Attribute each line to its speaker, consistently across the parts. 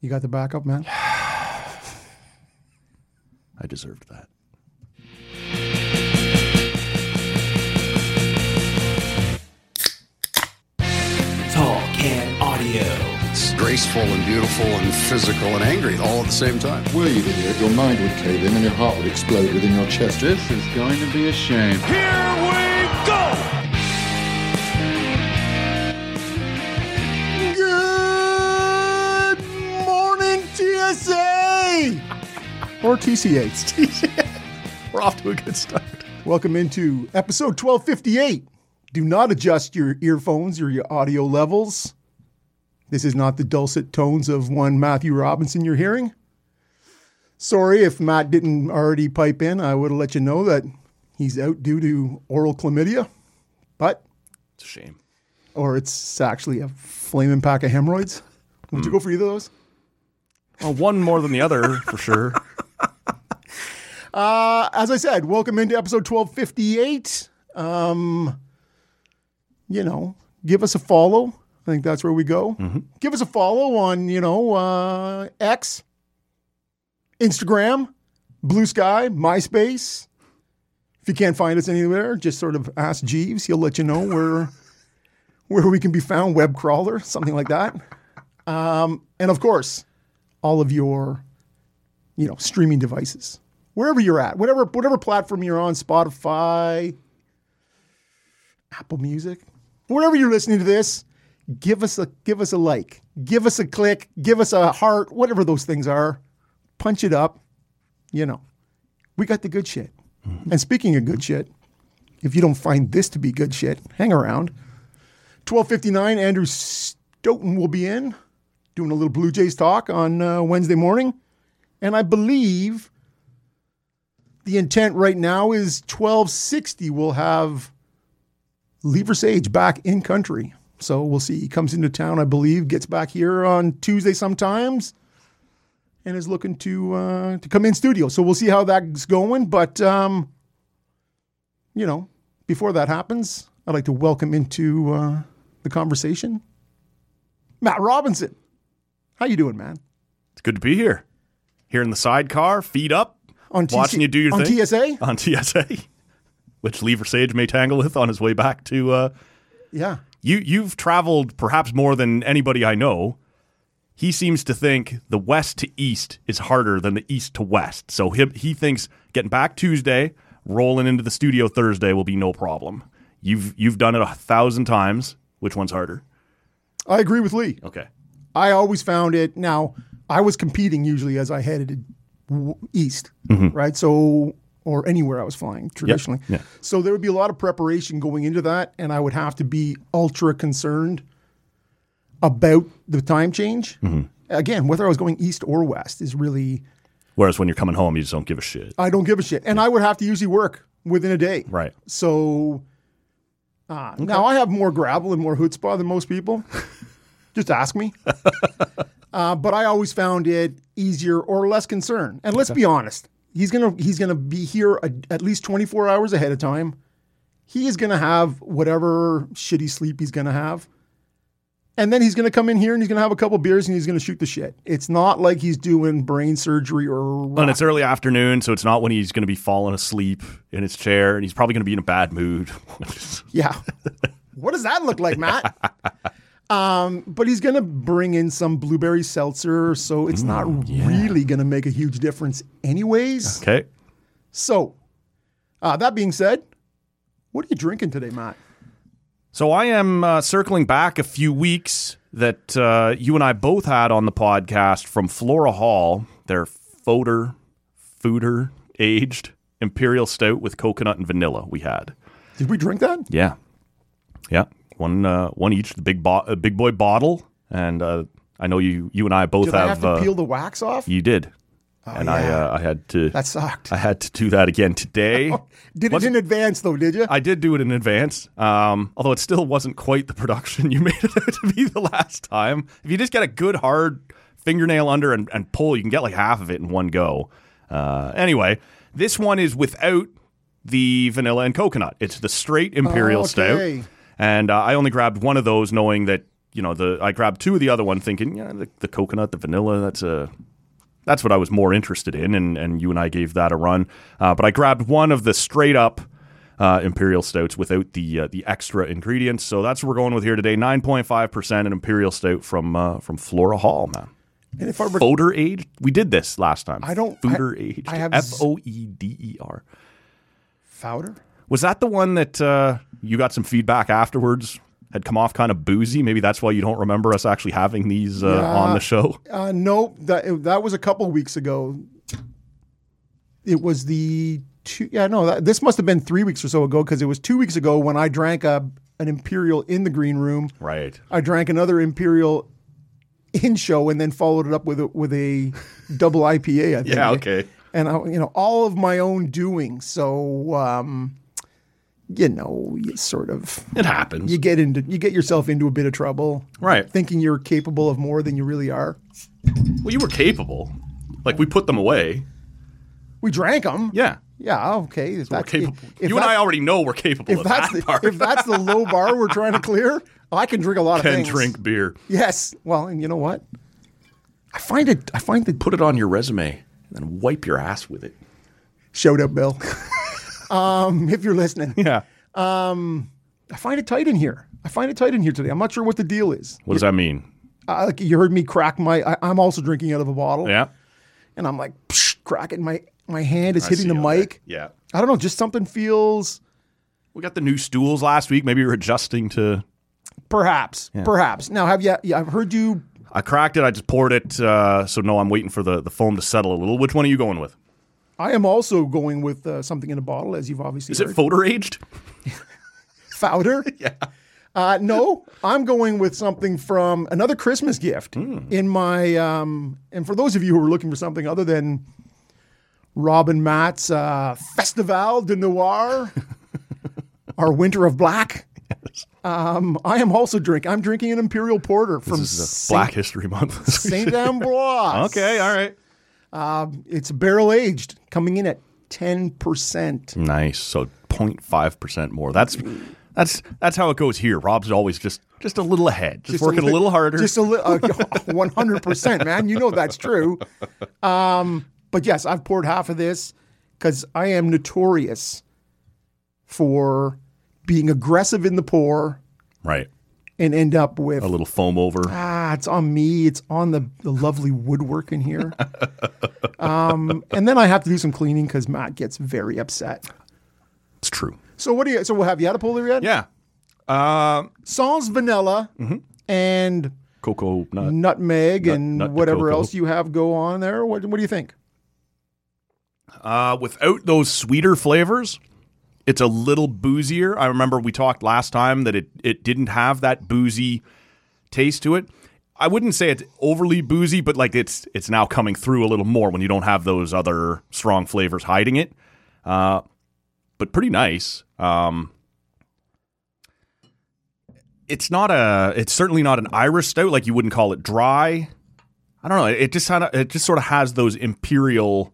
Speaker 1: You got the backup, man?
Speaker 2: I deserved that.
Speaker 3: Talking audio.
Speaker 4: It's graceful and beautiful and physical and angry all at the same time.
Speaker 5: Were you idiot, your mind would cave in and your heart would explode within your chest. This is going to be a shame.
Speaker 2: Good morning, TSA!
Speaker 1: Or TCH.
Speaker 2: We're off to a good start.
Speaker 1: Welcome into episode 1258. Do not adjust your earphones or your audio levels. This is not the dulcet tones of one Matthew Robinson you're hearing. Sorry if Matt didn't already pipe in. I would have let you know that he's out due to oral chlamydia, but,
Speaker 2: It's a shame.
Speaker 1: or it's actually a flaming pack of hemorrhoids. Would you go for either of those?
Speaker 2: Well, one more than the other, for sure.
Speaker 1: Uh, as I said, welcome into episode 1258. Um, you know, give us a follow. I think that's where we go. Give us a follow on, you know, uh, X, Instagram, Blue Sky, MySpace. If you can't find us anywhere, just sort of ask Jeeves. He'll let you know where where we can be found, web crawler, something like that. Um, and of course, all of your you know, streaming devices, wherever you're at, whatever whatever platform you're on, Spotify, Apple Music, wherever you're listening to this, give us a give us a like, give us a click, give us a heart, whatever those things are, punch it up, you know, we got the good shit. And speaking of good shit, if you don't find this to be good shit, hang around. 12:59, Andrew Stoughton will be in doing a little Blue Jays talk on uh, Wednesday morning. And I believe the intent right now is 1260 will have Lever Sage back in country. So we'll see. He comes into town, I believe, gets back here on Tuesday sometimes, and is looking to uh, to come in studio. So we'll see how that's going. But um, you know, before that happens, I'd like to welcome into uh, the conversation Matt Robinson. How you doing, man?
Speaker 2: It's good to be here. Here in the sidecar, feet up,
Speaker 1: On
Speaker 2: watching you do your
Speaker 1: on
Speaker 2: thing.
Speaker 1: TSA.
Speaker 2: On TSA. Which Lever Sage may tangle with on his way back to uh,
Speaker 1: Yeah.
Speaker 2: You you've traveled perhaps more than anybody I know. He seems to think the west to east is harder than the east to west. So he he thinks getting back Tuesday, rolling into the studio Thursday will be no problem. You've you've done it a thousand times. Which one's harder?
Speaker 1: I agree with Lee.
Speaker 2: Okay.
Speaker 1: I always found it. Now I was competing usually as I headed w- east, right? So or anywhere I was flying traditionally.
Speaker 2: yeah.
Speaker 1: So there would be a lot of preparation going into that, and I would have to be ultra concerned about the time change. Again, whether I was going east or west is really
Speaker 2: Whereas when you're coming home, you just don't give a shit.
Speaker 1: I don't give a shit, and I would have to usually work within a day,
Speaker 2: Right.
Speaker 1: So uh, now I have more gravel and more chutzpah than most people. Just ask me. uh, but I always found it easier or less concern. And let's be honest, he's gonna he's gonna be here a, at least twenty four hours ahead of time. He is gonna have whatever shitty sleep he's gonna have. And then he's going to come in here and he's going to have a couple beers and he's going to shoot the shit. It's not like he's doing brain surgery or
Speaker 2: And it's early afternoon, so it's not when he's going to be falling asleep in his chair, and he's probably going to be in a bad mood.
Speaker 1: Yeah. what does that look like, Matt? um, but he's going to bring in some blueberry seltzer, so it's
Speaker 2: Mm,
Speaker 1: not really going to make a huge difference, anyways.
Speaker 2: okay.
Speaker 1: So, uh, that being said, what are you drinking today, Matt?
Speaker 2: So I am uh, circling back a few weeks that uh, you and I both had on the podcast from Flora Hall, their Foder, Fooder aged imperial stout with coconut and vanilla. We had,
Speaker 1: Did we drink that?
Speaker 2: yeah, yeah, one uh, one each, the big bo- uh, big boy bottle, and uh, I know you you and I both
Speaker 1: Did
Speaker 2: have.
Speaker 1: I have to
Speaker 2: uh,
Speaker 1: peel the wax off?
Speaker 2: you did, and I
Speaker 1: yeah.
Speaker 2: uh, I had to
Speaker 1: That sucked.
Speaker 2: I had to do that again today.
Speaker 1: Did it
Speaker 2: What's-
Speaker 1: in advance, though, did you?
Speaker 2: I did do it in advance, um, although it still wasn't quite the production you made it out to be the last time. If you just get a good hard fingernail under and, and pull, you can get like half of it in one go. Uh, anyway, this one is without the vanilla and coconut. It's the straight imperial
Speaker 1: Oh, Okay.
Speaker 2: stout, and uh, I only grabbed one of those, knowing that you know, the I grabbed two of the other one, thinking, yeah, the, the coconut, the vanilla. That's a that's what I was more interested in, and and you and I gave that a run. Uh, but I grabbed one of the straight up uh, imperial stouts without the uh, the extra ingredients. So that's what we're going with here today. Nine point five percent an imperial stout from uh, from Flora Hall, man.
Speaker 1: And if I rec-
Speaker 2: Fodder aged. We did this last time.
Speaker 1: I don't-
Speaker 2: Fodder
Speaker 1: I-
Speaker 2: aged.
Speaker 1: I have
Speaker 2: F O E D E R.
Speaker 1: Fowder?
Speaker 2: Was that the one that uh, you got some feedback afterwards? Had come off kind of boozy. Maybe that's why you don't remember us actually having these uh, on the show.
Speaker 1: Uh, no, that that was a couple weeks ago. It was the two. Yeah, no, that, this must have been three weeks or so ago because it was two weeks ago when I drank a an imperial in the green room.
Speaker 2: Right.
Speaker 1: I drank another imperial in show and then followed it up with a, with a double IPA. I think.
Speaker 2: Yeah. Okay.
Speaker 1: And I, you know, all of my own doing. So, um, you know, you sort of
Speaker 2: It happens.
Speaker 1: you get into you get yourself into a bit of trouble,
Speaker 2: Right.
Speaker 1: Thinking you're capable of more than you really are.
Speaker 2: Well, you were capable. Like we put them away.
Speaker 1: We drank them.
Speaker 2: Yeah.
Speaker 1: Yeah, okay. If
Speaker 2: We're
Speaker 1: that's,
Speaker 2: capable.
Speaker 1: if- if
Speaker 2: you and
Speaker 1: that-
Speaker 2: I already know we're capable
Speaker 1: if
Speaker 2: of
Speaker 1: that's
Speaker 2: that
Speaker 1: the,
Speaker 2: part.
Speaker 1: if that's the low bar we're trying to clear, I can drink a lot of
Speaker 2: Can
Speaker 1: things.
Speaker 2: drink beer.
Speaker 1: Yes. Well, and you know what? I find it. I find the
Speaker 2: Put it on your resume and then wipe your ass with it.
Speaker 1: shout out, Bill. um, if you're listening,
Speaker 2: Yeah.
Speaker 1: I find it tight in here. I find it tight in here today. I'm not sure what the deal is.
Speaker 2: What does that mean?
Speaker 1: Uh, like you heard me crack my. I, I'm also drinking out of a bottle,
Speaker 2: Yeah.
Speaker 1: and I'm like psh, cracking my my hand is hitting
Speaker 2: see
Speaker 1: the
Speaker 2: all that.
Speaker 1: mic.
Speaker 2: Yeah.
Speaker 1: I don't know. Just something feels.
Speaker 2: We got the new stools last week. Maybe you're adjusting to
Speaker 1: Perhaps. Perhaps. Now, have you? Yeah, I've heard you
Speaker 2: I cracked it. I just poured it. Uh, so no, I'm waiting for the, the foam to settle a little. Which one are you going with?
Speaker 1: I am also going with uh, something in a bottle, as you've obviously
Speaker 2: Is
Speaker 1: heard.
Speaker 2: it photo aged?
Speaker 1: Fowder? yeah. Uh, no, I'm going with something from another Christmas gift
Speaker 2: Hmm.
Speaker 1: in my. Um, and for those of you who are looking for something other than Robin Matt's uh, Festival de Noir, our Winter of Black. Um, I am also drinking. I'm drinking an Imperial Porter from
Speaker 2: This is
Speaker 1: Saint-
Speaker 2: Black History Month.
Speaker 1: Saint Ambroise.
Speaker 2: okay, all right.
Speaker 1: It's barrel aged, coming in at ten percent.
Speaker 2: Nice. So 0.5 percent more. That's that's that's how it goes here. Rob's always just just a little ahead, just, working a little, harder.
Speaker 1: Just a little, one hundred percent, man. You know that's true. Um, but yes, I've poured half of this because I am notorious for being aggressive in the pour
Speaker 2: right.
Speaker 1: and end up with
Speaker 2: A little foam over.
Speaker 1: ah, it's on me. It's on the, the lovely woodwork in here. um, and then I have to do some cleaning because Matt gets very upset.
Speaker 2: It's true.
Speaker 1: So what do you? So have you had a polar yet?
Speaker 2: Yeah. Uh,
Speaker 1: Sans vanilla and
Speaker 2: cocoa nut.
Speaker 1: nutmeg and
Speaker 2: nut to
Speaker 1: whatever
Speaker 2: cocoa.
Speaker 1: else you have go on there. What, what do you think?
Speaker 2: Uh, without those sweeter flavors, it's a little boozier. I remember we talked last time that it it didn't have that boozy taste to it. I wouldn't say it's overly boozy, but like it's it's now coming through a little more when you don't have those other strong flavors hiding it. Uh, but pretty nice. Um, it's not a. It's certainly not an Irish stout. Like you wouldn't call it dry. I don't know. It just kind of. It just sort of has those imperial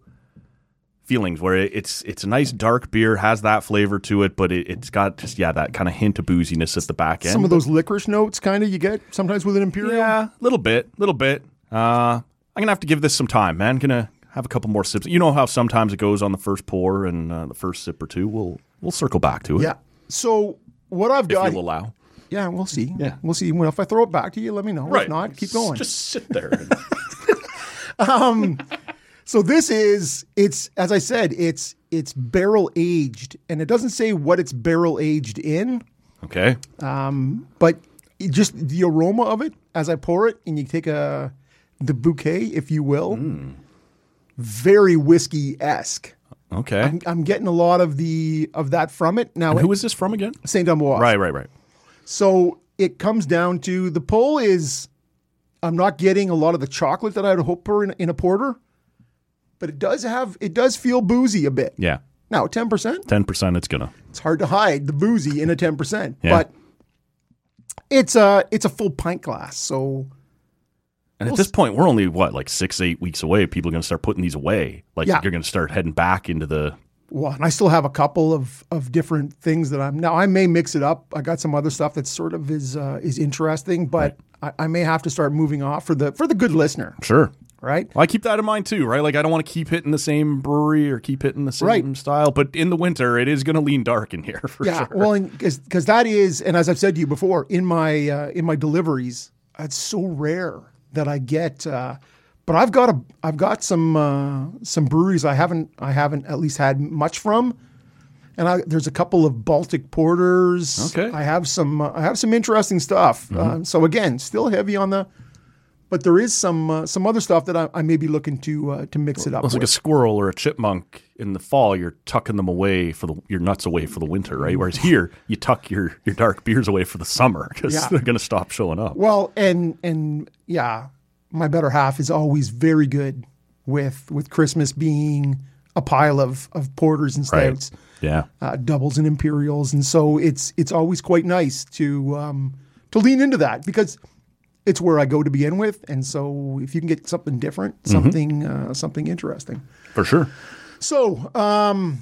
Speaker 2: feelings where it- it's it's a nice dark beer, has that flavor to it, but it, it's got just yeah that kind of hint of booziness at the back end.
Speaker 1: Some of those licorice notes, kind of you get sometimes with an imperial.
Speaker 2: Yeah, a little bit, little bit. Uh, I'm gonna have to give this some time, man. Gonna have a couple more sips. You know how sometimes it goes on the first pour and uh, the first sip or two. We'll we'll circle back to it.
Speaker 1: Yeah. So what I've
Speaker 2: if
Speaker 1: got,
Speaker 2: you'll allow.
Speaker 1: yeah, we'll see.
Speaker 2: Yeah.
Speaker 1: we'll see. Well, if I throw it back to you, let me know. If not, keep going.
Speaker 2: Just sit there.
Speaker 1: so this is it's as I said, it's it's barrel aged, and it doesn't say what it's barrel aged in,
Speaker 2: okay.
Speaker 1: but it just the aroma of it as I pour it, and you take a the bouquet, if you will,
Speaker 2: Mm.
Speaker 1: very whiskey esque.
Speaker 2: Okay.
Speaker 1: I'm, I'm getting a lot of the of that from it now.
Speaker 2: Who is this from again?
Speaker 1: Saint Amboise,
Speaker 2: Right, right, right.
Speaker 1: So it comes down to the pull is I'm not getting a lot of the chocolate that I'd hope for in, in a porter, but it does have it does feel boozy a bit.
Speaker 2: Yeah,
Speaker 1: Now ten percent,
Speaker 2: ten percent. It's gonna.
Speaker 1: it's hard to hide the boozy in a ten percent,
Speaker 2: Yeah.
Speaker 1: but it's a it's a full pint glass. So
Speaker 2: And at this point, we're only what like six, eight weeks away. People are gonna start putting these away. Like
Speaker 1: Yeah.
Speaker 2: you're gonna start heading back into the.
Speaker 1: well, and I still have a couple of of different things that I'm now. I may mix it up. I got some other stuff that sort of is uh, is interesting, but I, I may have to start moving off for the for the good listener,
Speaker 2: Sure.
Speaker 1: right?
Speaker 2: Well, I keep that in mind too, right? Like I don't want to keep hitting the same brewery or keep hitting the same
Speaker 1: Right.
Speaker 2: style, but in the winter it is going to lean dark in here for
Speaker 1: yeah,
Speaker 2: sure.
Speaker 1: well, because that is, and as I've said to you before, in my uh, in my deliveries, it's so rare that I get. Uh, but I've got a I've got some uh, some breweries I haven't I haven't at least had much from, and I, there's a couple of Baltic porters.
Speaker 2: Okay. Mm-hmm.
Speaker 1: I have some uh, I have some interesting stuff. Uh, so again, still heavy on the. But there is some uh, some other stuff that I, I may be looking to uh, to mix it up.
Speaker 2: it's like a
Speaker 1: with.
Speaker 2: squirrel or a chipmunk in the fall. You're tucking them away for the your nuts away for the winter, right? Whereas here, you tuck your, your dark beers away for the summer because
Speaker 1: Yeah.
Speaker 2: they're going to stop showing up.
Speaker 1: Well, and and yeah, my better half is always very good with with Christmas being a pile of of porters and
Speaker 2: Right.
Speaker 1: stouts,
Speaker 2: Yeah.
Speaker 1: uh, doubles and imperials, and so it's it's always quite nice to um, to lean into that because it's where I go to begin with, and so if you can get something different, something uh, something interesting.
Speaker 2: For sure.
Speaker 1: So, um,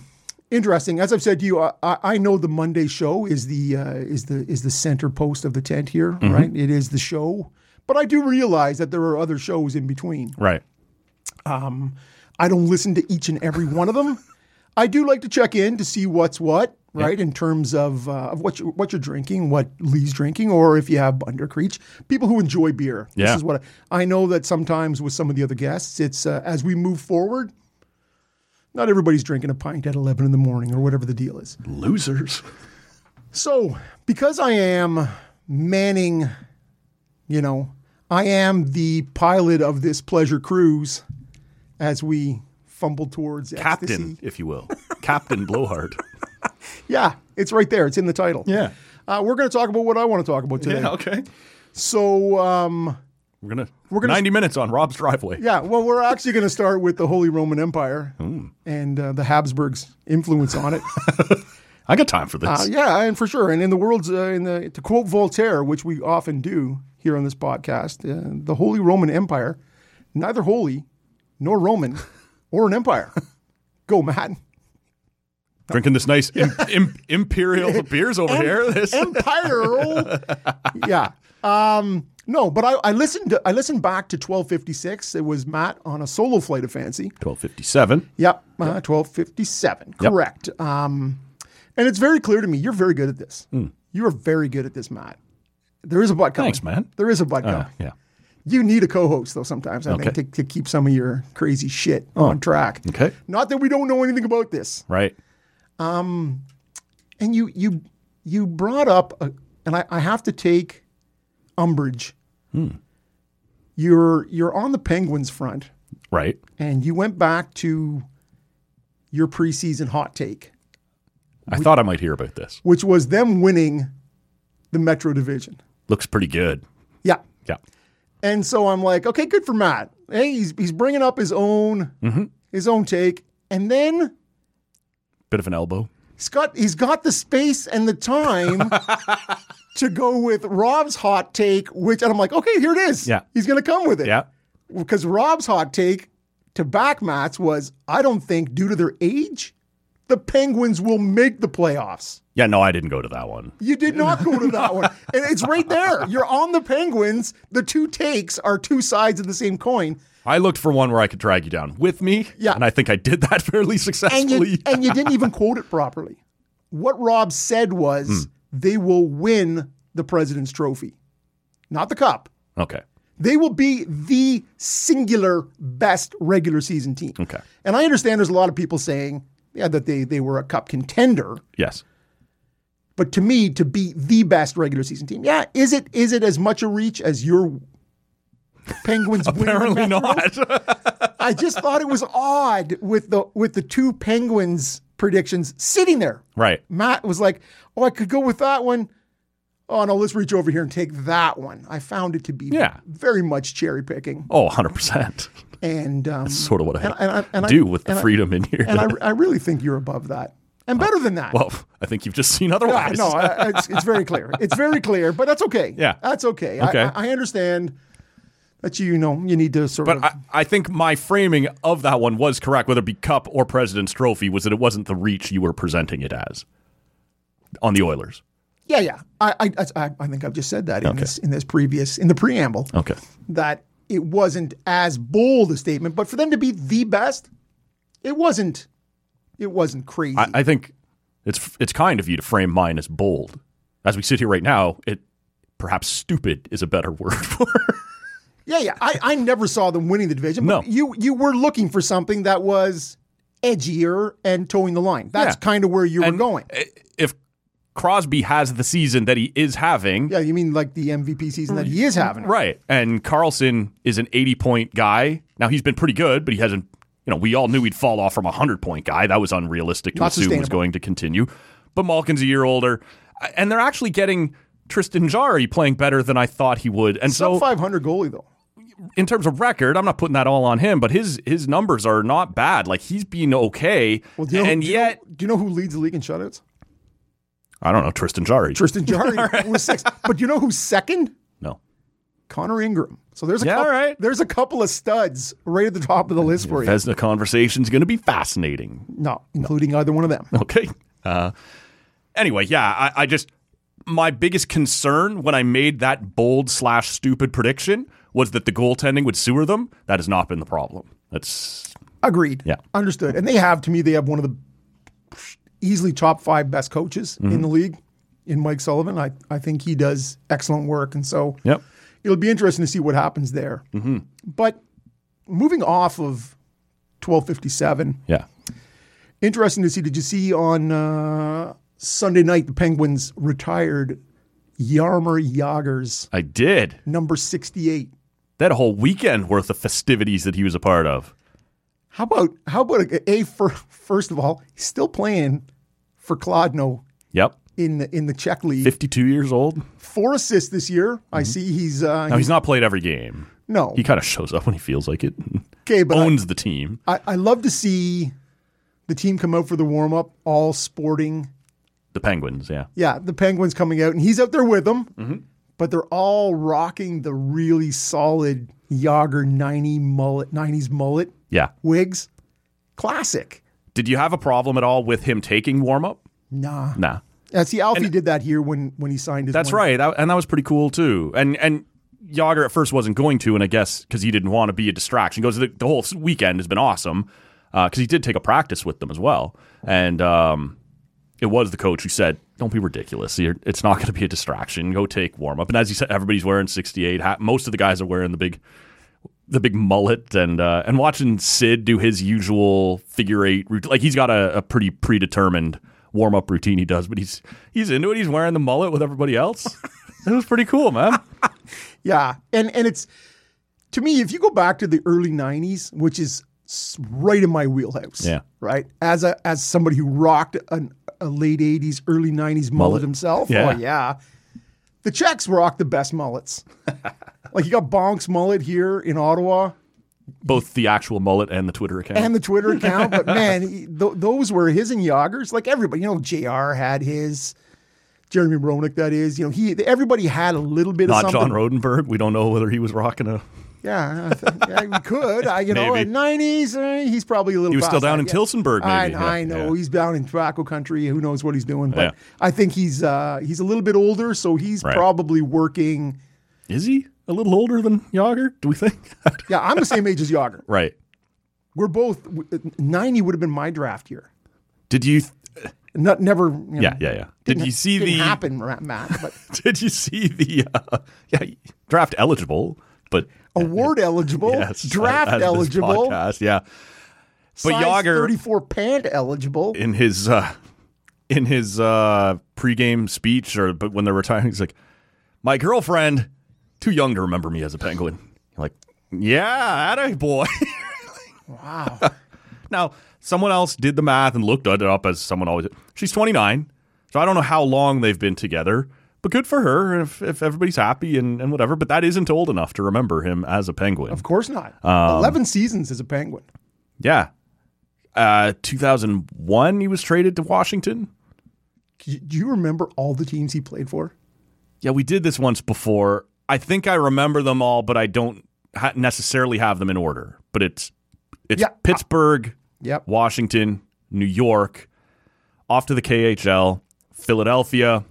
Speaker 1: interesting. As I've said to you, I, I I know the Monday show is the uh, is the is the center post of the tent here, right? It is the show, but I do realize that there are other shows in between.
Speaker 2: Right.
Speaker 1: I don't listen to each and every one of them. I do like to check in to see what's what, right? In terms of uh, of what you, what you're drinking, what Lee's drinking, or if you have Bundercreech. People who enjoy beer.
Speaker 2: Yeah.
Speaker 1: This is what I, I know that sometimes with some of the other guests, it's uh, as we move forward. Not everybody's drinking a pint at eleven in the morning or whatever the deal is.
Speaker 2: Losers.
Speaker 1: So, because I am manning, you know, I am the pilot of this pleasure cruise as we fumble towards
Speaker 2: Captain,
Speaker 1: ecstasy.
Speaker 2: if you will. Captain Blowhard.
Speaker 1: Yeah, it's right there. It's in the title.
Speaker 2: Yeah.
Speaker 1: Uh, we're going to talk about what I want to talk about today.
Speaker 2: okay.
Speaker 1: So, um,
Speaker 2: We're going to
Speaker 1: We're gonna-
Speaker 2: 90 minutes on Rob's driveway.
Speaker 1: yeah, well, we're actually going to start with the Holy Roman Empire
Speaker 2: Hmm.
Speaker 1: and uh, the Habsburgs' influence on it.
Speaker 2: I got time for this.
Speaker 1: Uh, yeah, and for sure. And in the world's, uh, in the to quote Voltaire, which we often do here on this podcast, uh, the Holy Roman Empire, neither holy nor Roman or an empire. Go, Matt.
Speaker 2: Drinking this nice im- im- imperial beers over here. This
Speaker 1: Empire. oh. yeah. Um, no, but I, I listened. To, I listened back to 1256. It was Matt on a solo flight of fancy.
Speaker 2: 1257.
Speaker 1: Yep, uh, 1257.
Speaker 2: Yep.
Speaker 1: Correct. Um, and it's very clear to me. You're very good at this. You are very good at this, Matt. There is a butt coming.
Speaker 2: Hmm. Thanks, man.
Speaker 1: There is a butt coming.
Speaker 2: Oh, Yeah.
Speaker 1: You need a co-host though sometimes. I think
Speaker 2: Okay. Oh.
Speaker 1: to, to keep some of your crazy shit on track.
Speaker 2: Okay.
Speaker 1: Not that we don't know anything about this.
Speaker 2: Right.
Speaker 1: And you you you brought up, a, and I, I have to take umbrage.
Speaker 2: Hmm.
Speaker 1: You're you're on the Penguins front,
Speaker 2: Right.
Speaker 1: and you went back to your preseason hot take.
Speaker 2: I thought I might hear about this.
Speaker 1: which was them winning the Metro Division.
Speaker 2: Looks pretty good.
Speaker 1: Yeah.
Speaker 2: Yeah.
Speaker 1: And so I'm like, okay, good for Matt. Hey, he's, he's bringing up his own
Speaker 2: Mm-hmm.
Speaker 1: his own take. And then
Speaker 2: Bit of an elbow.
Speaker 1: he's got he's got the space and the time to go with Rob's hot take, which and I'm like, okay, here it is.
Speaker 2: Yeah.
Speaker 1: He's gonna come with it.
Speaker 2: Yeah.
Speaker 1: Because Rob's hot take to back Matt's was I don't think due to their age, the Penguins will make the playoffs.
Speaker 2: Yeah, no, I didn't go to that one.
Speaker 1: You did not go to that one. And it's right there. You're on the Penguins. The two takes are two sides of the same coin.
Speaker 2: I looked for one where I could drag you down with me.
Speaker 1: Yeah.
Speaker 2: And I think I did that
Speaker 1: And
Speaker 2: fairly
Speaker 1: you,
Speaker 2: successfully.
Speaker 1: and you didn't even quote it properly. What Rob said was they will win the President's Trophy, not the cup.
Speaker 2: okay.
Speaker 1: They will be the singular best regular season team.
Speaker 2: Okay.
Speaker 1: And I understand there's a lot of people saying, yeah, that they, they were a cup contender.
Speaker 2: Yes.
Speaker 1: But to me, to be the best regular season team, yeah, is it is it as much a reach as your Penguins? winning the
Speaker 2: Apparently
Speaker 1: Metro?
Speaker 2: not.
Speaker 1: I just thought it was odd with the with the two Penguins predictions sitting there.
Speaker 2: right.
Speaker 1: Matt was like, "Oh, I could go with that one. Oh no, let's reach over here and take that one." I found it to be
Speaker 2: Yeah.
Speaker 1: very much cherry picking,
Speaker 2: Oh, 100%.
Speaker 1: and um,
Speaker 2: Sort of what I
Speaker 1: and, and I and I-
Speaker 2: do with the
Speaker 1: and I-
Speaker 2: freedom in here.
Speaker 1: and I, I really think you're above that, and better than that.
Speaker 2: well, I think you've just seen
Speaker 1: Yeah,
Speaker 2: otherwise.
Speaker 1: no, I, I- it's, it's very clear. It's very clear, but that's okay.
Speaker 2: Yeah.
Speaker 1: that's okay.
Speaker 2: Okay.
Speaker 1: I, I I understand that you, you know you need to sort
Speaker 2: but
Speaker 1: of.
Speaker 2: I, I think my framing of that one was correct, whether it be cup or president's trophy, was that it wasn't the reach you were presenting it as on the Oilers.
Speaker 1: Yeah, yeah. I, I, I, I think I've just said that in
Speaker 2: Okay. Oh.
Speaker 1: this in this previous in the preamble
Speaker 2: Okay.
Speaker 1: that it wasn't as bold a statement, but for them to be the best, it wasn't. It wasn't crazy.
Speaker 2: I, I think it's it's kind of you to frame mine as bold. As we sit here right now, it perhaps stupid is a better word for it.
Speaker 1: yeah, yeah. I, I never saw them winning the division. But
Speaker 2: No.
Speaker 1: you you were looking for something that was edgier and towing the line. That's
Speaker 2: Yeah.
Speaker 1: kind of where you were
Speaker 2: And
Speaker 1: going.
Speaker 2: i- If Crosby has the season that he is having,
Speaker 1: Yeah, you mean like the MVP season that he is having.
Speaker 2: right, and Carlson is an 80 point guy. Now he's been pretty good, but he hasn't. You know, we all knew he'd fall off from a 100 point guy. That was unrealistic to
Speaker 1: Not
Speaker 2: assume was
Speaker 1: sustainable.
Speaker 2: going to continue. But Malkin's a year older, A- and they're actually getting Tristan Jari playing better than I thought he would. And
Speaker 1: Sub
Speaker 2: so,
Speaker 1: 500 goalie though.
Speaker 2: in terms of record, I'm not putting that all on him, but his his numbers are not bad. Like he's being okay,
Speaker 1: Well, do you know,
Speaker 2: and
Speaker 1: do you
Speaker 2: yet
Speaker 1: know- do you know who leads the league in shutouts?
Speaker 2: I don't know Tristan Jari.
Speaker 1: Tristan Jari was sixth. But you know who's second?
Speaker 2: no,
Speaker 1: Connor Ingram. So there's a
Speaker 2: Yeah,
Speaker 1: couple,
Speaker 2: all right.
Speaker 1: there's a couple of studs right at the top of the list for you.
Speaker 2: Vesna conversation's going to be fascinating.
Speaker 1: No, including either one of them.
Speaker 2: Okay. Uh, anyway, yeah, I, I just my biggest concern when I made that bold slash stupid prediction was that the goaltending would sewer them. That has not been the problem. That's
Speaker 1: Agreed.
Speaker 2: Yeah.
Speaker 1: Understood. And they have to me they have one of the easily top 5 best coaches in the league in Mike Sullivan. I I think he does excellent work and so
Speaker 2: yep.
Speaker 1: it'll be interesting to see what happens there. But moving off of 1257
Speaker 2: Yeah.
Speaker 1: Interesting to see. Did you see on uh, Sunday night the Penguins retired Yarmer Yager's
Speaker 2: I did.
Speaker 1: number 68?
Speaker 2: That whole weekend worth of festivities that he was a part of.
Speaker 1: How about how about a, a fir- first of all, he's still playing for Klodno
Speaker 2: Yep.
Speaker 1: in the in the Czech league.
Speaker 2: 52 years old.
Speaker 1: Four assists this year. I see he's uh,
Speaker 2: Mm-hmm. Now he's not played every game.
Speaker 1: no
Speaker 2: He kind of shows up when he feels like it.
Speaker 1: okay, but I-
Speaker 2: Owns the team.
Speaker 1: I, I love to see the team come out for the warm up, all sporting.
Speaker 2: The Penguins, yeah.
Speaker 1: Yeah, the Penguins coming out, and he's out there with them, but they're all rocking the really solid Yager 90 mullet, 90s mullet
Speaker 2: Yeah.
Speaker 1: wigs. Classic.
Speaker 2: Did you have a problem at all with him taking warm up?
Speaker 1: Nah.
Speaker 2: Nah.
Speaker 1: Yeah, see, Alfie did that here when, when he signed his
Speaker 2: That's
Speaker 1: one-
Speaker 2: right, that, and that was pretty cool too. And and Yager at first wasn't going to, and I guess because he didn't want to be a distraction. He Goes the, the whole s- weekend has been awesome because he did take a practice with them as well, and um, it was the coach who said, "Don't be ridiculous. You're, it's not going to be a distraction. Go take warm up." And as you said, everybody's wearing sixty eight. Hat. Most of the guys are wearing the big. The big mullet and uh, and watching Sid do his usual figure eight routine. Like he's got a, a pretty predetermined warm up routine he does, but he's he's into it. He's wearing the mullet with everybody else. it was pretty cool, man.
Speaker 1: Yeah. And, and it's, to me, if you go back to the early 90s, which is s- right in my wheelhouse.
Speaker 2: Yeah.
Speaker 1: Right. As a as somebody who rocked an, a late 80s, early 90s mullet,
Speaker 2: Mullet.
Speaker 1: himself.
Speaker 2: Yeah.
Speaker 1: Oh, yeah. The Czechs rocked the best mullets. like you got Bonk's mullet here in Ottawa
Speaker 2: Both the actual mullet and the Twitter account.
Speaker 1: and the Twitter account. But man, he, th- those were his and Yager's. Like everybody, you know, JR had his. Jeremy Roenick, that is, you know, he everybody had a little bit
Speaker 2: Not
Speaker 1: of something.
Speaker 2: John Rodenberg. We don't know whether he was rocking a.
Speaker 1: Yeah, I th- yeah, we could. I, you know,
Speaker 2: Maybe.
Speaker 1: in nineties, uh, he's probably a little.
Speaker 2: He was still
Speaker 1: past
Speaker 2: down
Speaker 1: that,
Speaker 2: in
Speaker 1: yeah.
Speaker 2: Tilsonburg,
Speaker 1: I,
Speaker 2: maybe.
Speaker 1: I
Speaker 2: Yeah,
Speaker 1: know
Speaker 2: yeah.
Speaker 1: he's down in tobacco country. Who knows what he's doing? But
Speaker 2: Yeah.
Speaker 1: I think he's uh, he's a little bit older, so he's
Speaker 2: Right.
Speaker 1: probably working.
Speaker 2: Is he a little older than Yager? Do we think?
Speaker 1: Yeah, I'm the same age as Yager.
Speaker 2: right.
Speaker 1: We're both uh, ninety would have been my draft year.
Speaker 2: Did you? Th-
Speaker 1: Not never. You know,
Speaker 2: yeah, yeah, yeah. Did
Speaker 1: didn't-
Speaker 2: you see
Speaker 1: didn't
Speaker 2: the?
Speaker 1: happen, Ra- Matt? But
Speaker 2: Did you see the? Uh, yeah, draft eligible, but
Speaker 1: award eligible,
Speaker 2: yes,
Speaker 1: Oh, draft
Speaker 2: as this
Speaker 1: eligible,
Speaker 2: podcast, yeah. But
Speaker 1: size
Speaker 2: Yager
Speaker 1: 34 pant eligible.
Speaker 2: in his uh, in his uh, pregame speech, or but when they're retiring, he's like, "My girlfriend, too young to remember me as a penguin." You're like, "Yeah, that a boy."
Speaker 1: Wow.
Speaker 2: Now, someone else did the math and looked it up as someone always. She's 29, so I don't know how long they've been together, but good for her if, if everybody's happy and, and whatever. But that isn't old enough to remember him as a penguin.
Speaker 1: Of course not.
Speaker 2: Um,
Speaker 1: 11 seasons as a penguin.
Speaker 2: yeah. Uh, 2001, he was traded to Washington.
Speaker 1: Do do you remember all the teams he played for?
Speaker 2: Yeah, we did this once before. I think I remember them all, but I don't ha- necessarily have them in order. But it's it's
Speaker 1: Yeah.
Speaker 2: Pittsburgh,
Speaker 1: Yep.
Speaker 2: Washington, New York, off to the KHL, Philadelphia,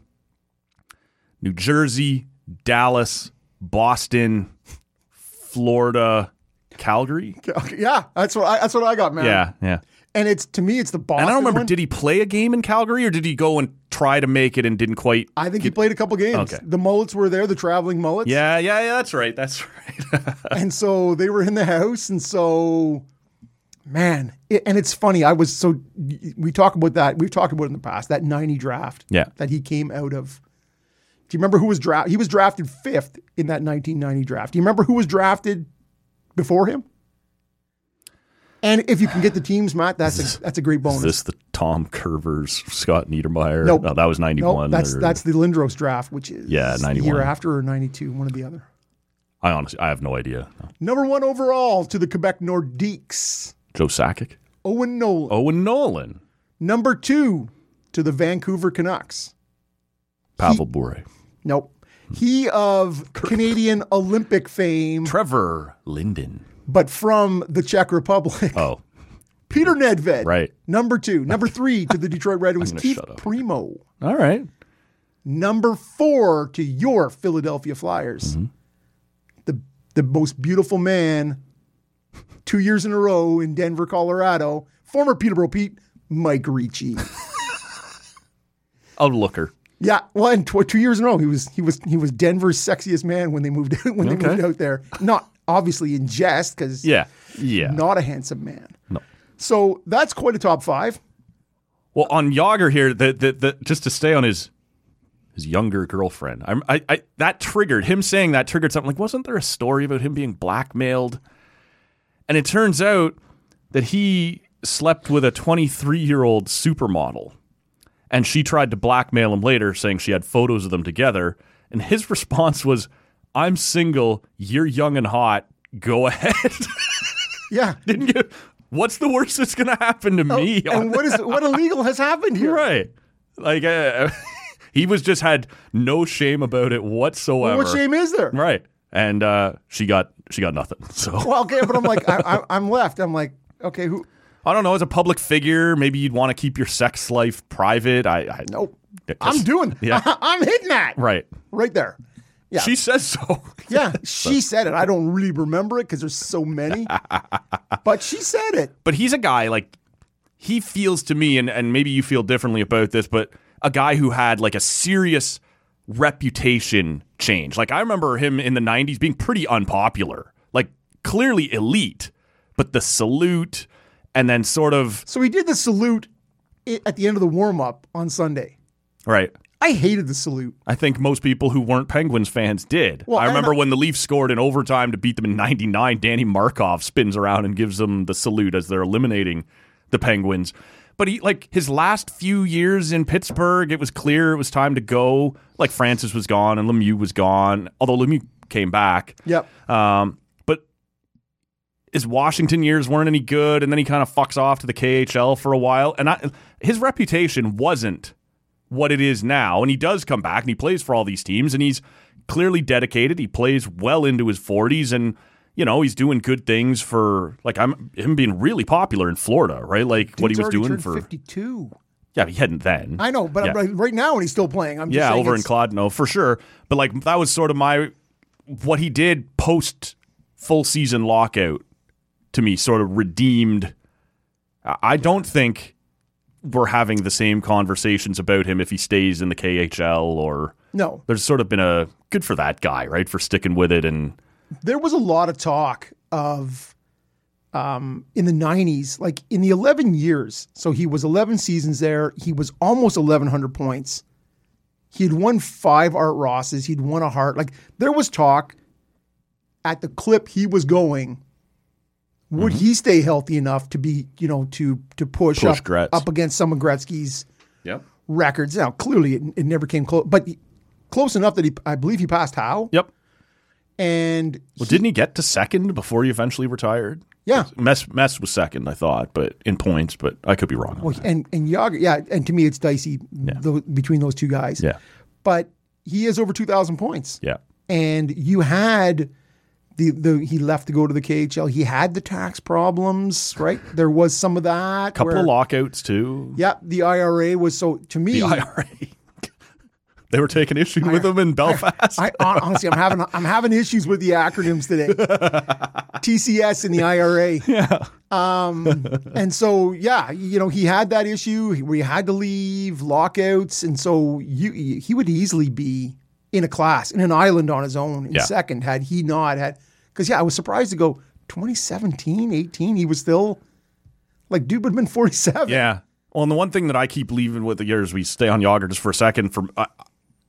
Speaker 2: New Jersey, Dallas, Boston, Florida, Calgary.
Speaker 1: Okay, yeah, that's what I, that's what I got, man.
Speaker 2: Yeah, yeah.
Speaker 1: and it's to me, it's the Boston.
Speaker 2: And I don't remember.
Speaker 1: one.
Speaker 2: Did he play a game in Calgary, or did he go and try to make it and didn't quite?
Speaker 1: I think he played a couple games.
Speaker 2: Okay.
Speaker 1: The mullets were there, the traveling mullets.
Speaker 2: Yeah, yeah, yeah. That's right. That's right.
Speaker 1: and so they were in the house and so man it, and it's funny i was so we talk about that we've talked about it in the past that 90 draft
Speaker 2: Yeah.
Speaker 1: that he came out of do you remember who was drafted he was drafted fifth in that 1990 draft do you remember who was drafted before him and if you can get the teams matt that's a, that's a great bonus
Speaker 2: Is this the Tom Curvers, Scott Niedermeyer?
Speaker 1: Nope.
Speaker 2: No, that was ninety
Speaker 1: no,
Speaker 2: one.
Speaker 1: that's that's the Lindros draft, which is
Speaker 2: Yeah,
Speaker 1: the
Speaker 2: 91.
Speaker 1: year after or ninety two, one or the other.
Speaker 2: I honestly, I have no idea.
Speaker 1: Number one overall to the Quebec Nordiques,
Speaker 2: Joe Sakic,
Speaker 1: Owen Nolan.
Speaker 2: Owen Nolan,
Speaker 1: Number two to the Vancouver Canucks.
Speaker 2: Pavel Bure,
Speaker 1: Nope. He of Canadian Olympic fame,
Speaker 2: Trevor Linden.
Speaker 1: but from the Czech Republic.
Speaker 2: Oh,
Speaker 1: Peter Nedved.
Speaker 2: Right.
Speaker 1: Number two. Number three to the Detroit Red Wings,
Speaker 2: gonna
Speaker 1: Keith
Speaker 2: shut up.
Speaker 1: Primo.
Speaker 2: all right.
Speaker 1: Number four to your Philadelphia Flyers.
Speaker 2: Mm-hmm.
Speaker 1: The, the most beautiful man two years in a row in Denver, Colorado. Former Peterborough Pete, Mike Ricci.
Speaker 2: Outlooker.
Speaker 1: Yeah, well, and tw- two years in a row, he was he was he was Denver's sexiest man when they moved when they
Speaker 2: Okay.
Speaker 1: moved out there. Not obviously in jest, because
Speaker 2: Yeah, yeah.
Speaker 1: not a handsome man.
Speaker 2: No.
Speaker 1: So that's quite a top five.
Speaker 2: Well, on Yager here, the, the, the, just to stay on his his younger girlfriend, I'm, I, I that triggered him saying that triggered something. Like, wasn't there a story about him being blackmailed? And it turns out that he slept with a 23 year old supermodel, and she tried to blackmail him later, saying she had photos of them together. And his response was, "I'm single. You're young and hot. Go ahead."
Speaker 1: Yeah,
Speaker 2: Didn't you? What's the worst that's going to happen to me? on
Speaker 1: and what is what illegal has happened here?
Speaker 2: Right. Like uh, he was just had no shame about it whatsoever.
Speaker 1: What shame is there?
Speaker 2: Right. And uh, she got she got nothing. So
Speaker 1: Well, okay, but I'm like I, I, I'm left. I'm like okay, who?
Speaker 2: I don't know. As a public figure, maybe you'd want to keep your sex life private. I, I
Speaker 1: Nope,
Speaker 2: Yeah, 'cause-
Speaker 1: I'm doing.
Speaker 2: Yeah.
Speaker 1: I'm hitting that right,
Speaker 2: Right.
Speaker 1: there. Yeah.
Speaker 2: She says so.
Speaker 1: Yeah, she said it. I don't really remember it because there's so many, but she said it.
Speaker 2: but he's a guy like he feels to me, and and maybe you feel differently about this, but a guy who had like a serious reputation change. Like I remember him in the '90s being pretty unpopular, like clearly elite, but the salute and then sort of
Speaker 1: So he did the salute i- at the end of the warm up on Sunday.
Speaker 2: right.
Speaker 1: I hated the salute.
Speaker 2: I think most people who weren't Penguins fans did.
Speaker 1: Well,
Speaker 2: I
Speaker 1: and
Speaker 2: remember
Speaker 1: I-
Speaker 2: when the Leafs scored in overtime to beat them in 99, Danny Markov spins around and gives them the salute as they're eliminating the Penguins. But he like his last few years in Pittsburgh, it was clear it was time to go. Like Francis was gone and Lemieux was gone, although Lemieux came back.
Speaker 1: Yep.
Speaker 2: Um, but his Washington years weren't any good, and then he kind of fucks off to the KHL for a while. And I, his reputation wasn't what it is now. And he does come back and he plays for all these teams, and he's clearly dedicated. He plays well into his forties, and you know he's doing good things for like I'm him being really popular in Florida, right? Like what he
Speaker 1: Dude's
Speaker 2: was
Speaker 1: already
Speaker 2: doing
Speaker 1: turned
Speaker 2: for
Speaker 1: 52.
Speaker 2: yeah, he hadn't then.
Speaker 1: I know, but
Speaker 2: Yeah.
Speaker 1: but right now when he's still playing, I'm just
Speaker 2: Yeah,
Speaker 1: saying
Speaker 2: over in
Speaker 1: it's-
Speaker 2: Claude, no, for sure. But like that was sort of my what he did post full season lockout to me sort of redeemed. I I don't think we're having the same conversations about him if he stays in the KHL or
Speaker 1: no,
Speaker 2: there's sort of been a good for that guy, right? For sticking with it and
Speaker 1: there was a lot of talk of um, in the 90s, like in the 11 years. So he was 11 seasons there. He was almost 1,100 points. He had won five Art Rosses. He'd won a heart. Like there was talk at the clip he was going. Would he stay healthy enough to be, you know, to to push,
Speaker 2: Mm-hmm. Push Gretz.
Speaker 1: up, up against some of Gretzky's
Speaker 2: Yep.
Speaker 1: records? Now, clearly, it, it never came close, but close enough that he, I believe, he passed Howe.
Speaker 2: Yep.
Speaker 1: And
Speaker 2: Well, didn't he get to second before he eventually retired?
Speaker 1: Yeah.
Speaker 2: Mess Mess was second, I thought, but in points, but I could be wrong. on
Speaker 1: Well,
Speaker 2: that.
Speaker 1: and and Yager, yeah, and to me it's dicey tho- between those two guys.
Speaker 2: Yeah.
Speaker 1: but he has over two thousand points.
Speaker 2: Yeah.
Speaker 1: and you had the the he left to go to the KHL. He had the tax problems, right? there was some of that.
Speaker 2: Couple
Speaker 1: where-
Speaker 2: of lockouts too.
Speaker 1: Yeah, the IRA was so to me.
Speaker 2: the IRA. They were taking issue with him in Belfast.
Speaker 1: I hon- honestly, I'm having I'm having issues with the acronyms today. TCS and the IRA. Yeah. Um, and so yeah, you know, he had that issue where he had to leave lockouts, and so you he would easily be in a class in an island on his own in
Speaker 2: Yeah.
Speaker 1: second had he not had because yeah, I was surprised to go 2017, 18. He was still like dude would have been 47.
Speaker 2: yeah. Well, and the one thing that I keep leaving with the years, we stay on Yager just for a second. From uh,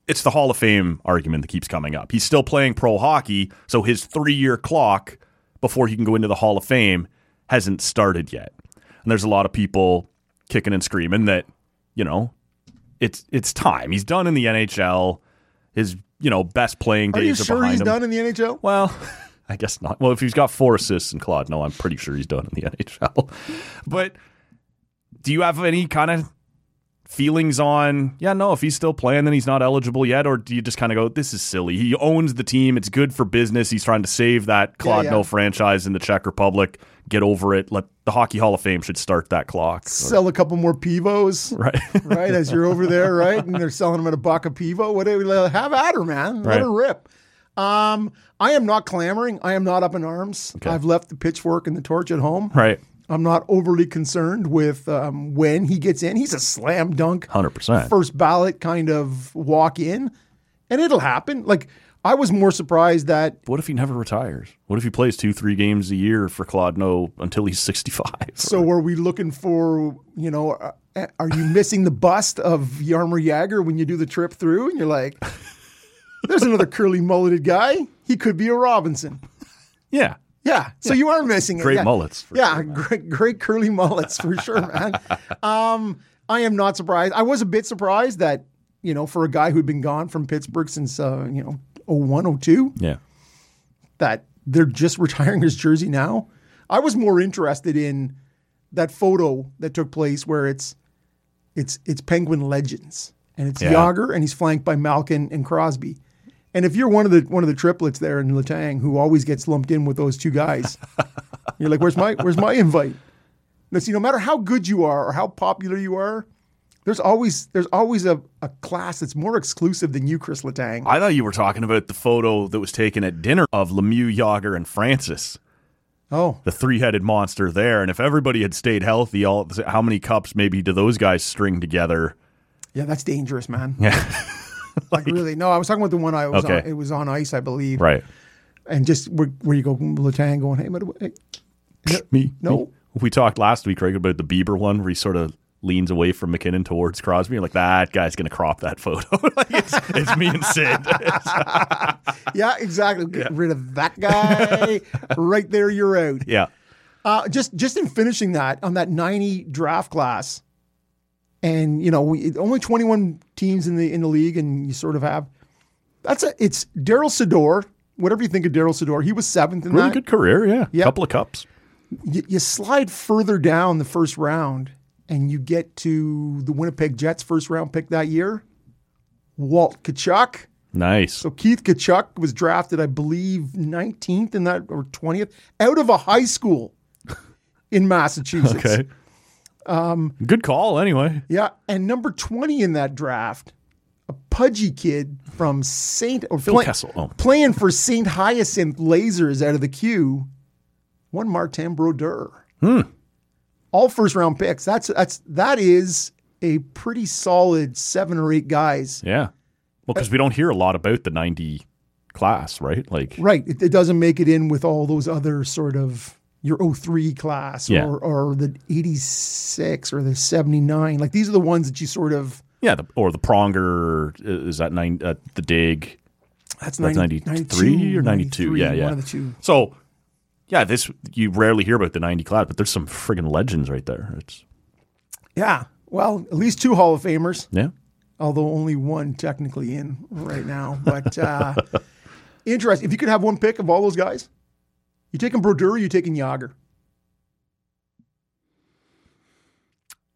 Speaker 2: it's the Hall of Fame argument that keeps coming up. He's still playing pro hockey, so his three-year clock before he can go into the Hall of Fame hasn't started yet. And there's a lot of people kicking and screaming that you know it's it's time. He's done in the NHL. His you know best playing
Speaker 1: Are you
Speaker 2: days
Speaker 1: sure
Speaker 2: behind
Speaker 1: he's
Speaker 2: him.
Speaker 1: done in the NHL?
Speaker 2: Well, I guess not. Well, if he's got four assists in Claude, no, I'm pretty sure he's done in the NHL. But do you have any kind of feelings on, yeah, no, if he's still playing, then he's not eligible yet? Or do you just kind of go, this is silly? He owns the team. It's good for business. He's trying to save that Claude
Speaker 1: yeah.
Speaker 2: No franchise in the Czech Republic. Get over it. Let the Hockey Hall of Fame should start that clock.
Speaker 1: Sell a couple more Pivos.
Speaker 2: Right.
Speaker 1: right? As you're over there, right? And they're selling them at a buck a pivo. Whatever, have at her, man. Let
Speaker 2: Right.
Speaker 1: her rip. Um, I am not clamoring. I am not up in arms. I've left the pitchfork and the torch at home.
Speaker 2: right.
Speaker 1: I'm not overly concerned with um, when he gets in. He's a slam dunk,
Speaker 2: 100%.
Speaker 1: first ballot kind of walk in, and it'll happen. Like I was more surprised that
Speaker 2: what if he never retires? What if he plays two, three games a year for Claude No until he's 65?
Speaker 1: So are we looking for, you know, uh, are you missing the bust of Yarmer Yager when you do the trip through? And you're like, there's another curly mulleted guy. He could be a Robinson.
Speaker 2: yeah.
Speaker 1: Yeah. So you are missing it.
Speaker 2: Great
Speaker 1: yeah.
Speaker 2: mullets, for
Speaker 1: yeah. great, great curly mullets for sure, man. Um, I am not surprised. I was a bit surprised that, you know, for a guy who'd been gone from Pittsburgh since, uh, you know, 01, 02,
Speaker 2: Yeah.
Speaker 1: that they're just retiring his jersey now. I was more interested in that photo that took place where it's it's it's Penguin Legends and it's
Speaker 2: Yeah.
Speaker 1: Yager and he's flanked by Malkin and Crosby. And if you're one of the one of the triplets there in Latang who always gets lumped in with those two guys, you're like, where's my where's my invite? No, see, no matter how good you are or how popular you are, there's always there's always a, a class that's more exclusive than you, Chris Latang.
Speaker 2: I thought you were talking about the photo that was taken at dinner of Lemieux, Yager, and Francis,
Speaker 1: Oh.
Speaker 2: the three-headed monster there. And if everybody had stayed healthy, all how many cups maybe do those guys string together?
Speaker 1: Yeah, that's dangerous, man. Yeah. like, really? No, I was talking about the one I was
Speaker 2: Okay.
Speaker 1: on. It was on ice, I believe.
Speaker 2: Right.
Speaker 1: And just where, where you go, Latang going, hey, but hey.
Speaker 2: Me.
Speaker 1: No.
Speaker 2: me. We talked last week, Craig, about the Bieber one where he sort of leans away from McKinnon towards Crosby. You're like, that guy's going to crop that photo. like, it's, it's me and Sid.
Speaker 1: yeah, exactly. Get rid of that guy. right there, you're out.
Speaker 2: yeah.
Speaker 1: Uh, just just in finishing that on that 90 draft class, and you know, we, only 21 teams in the in the league, and you sort of have that's a it's Daryl Sador. Whatever you think of Daryl Sador, he was seventh in
Speaker 2: Really
Speaker 1: that.
Speaker 2: good career, yeah.
Speaker 1: Yeah.
Speaker 2: Couple of cups.
Speaker 1: you, you slide further down the first round and you get to the Winnipeg Jets first round pick that year, Walt Kachuk.
Speaker 2: Nice.
Speaker 1: So Keith Kachuk was drafted, I believe, 19th in that or 20th out of a high school in Massachusetts.
Speaker 2: Okay. Um, good call, anyway.
Speaker 1: Yeah, and number 20 in that draft, a pudgy kid from St. or
Speaker 2: Phil
Speaker 1: play-
Speaker 2: Kessel. Oh.
Speaker 1: playing for St. Hyacinth Lasers out of the queue, one Martin Brodeur.
Speaker 2: Hmm.
Speaker 1: All first round picks. That's that's that is a pretty solid seven or eight guys.
Speaker 2: Yeah. Well, because we don't hear a lot about the 90 class, right? Like,
Speaker 1: Right. It, it doesn't make it in with all those other sort of your 03 class
Speaker 2: Yeah.
Speaker 1: or, or the 86 or the 79. Like these are the ones that you sort of
Speaker 2: yeah, the, or the Pronger, uh, is that nine, uh, the Dig?
Speaker 1: that's,
Speaker 2: That's
Speaker 1: 90
Speaker 2: 93 or 92. Yeah,
Speaker 1: 93,
Speaker 2: yeah.
Speaker 1: One of the two.
Speaker 2: So, yeah, this, you rarely hear about the 90 class, but there's some friggin' legends right there. It's,
Speaker 1: Yeah. Well, at least two Hall of Famers.
Speaker 2: yeah.
Speaker 1: although only one technically in right now. But uh, interesting. If you could have one pick of all those guys, you taking Brodeur, or you taking Yager.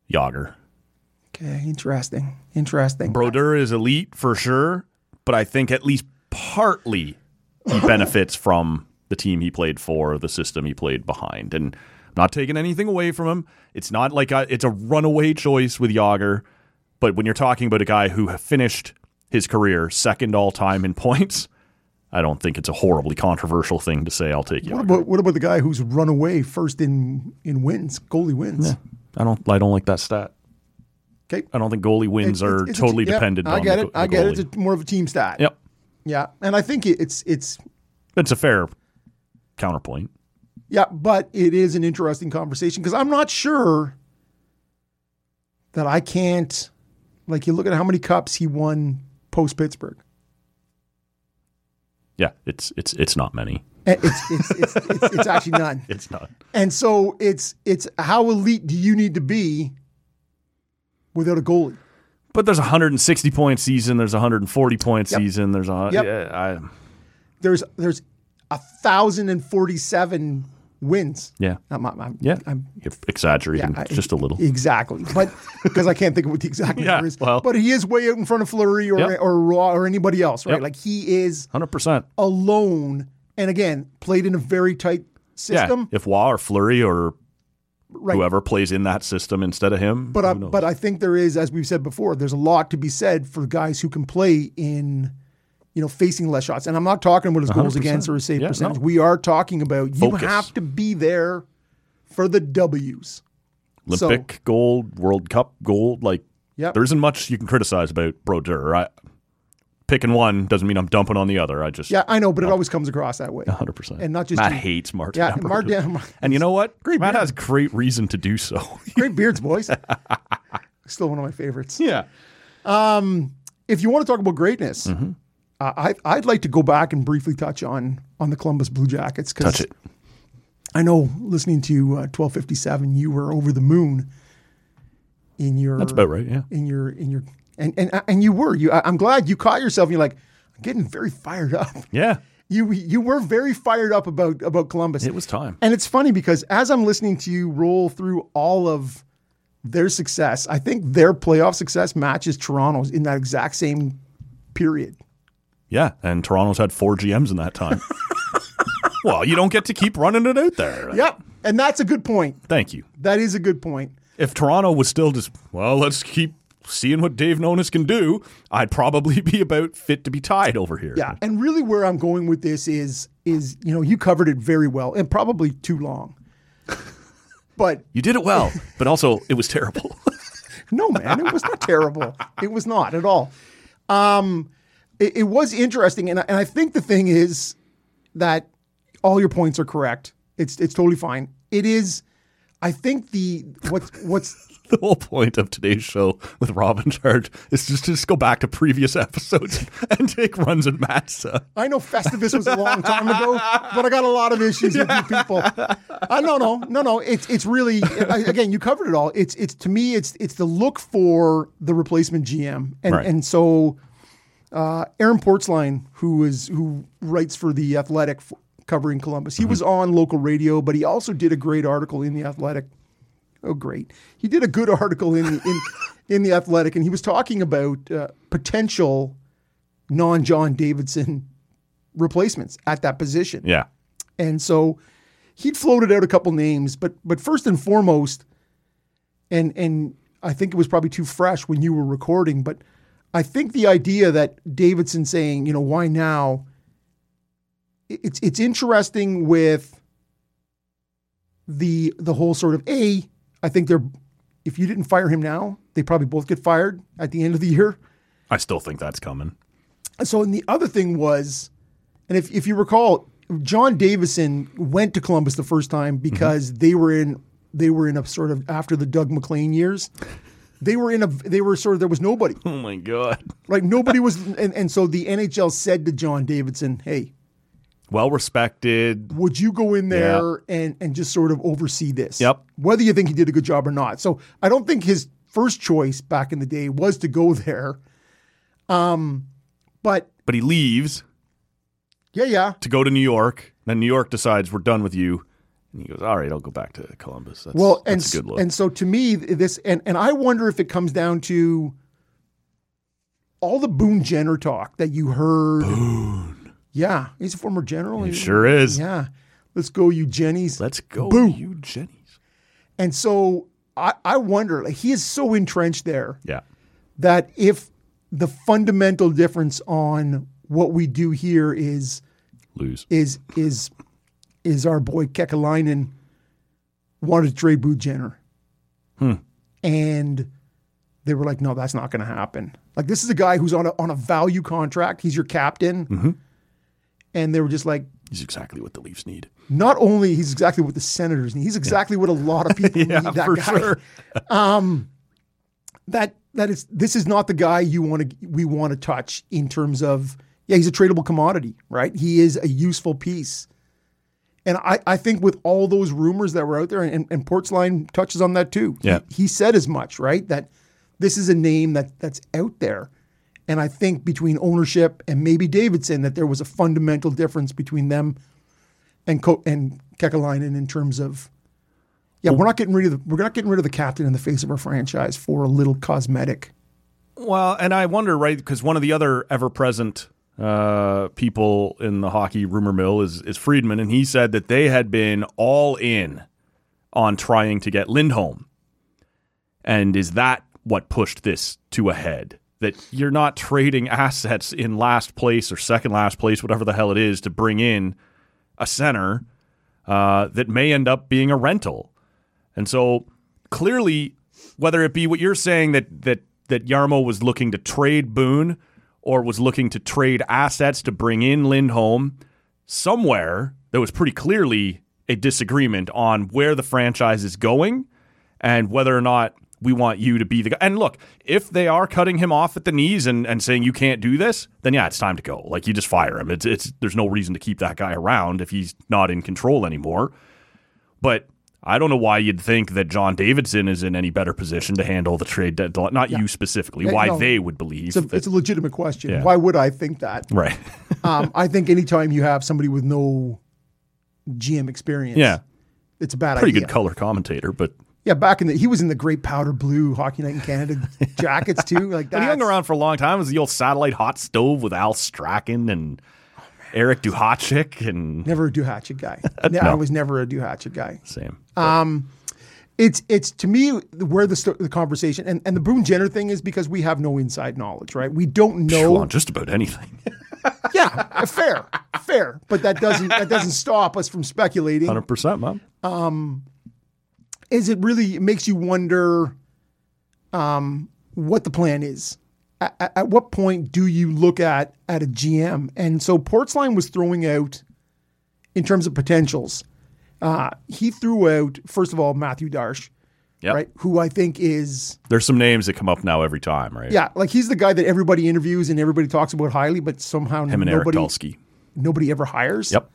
Speaker 2: Yager.
Speaker 1: Okay, interesting, interesting.
Speaker 2: Brodeur is elite for sure, but I think at least partly he benefits from the team he played for, the system he played behind, and I'm not taking anything away from him. It's not like a, it's a runaway choice with Yager, but when you're talking about a guy who finished his career, second all time in points. I don't think it's a horribly controversial thing to say. I'll take you.
Speaker 1: What about, what about the guy who's run away first in, in wins, goalie wins?
Speaker 2: I don't. I don't like that stat.
Speaker 1: Okay.
Speaker 2: I don't think goalie
Speaker 1: It's-
Speaker 2: wins are
Speaker 1: it's- it's a
Speaker 2: totally
Speaker 1: te- yeah,
Speaker 2: dependent.
Speaker 1: I
Speaker 2: on
Speaker 1: get
Speaker 2: the,
Speaker 1: it.
Speaker 2: go-
Speaker 1: I
Speaker 2: the
Speaker 1: get
Speaker 2: goalie.
Speaker 1: it. It's more of a team stat.
Speaker 2: Yep,
Speaker 1: Yeah. And I think it- it's it's
Speaker 2: it's a fair counterpoint.
Speaker 1: yeah, but it is an interesting conversation because I'm not sure that I can't like you look at how many cups he won post Pittsburgh.
Speaker 2: Yeah, it's it's it's not many.
Speaker 1: And Eh, It's it's, it's, it's, it's actually none.
Speaker 2: It's not.
Speaker 1: And so it's it's how elite do you need to be without a goalie?
Speaker 2: But there's a 160 point season. There's a 140 point season. There's a
Speaker 1: Yep.
Speaker 2: yeah, I,
Speaker 1: There's there's a thousand and forty seven wins.
Speaker 2: yeah,
Speaker 1: I'm, I'm, I'm-
Speaker 2: yeah.
Speaker 1: I'm
Speaker 2: You're exaggerating
Speaker 1: I-
Speaker 2: just a little.
Speaker 1: Exactly, but because I can't think of what the exact
Speaker 2: Yeah,
Speaker 1: number is.
Speaker 2: well.
Speaker 1: but he is way out in front of Flurry or
Speaker 2: Yep.
Speaker 1: or Raw or anybody else, right?
Speaker 2: Yep.
Speaker 1: Like he is
Speaker 2: 100 percent.
Speaker 1: alone, and again played in a very tight
Speaker 2: Yeah.
Speaker 1: system.
Speaker 2: If Waugh or Flurry or
Speaker 1: right.
Speaker 2: whoever plays in that system instead of him,
Speaker 1: But I,
Speaker 2: who knows?
Speaker 1: but I think there is, as we've said before, there's a lot to be said for guys who can play in, you know, facing less shots. And I'm not talking about his goals
Speaker 2: 100%.
Speaker 1: against or his save
Speaker 2: Yeah,
Speaker 1: percentage.
Speaker 2: no.
Speaker 1: We are talking about you
Speaker 2: Focus.
Speaker 1: have to be there for the W's.
Speaker 2: Olympic gold, World Cup gold. Like,
Speaker 1: Yep.
Speaker 2: there isn't much you can criticize about Brodeur. I picking one doesn't mean I'm dumping on the other. I just
Speaker 1: Yeah, I know, but it always comes across that way.
Speaker 2: 100. percent
Speaker 1: And not just
Speaker 2: Uh-huh. Matt
Speaker 1: you.
Speaker 2: hates Martin.
Speaker 1: Yeah,
Speaker 2: Brodeur.
Speaker 1: Martin- Martin-
Speaker 2: and you know what?
Speaker 1: Great
Speaker 2: Matt
Speaker 1: man.
Speaker 2: has great reason to do so.
Speaker 1: Great beards, boys. Still one of my favorites.
Speaker 2: yeah.
Speaker 1: If you want to talk about greatness,
Speaker 2: Mm-hmm.
Speaker 1: uh, I, I'd like to go back and briefly touch on on the Columbus Blue Jackets
Speaker 2: Touch
Speaker 1: because
Speaker 2: it.
Speaker 1: I know listening to uh, twelve fifty seven, you were over the moon in your
Speaker 2: That's about right. Yeah.
Speaker 1: in your in your and uh, and and you were you. I, I'm glad you caught yourself. and You're like I'm getting very fired up.
Speaker 2: Yeah.
Speaker 1: You you were very fired up about about Columbus.
Speaker 2: It was time.
Speaker 1: And it's funny because as I'm listening to you roll through all of their success, I think their playoff success matches Toronto's in that exact same period.
Speaker 2: Yeah. And Toronto's had four GMs in that time. well, you don't get to keep running it out there.
Speaker 1: Yep. And that's a good point.
Speaker 2: Thank you.
Speaker 1: That is a good point.
Speaker 2: If Toronto was still just, well, let's keep seeing what Dave Nonis can do, I'd probably be about fit to be tied over here.
Speaker 1: Yeah. And really where I'm going with this is is, you know, you covered it very well and probably too long. But
Speaker 2: You did it well, but also it was terrible.
Speaker 1: No, man, it was not terrible. It was not at all. Um, it, it was interesting, and I, and I think the thing is that all your points are correct. It's it's totally fine. It is. I think the what's what's
Speaker 2: the whole point of today's show with Robin Charge is just to just go back to previous episodes and take runs at Matza.
Speaker 1: I know Festivus was a long time ago, but I got a lot of issues with you people. I no no no no. It's it's really I, again you covered it all. It's it's to me it's it's the look for the replacement GM, and
Speaker 2: Right.
Speaker 1: and so Aaron Portsline, who is who writes for the Athletic, f- covering Columbus. He was on local radio, but he also did a great article in the Athletic. Oh, great! He did a good article in in in the Athletic, and he was talking about uh, potential non John Davidson replacements at that position.
Speaker 2: Yeah.
Speaker 1: And so he'd floated out a couple names, but but first and foremost, and and I think it was probably too fresh when you were recording, but I think the idea that Davidson saying, you know, why now? i- It's it's interesting with the the whole sort of a. I think they're if you didn't fire him now, they probably both get fired at the end of the year.
Speaker 2: I still think that's coming.
Speaker 1: So, and the other thing was, and if, if you recall, John Davison went to Columbus the first time because they were in they were in a sort of after the Doug McLean years. They were in a they were sort of there was nobody
Speaker 2: Oh my God.
Speaker 1: like nobody was and, and so the NHL said to John Davidson, hey,
Speaker 2: Well respected.
Speaker 1: would you go in there and and just sort of oversee this?
Speaker 2: Yep.
Speaker 1: Whether you think he did a good job or not. So I don't think his first choice back in the day was to go there. Um, but
Speaker 2: But he leaves
Speaker 1: yeah, yeah,
Speaker 2: to go to New York. Then New York decides we're done with you. And he goes, All right, I'll go back to Columbus. That's,
Speaker 1: Well, and
Speaker 2: that's a good look.
Speaker 1: and so to me, this and and I wonder if it comes down to all the Boone Jenner talk that you heard. Boone, yeah, he's a former general.
Speaker 2: it sure is.
Speaker 1: Yeah, let's go, you Jennies.
Speaker 2: Let's go,
Speaker 1: Boom.
Speaker 2: you Jennies.
Speaker 1: And so I I wonder, like, he is so entrenched there
Speaker 2: Yeah.
Speaker 1: that if the fundamental difference on what we do here is
Speaker 2: Lose.
Speaker 1: is is is our boy Kekalainen wanted to trade Boo Jenner.
Speaker 2: Hmm.
Speaker 1: And they were like, no, that's not going to happen. Like, this is a guy who's on a, on a value contract. He's your captain.
Speaker 2: Mm-hmm.
Speaker 1: And they were just like,
Speaker 2: He's exactly what the Leafs need.
Speaker 1: not only he's exactly what the Senators need, he's exactly what a lot of people
Speaker 2: Yeah,
Speaker 1: need. That
Speaker 2: for
Speaker 1: guy. Um,
Speaker 2: sure.
Speaker 1: That that is this is not the guy you want to we want to touch in terms of yeah he's a tradable commodity right he is a useful piece, and I I think with all those rumors that were out there and and Portsline touches on that too.
Speaker 2: Yeah.
Speaker 1: he, he said as much right that this is a name that that's out there. And I think between ownership and maybe Davidson, that there was a fundamental difference between them and Co- and Kekalainen in terms of yeah, we're not getting rid of the, we're not getting rid of the captain in the face of our franchise for a little cosmetic.
Speaker 2: Well, and I wonder, right? Because one of the other ever-present uh, people in the hockey rumor mill is is Friedman, and he said that they had been all in on trying to get Lindholm, and is that what pushed this to a head? That you're not trading assets in last place or second last place, whatever the hell it is, to bring in a center uh, that may end up being a rental. And so clearly, whether it be what you're saying that that that Yarmo was looking to trade Boone or was looking to trade assets to bring in Lindholm, somewhere there was pretty clearly a disagreement on where the franchise is going and whether or not we want you to be the guy. And look, if they are cutting him off at the knees and, and saying you can't do this, then yeah, it's time to go. Like you just fire him. It's it's there's no reason to keep that guy around if he's not in control anymore. But I don't know why you'd think that John Davidson is in any better position to handle the trade deadline. Not you specifically.
Speaker 1: Yeah,
Speaker 2: why
Speaker 1: no.
Speaker 2: they would believe
Speaker 1: It's a,
Speaker 2: that-
Speaker 1: it's a legitimate question.
Speaker 2: Yeah.
Speaker 1: Why would I think that?
Speaker 2: right.
Speaker 1: Um, I think anytime you have somebody with no GM experience,
Speaker 2: yeah,
Speaker 1: it's a bad
Speaker 2: pretty
Speaker 1: idea.
Speaker 2: good color commentator, but
Speaker 1: Yeah, back in the he was in the great powder blue hockey night in Canada jackets too. Like
Speaker 2: but
Speaker 1: that.
Speaker 2: he hung around for a long time. It was the old satellite hot stove with Al Strachan and Eric Duhachik and
Speaker 1: Never a Duhatchet guy. no, I was never a Duhatchet guy.
Speaker 2: same.
Speaker 1: Oh. it's it's to me where the sto- the conversation and, and the Boone Jenner thing is because we have no inside knowledge, right? We don't
Speaker 2: Well, on
Speaker 1: know.
Speaker 2: just about anything.
Speaker 1: yeah, fair, fair, but that doesn't that doesn't stop us from speculating.
Speaker 2: Hundred percent, mom.
Speaker 1: Is it really it makes you wonder um, what the plan is? At, at- at what point do you look at at a GM? And so Portsline was throwing out in terms of potentials. Uh, he threw out first of all Matthew Darsh,
Speaker 2: Yep.
Speaker 1: right? Who I think is.
Speaker 2: There's some names that come up now every time, right?
Speaker 1: Yeah, like he's the guy that everybody interviews and everybody talks about highly, but somehow
Speaker 2: Him and
Speaker 1: nobody
Speaker 2: Eric Dulski.
Speaker 1: nobody ever hires.
Speaker 2: Yep.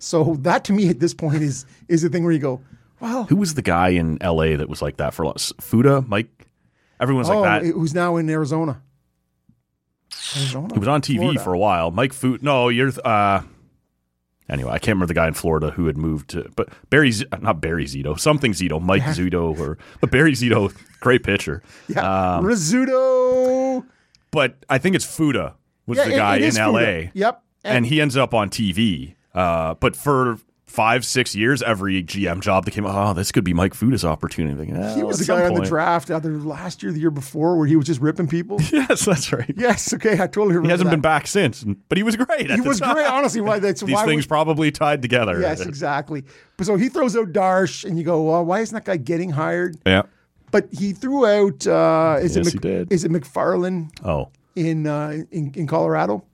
Speaker 1: So that to me at this point is is the thing where you go, wow,
Speaker 2: Who was the guy in LA that was like that for a lot? Fuda, Mike. Everyone's
Speaker 1: oh,
Speaker 2: like that.
Speaker 1: who's now in Arizona? Arizona.
Speaker 2: He was on TV
Speaker 1: Florida.
Speaker 2: for a while. Mike Foot. No, you're. th- Uh, anyway, I can't remember the guy in Florida who had moved to, but Barry, Z- not Barry Zito, something Zito, Mike Zito, or but Barry Zito, great pitcher.
Speaker 1: yeah.
Speaker 2: Um,
Speaker 1: Rizzuto.
Speaker 2: But I think it's Fuda was
Speaker 1: Yeah,
Speaker 2: the
Speaker 1: it-
Speaker 2: guy
Speaker 1: it
Speaker 2: in
Speaker 1: is
Speaker 2: LA.
Speaker 1: Fuda. Yep.
Speaker 2: and, he ends up on TV. Uh, but for five, six years, every GM job that came, oh, this could be Mike Fuda's opportunity.
Speaker 1: he was the guy on the draft either last year, or the year before, where he was just ripping people.
Speaker 2: Yes, that's right.
Speaker 1: yes. Okay. I totally remember.
Speaker 2: He hasn't
Speaker 1: that.
Speaker 2: been back since, but he was great. At
Speaker 1: He
Speaker 2: the
Speaker 1: was
Speaker 2: time.
Speaker 1: great. Honestly, why that's
Speaker 2: These
Speaker 1: why we-
Speaker 2: things probably tied together.
Speaker 1: Yes, exactly. But so he throws out Darsh, and you go, well, why isn't that guy getting hired?
Speaker 2: Yeah.
Speaker 1: But he threw out uh, is
Speaker 2: Yes,
Speaker 1: it
Speaker 2: he
Speaker 1: Mc,
Speaker 2: did.
Speaker 1: is it McFarland
Speaker 2: Oh.
Speaker 1: in uh, in, in Colorado?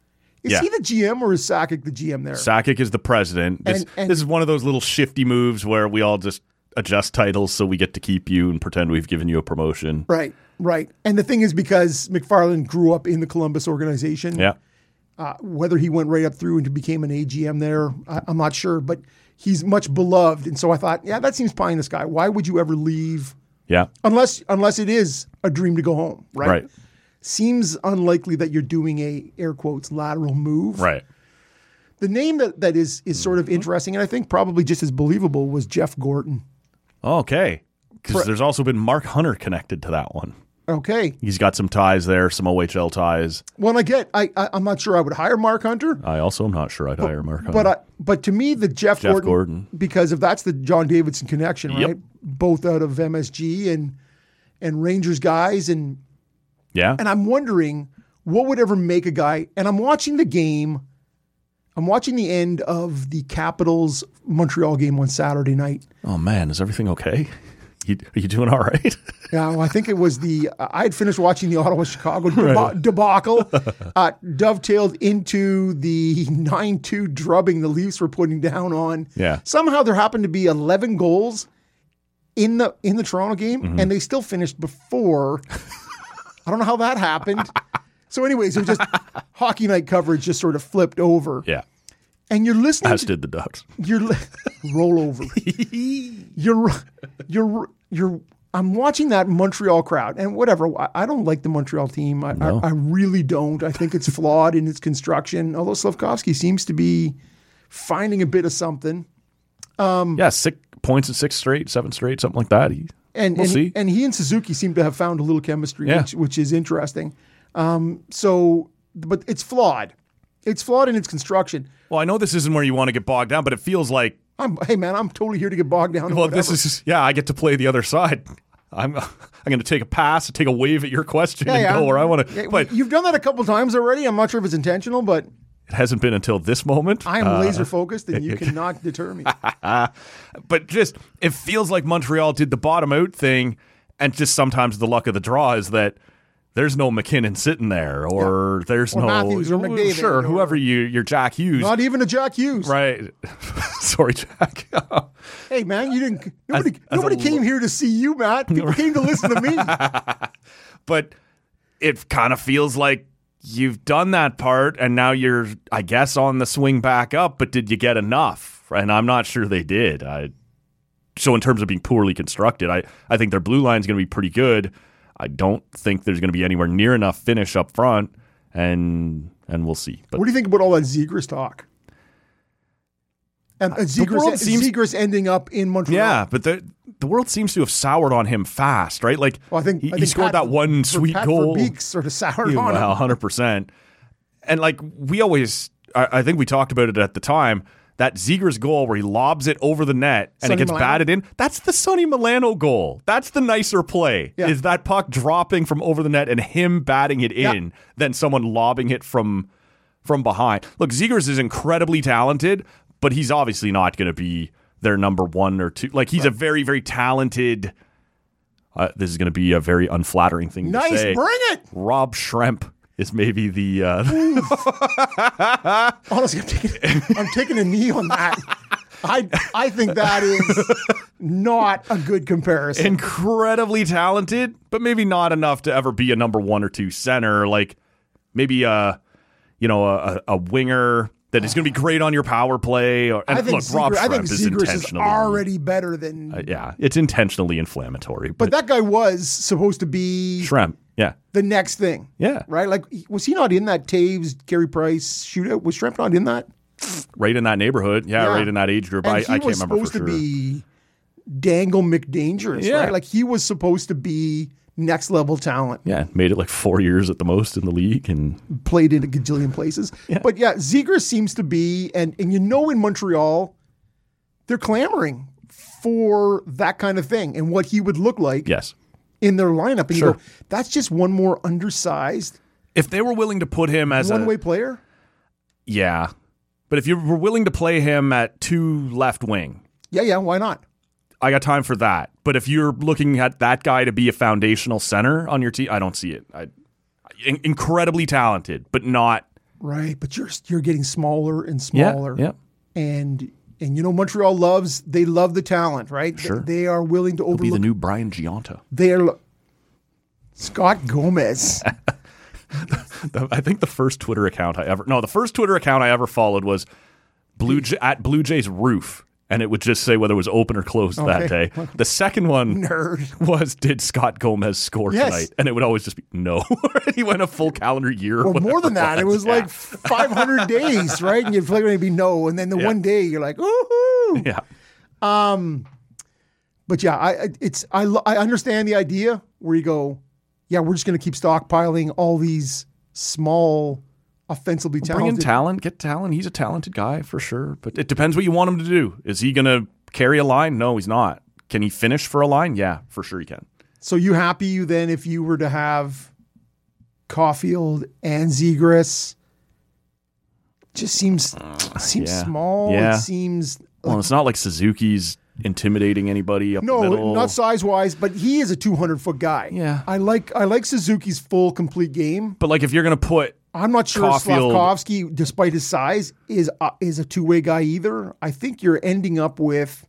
Speaker 1: Is
Speaker 2: Yeah.
Speaker 1: he the GM or is Sakic the GM there?
Speaker 2: Sakic is the president. This,
Speaker 1: And- and-
Speaker 2: this is one of those little shifty moves where we all just adjust titles so we get to keep you and pretend we've given you a promotion.
Speaker 1: right, right. And the thing is, because McFarland grew up in the Columbus organization,
Speaker 2: Yeah.
Speaker 1: whether he went right up through and became an AGM there, I, I'm not sure. But he's much beloved, and so I thought, yeah, that seems pie in the sky. Why would you ever leave
Speaker 2: Yeah.
Speaker 1: unless unless it is a dream to go home, right?
Speaker 2: Right.
Speaker 1: Seems unlikely that you're doing a air quotes lateral move.
Speaker 2: Right.
Speaker 1: The name that, that is is sort of interesting, and I think probably just as believable was Jeff Gorton.
Speaker 2: Oh, Okay. Because there's also been Mark Hunter connected to that one.
Speaker 1: Okay,
Speaker 2: He's got some ties there, some OHL ties.
Speaker 1: well, and I get, I, I I'm not sure I would hire Mark Hunter,
Speaker 2: I also am not sure I'd hire Mark Hunter.
Speaker 1: but uh, I, but to me the Jeff,
Speaker 2: Jeff
Speaker 1: Gorton,
Speaker 2: Gorton.
Speaker 1: because if that's the John Davidson connection,
Speaker 2: Yep.
Speaker 1: right? Both out of MSG and and Rangers guys, and
Speaker 2: yeah.
Speaker 1: and I'm wondering what would ever make a guy? And I'm watching the game. I'm watching the end of the Capitals Montreal game on Saturday night.
Speaker 2: Oh man, is everything okay? You, are you doing all right?
Speaker 1: Yeah, well, I think it was the uh, I had finished watching the Ottawa Chicago debacle, uh, dovetailed into the nine two drubbing the Leafs were putting down on.
Speaker 2: Yeah.
Speaker 1: somehow there happened to be eleven goals in the in the Toronto game,
Speaker 2: Mm-hmm.
Speaker 1: and they still finished before. I don't know how that happened. So, anyways, it was just hockey night coverage just sort of flipped over,
Speaker 2: yeah,
Speaker 1: and you're listening.
Speaker 2: as
Speaker 1: to
Speaker 2: did the Ducks.
Speaker 1: you're li- roll over. you're you're you're. I'm watching that Montreal crowd, and whatever. I, I don't like the Montreal team. I, I, I really don't. I think it's flawed in its construction. Although Slavkovsky seems to be finding a bit of something,
Speaker 2: Yeah, six points in six straight, seven straight, something like that. He-
Speaker 1: and
Speaker 2: We'll
Speaker 1: and,
Speaker 2: see.
Speaker 1: and he and Suzuki seem to have found a little chemistry,
Speaker 2: Yeah.
Speaker 1: which, which is interesting. Um, so, but it's flawed. It's flawed in its construction.
Speaker 2: well, I know this isn't where you want to get bogged down, but it feels like
Speaker 1: I'm, hey man, I'm totally here to get bogged down. in
Speaker 2: well,
Speaker 1: whatever.
Speaker 2: this is yeah. I get to play the other side. I'm I'm going to take a pass, take a wave at your question, and go where I want to.
Speaker 1: Yeah, we-
Speaker 2: but
Speaker 1: you've done that a couple times already. I'm not sure if it's intentional, but
Speaker 2: it hasn't been until this moment.
Speaker 1: I am laser focused, and you cannot deter me.
Speaker 2: but just it feels like Montreal did the bottom out thing, and just sometimes the luck of the draw is that there's no McKinnon sitting there, or there's
Speaker 1: Or
Speaker 2: no
Speaker 1: Matthews or McDavid
Speaker 2: sure
Speaker 1: or-
Speaker 2: whoever you your Jack Hughes,
Speaker 1: Not even a Jack Hughes.
Speaker 2: right? Sorry, Jack.
Speaker 1: Hey, man, you didn't. Nobody,
Speaker 2: as a
Speaker 1: nobody
Speaker 2: lo-
Speaker 1: came here to see you, Matt. People came to listen to me.
Speaker 2: but it kind of feels like you've done that part, and now you're, I guess, on the swing back up. But did you get enough? And I'm not sure they did. I so in terms of being poorly constructed, I, I think their blue line's going to be pretty good. I don't think there's going to be anywhere near enough finish up front, and and we'll see. But
Speaker 1: What do you think about all that Zegers talk? And uh,
Speaker 2: world
Speaker 1: Zegers,
Speaker 2: seems-
Speaker 1: Zegers ending up in Montreal.
Speaker 2: yeah, but the the world seems to have soured on him fast, right? Like
Speaker 1: Well, I think
Speaker 2: he,
Speaker 1: I
Speaker 2: he
Speaker 1: think
Speaker 2: scored
Speaker 1: Pat-
Speaker 2: that one
Speaker 1: for
Speaker 2: sweet
Speaker 1: Pat
Speaker 2: goal.
Speaker 1: Verbeek sort of soured
Speaker 2: Yeah,
Speaker 1: on him.
Speaker 2: Well, hundred percent. And like we always, I, I think we talked about it at the time. That Zegers goal where he lobs it over the net and
Speaker 1: Sonny
Speaker 2: it gets
Speaker 1: Milano?
Speaker 2: batted in. That's the Sonny Milano goal. That's the nicer play.
Speaker 1: Yeah.
Speaker 2: Is that puck dropping from over the net and him batting it
Speaker 1: Yeah.
Speaker 2: in than someone lobbing it from from behind. Look, Zegers is incredibly talented, but he's obviously not going to be their number one or two. Like he's a very, very talented. Uh, this is going to be a very unflattering thing to
Speaker 1: Nice,
Speaker 2: say.
Speaker 1: bring it.
Speaker 2: Rob Shrimp is maybe the uh,
Speaker 1: Honestly, I'm taking, I'm taking a knee on that. I I think that is not a good comparison.
Speaker 2: incredibly talented, but maybe not enough to ever be a number one or two center. Like maybe a you know a, a winger that is going to be great on your power play. Or, and
Speaker 1: I think
Speaker 2: look, Rob
Speaker 1: Zegers- I
Speaker 2: Shrimp
Speaker 1: think
Speaker 2: is
Speaker 1: Zegers is
Speaker 2: intentionally
Speaker 1: already better than.
Speaker 2: uh, yeah, it's intentionally inflammatory, but,
Speaker 1: but that guy was supposed to be
Speaker 2: Shrimp, yeah,
Speaker 1: the next thing.
Speaker 2: yeah, right.
Speaker 1: Right? Like, was he not in that Taves, Gary Price shootout? Was Shrimp not in that?
Speaker 2: in that neighborhood, yeah,
Speaker 1: Yeah.
Speaker 2: right in that age group. I, I
Speaker 1: And he
Speaker 2: can't
Speaker 1: was
Speaker 2: remember
Speaker 1: supposed
Speaker 2: for sure.
Speaker 1: to be Dangle McDangerous,
Speaker 2: Yeah.
Speaker 1: right? Like, he was supposed to be next level talent,
Speaker 2: yeah, made it like four years at the most in the league, and
Speaker 1: played in a gajillion places. But yeah, Zegers seems to be, and, and you know, in Montreal, they're clamoring for that kind of thing and what he would look like
Speaker 2: yes,
Speaker 1: in their lineup. And
Speaker 2: Sure.
Speaker 1: you go, that's just one more undersized
Speaker 2: if they were willing to put him as
Speaker 1: one
Speaker 2: a
Speaker 1: way player.
Speaker 2: yeah, but if you were willing to play him at two left wing,
Speaker 1: Yeah, yeah, why not?
Speaker 2: I got time for that. But if you're looking at that guy to be a foundational center on your team, I don't see it. I, in- incredibly talented, but not
Speaker 1: Right, but you're you're getting smaller and smaller.
Speaker 2: yeah.
Speaker 1: And and you know Montreal loves they love the talent, right? Sure. They, are willing to
Speaker 2: be the
Speaker 1: overlook
Speaker 2: new Brian Giunta.
Speaker 1: they are lo- Scott Gomez.
Speaker 2: The- I think the first Twitter account I ever no, the first Twitter account I ever followed was Blue J- at Blue Jays roof, and it would just say whether it was open or closed that
Speaker 1: Okay.
Speaker 2: day. The second one
Speaker 1: Nerd.
Speaker 2: was did Scott Gomez score
Speaker 1: Yes.
Speaker 2: tonight, and it would always just be no. he went a full calendar year.
Speaker 1: Well, more than that, it was like 500 days, right? And you'd feel like it'd be no, and then the one day you're like, ooh.
Speaker 2: yeah,
Speaker 1: But yeah, I I- it's I lo- I understand the idea where you go, yeah, we're just going to keep stockpiling all these small, offensively
Speaker 2: bring in
Speaker 1: talented
Speaker 2: talent, get talent. He's a talented guy for sure, but it depends what you want him to do. Is he going to carry a line? No, he's not. Can he finish for a line? Yeah, for sure he can.
Speaker 1: So you happy you then if you were to have Caulfield and Zegras. Just seems seems
Speaker 2: Uh, yeah.
Speaker 1: small.
Speaker 2: Yeah.
Speaker 1: It seems
Speaker 2: Well, it's not like Suzuki's intimidating anybody up the
Speaker 1: no,
Speaker 2: middle.
Speaker 1: not size wise, but he is a 200 foot guy.
Speaker 2: Yeah.
Speaker 1: I like I like Suzuki's full complete game.
Speaker 2: but like if you're gonna put
Speaker 1: I'm not sure
Speaker 2: Caulfield-
Speaker 1: Slavkovsky, despite his size, is uh, is a two way guy either. I think you're ending up with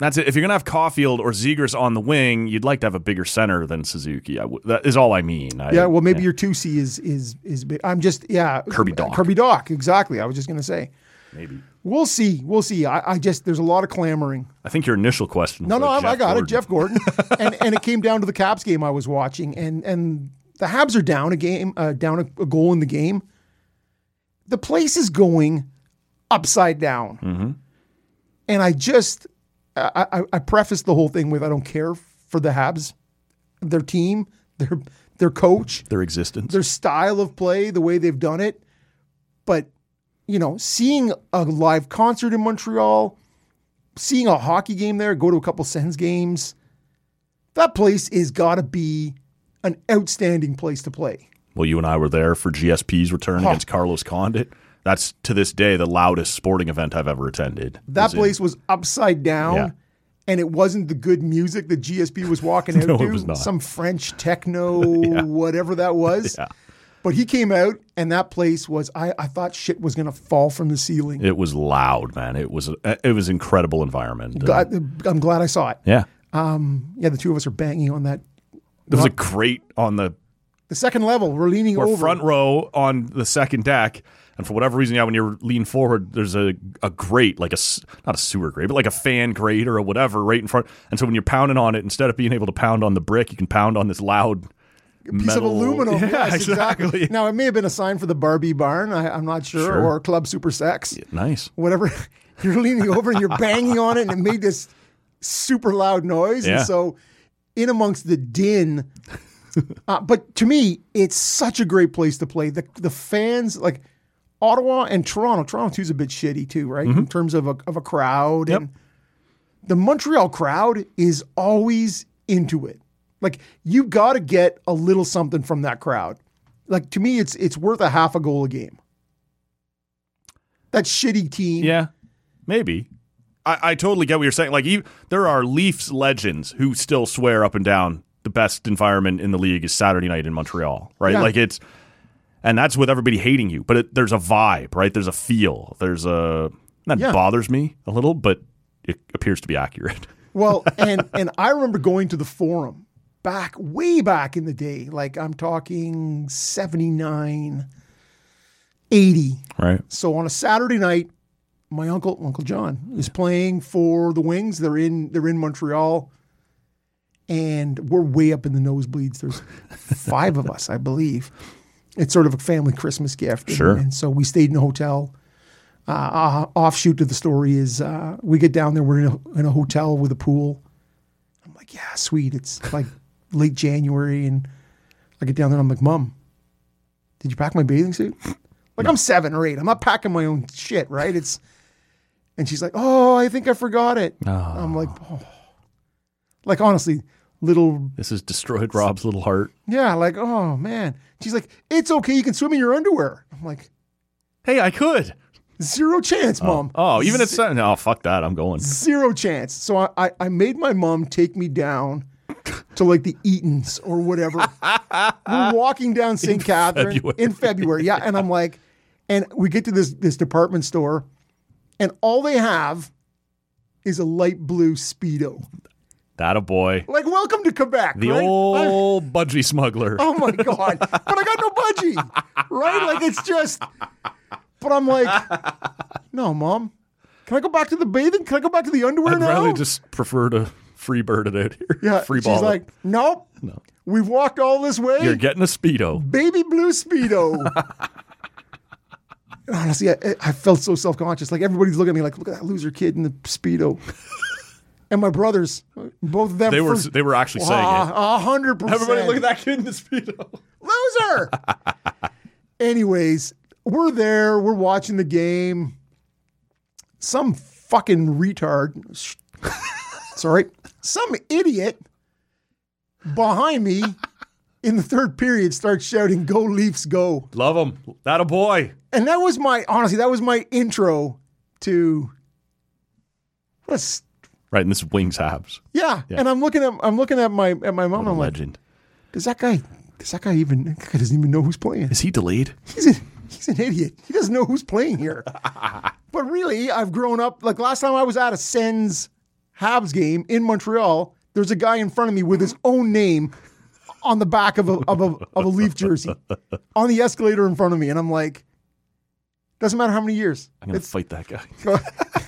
Speaker 2: that's it. If you're gonna have Caulfield or Zegers on the wing, you'd like to have a bigger center than Suzuki. I w- that is all I mean. I,
Speaker 1: yeah. Well, maybe your two C is is is big. I'm just yeah.
Speaker 2: Kirby Doc.
Speaker 1: Kirby Doc. Exactly. I was just gonna say.
Speaker 2: maybe.
Speaker 1: We'll see. We'll see. I, I just there's a lot of clamoring.
Speaker 2: I think your initial question.
Speaker 1: No,
Speaker 2: was
Speaker 1: no, I,
Speaker 2: Jeff
Speaker 1: I got
Speaker 2: Gordon.
Speaker 1: it, Jeff Gordon, and and it came down to the Caps game I was watching, and and the Habs are down a game, uh, down a, a goal in the game. The place is going upside down, and I just I, I I prefaced the whole thing with I don't care for the Habs, their team, their their coach,
Speaker 2: Their existence.
Speaker 1: their style of play, the way they've done it. But, you know, seeing a live concert in Montreal, seeing a hockey game there, go to a couple Sens games, that place is got to be an outstanding place to play.
Speaker 2: well, you and I were there for GSP's return against Carlos Condit. That's to this day the loudest sporting event I've ever attended.
Speaker 1: That
Speaker 2: Is in-
Speaker 1: place was upside down.
Speaker 2: Yeah.
Speaker 1: And it wasn't the good music that GSP was walking out
Speaker 2: No,
Speaker 1: to.
Speaker 2: it was not.
Speaker 1: Some French techno, whatever that was.
Speaker 2: Yeah.
Speaker 1: But he came out, and that place was, I, I thought shit was going to fall from the ceiling.
Speaker 2: It was loud, man. It was it was incredible environment. And-
Speaker 1: God, I'm glad I saw it.
Speaker 2: yeah,
Speaker 1: Yeah, the two of us are banging on that.
Speaker 2: there was a crate on the
Speaker 1: The second level, we're leaning
Speaker 2: or
Speaker 1: over.
Speaker 2: front row on the second deck, and for whatever reason, yeah, when you lean forward, there's a a grate, like a s- not a sewer grate, but like a fan grate or a whatever, right in front. And so when you're pounding on it, instead of being able to pound on the brick, you can pound on this loud
Speaker 1: piece
Speaker 2: metal-
Speaker 1: of aluminum.
Speaker 2: Yeah,
Speaker 1: yes, exactly.
Speaker 2: exactly.
Speaker 1: Now, it may have been a sign for the Barbie barn. I, I'm not sure,
Speaker 2: Sure.
Speaker 1: or Club Super Sex,
Speaker 2: Nice.
Speaker 1: whatever. You're leaning over and you're banging on it, and it made this super loud noise.
Speaker 2: Yeah.
Speaker 1: And so, in amongst the din, uh, but to me, it's such a great place to play. The the fans like Ottawa and Toronto. Toronto two's a bit shitty too, right? In terms of a of a crowd and the Montreal crowd is always into it. Like you got to get a little something from that crowd. Like to me, it's it's worth a half a goal a game. That shitty team.
Speaker 2: Yeah, maybe. I, I totally get what you're saying. Like, you, there are Leafs legends who still swear up and down the best environment in the league is Saturday night in Montreal, right?
Speaker 1: Yeah.
Speaker 2: Like it's, and that's with everybody hating you. But it, there's a vibe, right? There's a feel. There's a that
Speaker 1: Yeah.
Speaker 2: bothers me a little, but it appears to be accurate.
Speaker 1: Well, and and I remember going to the forum back way back in the day. Like I'm talking 79, 80.
Speaker 2: Right.
Speaker 1: So on a Saturday night, my uncle, Uncle John, is playing for the Wings. They're in they're in Montreal, and we're way up in the nosebleeds. There's five of us, I believe. It's sort of a family Christmas gift. And-
Speaker 2: Sure.
Speaker 1: And, so we stayed in a hotel. Uh, uh, offshoot to the story is uh, we get down there. We're in a, in a hotel with a pool. I'm like, yeah, sweet. It's like late January, and I get down there. and I'm like, Mom, did you pack my bathing suit? Like I'm seven or eight. I'm not packing my own shit, right? It's and she's like, Oh, I think I forgot it. I'm like, oh. Like honestly, little
Speaker 2: This has destroyed Rob's little heart.
Speaker 1: yeah, like, oh man. She's like, It's okay, you can swim in your underwear. I'm like,
Speaker 2: Hey, I could.
Speaker 1: Zero chance, mom.
Speaker 2: Oh, even at Saturday. No, fuck that. I'm going.
Speaker 1: Zero chance. So I, I, I made my mom take me down to like the Eatons or whatever. We're walking down St. Catherine
Speaker 2: February.
Speaker 1: in February. Yeah. And I'm like, and we get to this this department store, and all they have is a light blue speedo.
Speaker 2: That a boy.
Speaker 1: Like, welcome to Quebec.
Speaker 2: The
Speaker 1: right?
Speaker 2: old budgie smuggler.
Speaker 1: Oh my god! But I got no budgie, right? Like it's just. But I'm like, no, mom. Can I go back to the bathing? Can I go back to the underwear
Speaker 2: I'd
Speaker 1: now?
Speaker 2: rather just prefer to free bird it out here.
Speaker 1: yeah,
Speaker 2: free ball.
Speaker 1: she's
Speaker 2: it.
Speaker 1: like, nope. No. We've walked all this way.
Speaker 2: You're getting a speedo.
Speaker 1: baby blue speedo. And Honestly, I, I felt so self conscious. Like everybody's looking at me, like, look at that loser kid in the speedo. and my brothers, both of them,
Speaker 2: They were
Speaker 1: for-
Speaker 2: they were actually saying it.
Speaker 1: Ah, a hundred percent.
Speaker 2: that kid in the speedo.
Speaker 1: loser. Anyways, we're there. We're watching the game. Some fucking retard. sh- It's all right. Some idiot behind me in the third period starts shouting, Go Leafs, go.
Speaker 2: Love him. That a boy.
Speaker 1: And that was my, honestly, that was my intro to. What a s-
Speaker 2: Right, and this is Wings Habs.
Speaker 1: yeah. And I'm looking at I'm looking at my at Oh my mom.
Speaker 2: What a
Speaker 1: I'm like,
Speaker 2: legend.
Speaker 1: does that guy does that guy even that guy doesn't even know who's playing?
Speaker 2: Is he delayed?
Speaker 1: He's a, he's an idiot. He doesn't know who's playing here. but really, I've grown up. Like last time I was at a Sens Habs game in Montreal, there's a guy in front of me with his own name on the back of a of a of a Leaf jersey on the escalator in front of me, and I'm like, doesn't matter how many years.
Speaker 2: I'm gonna fight that guy.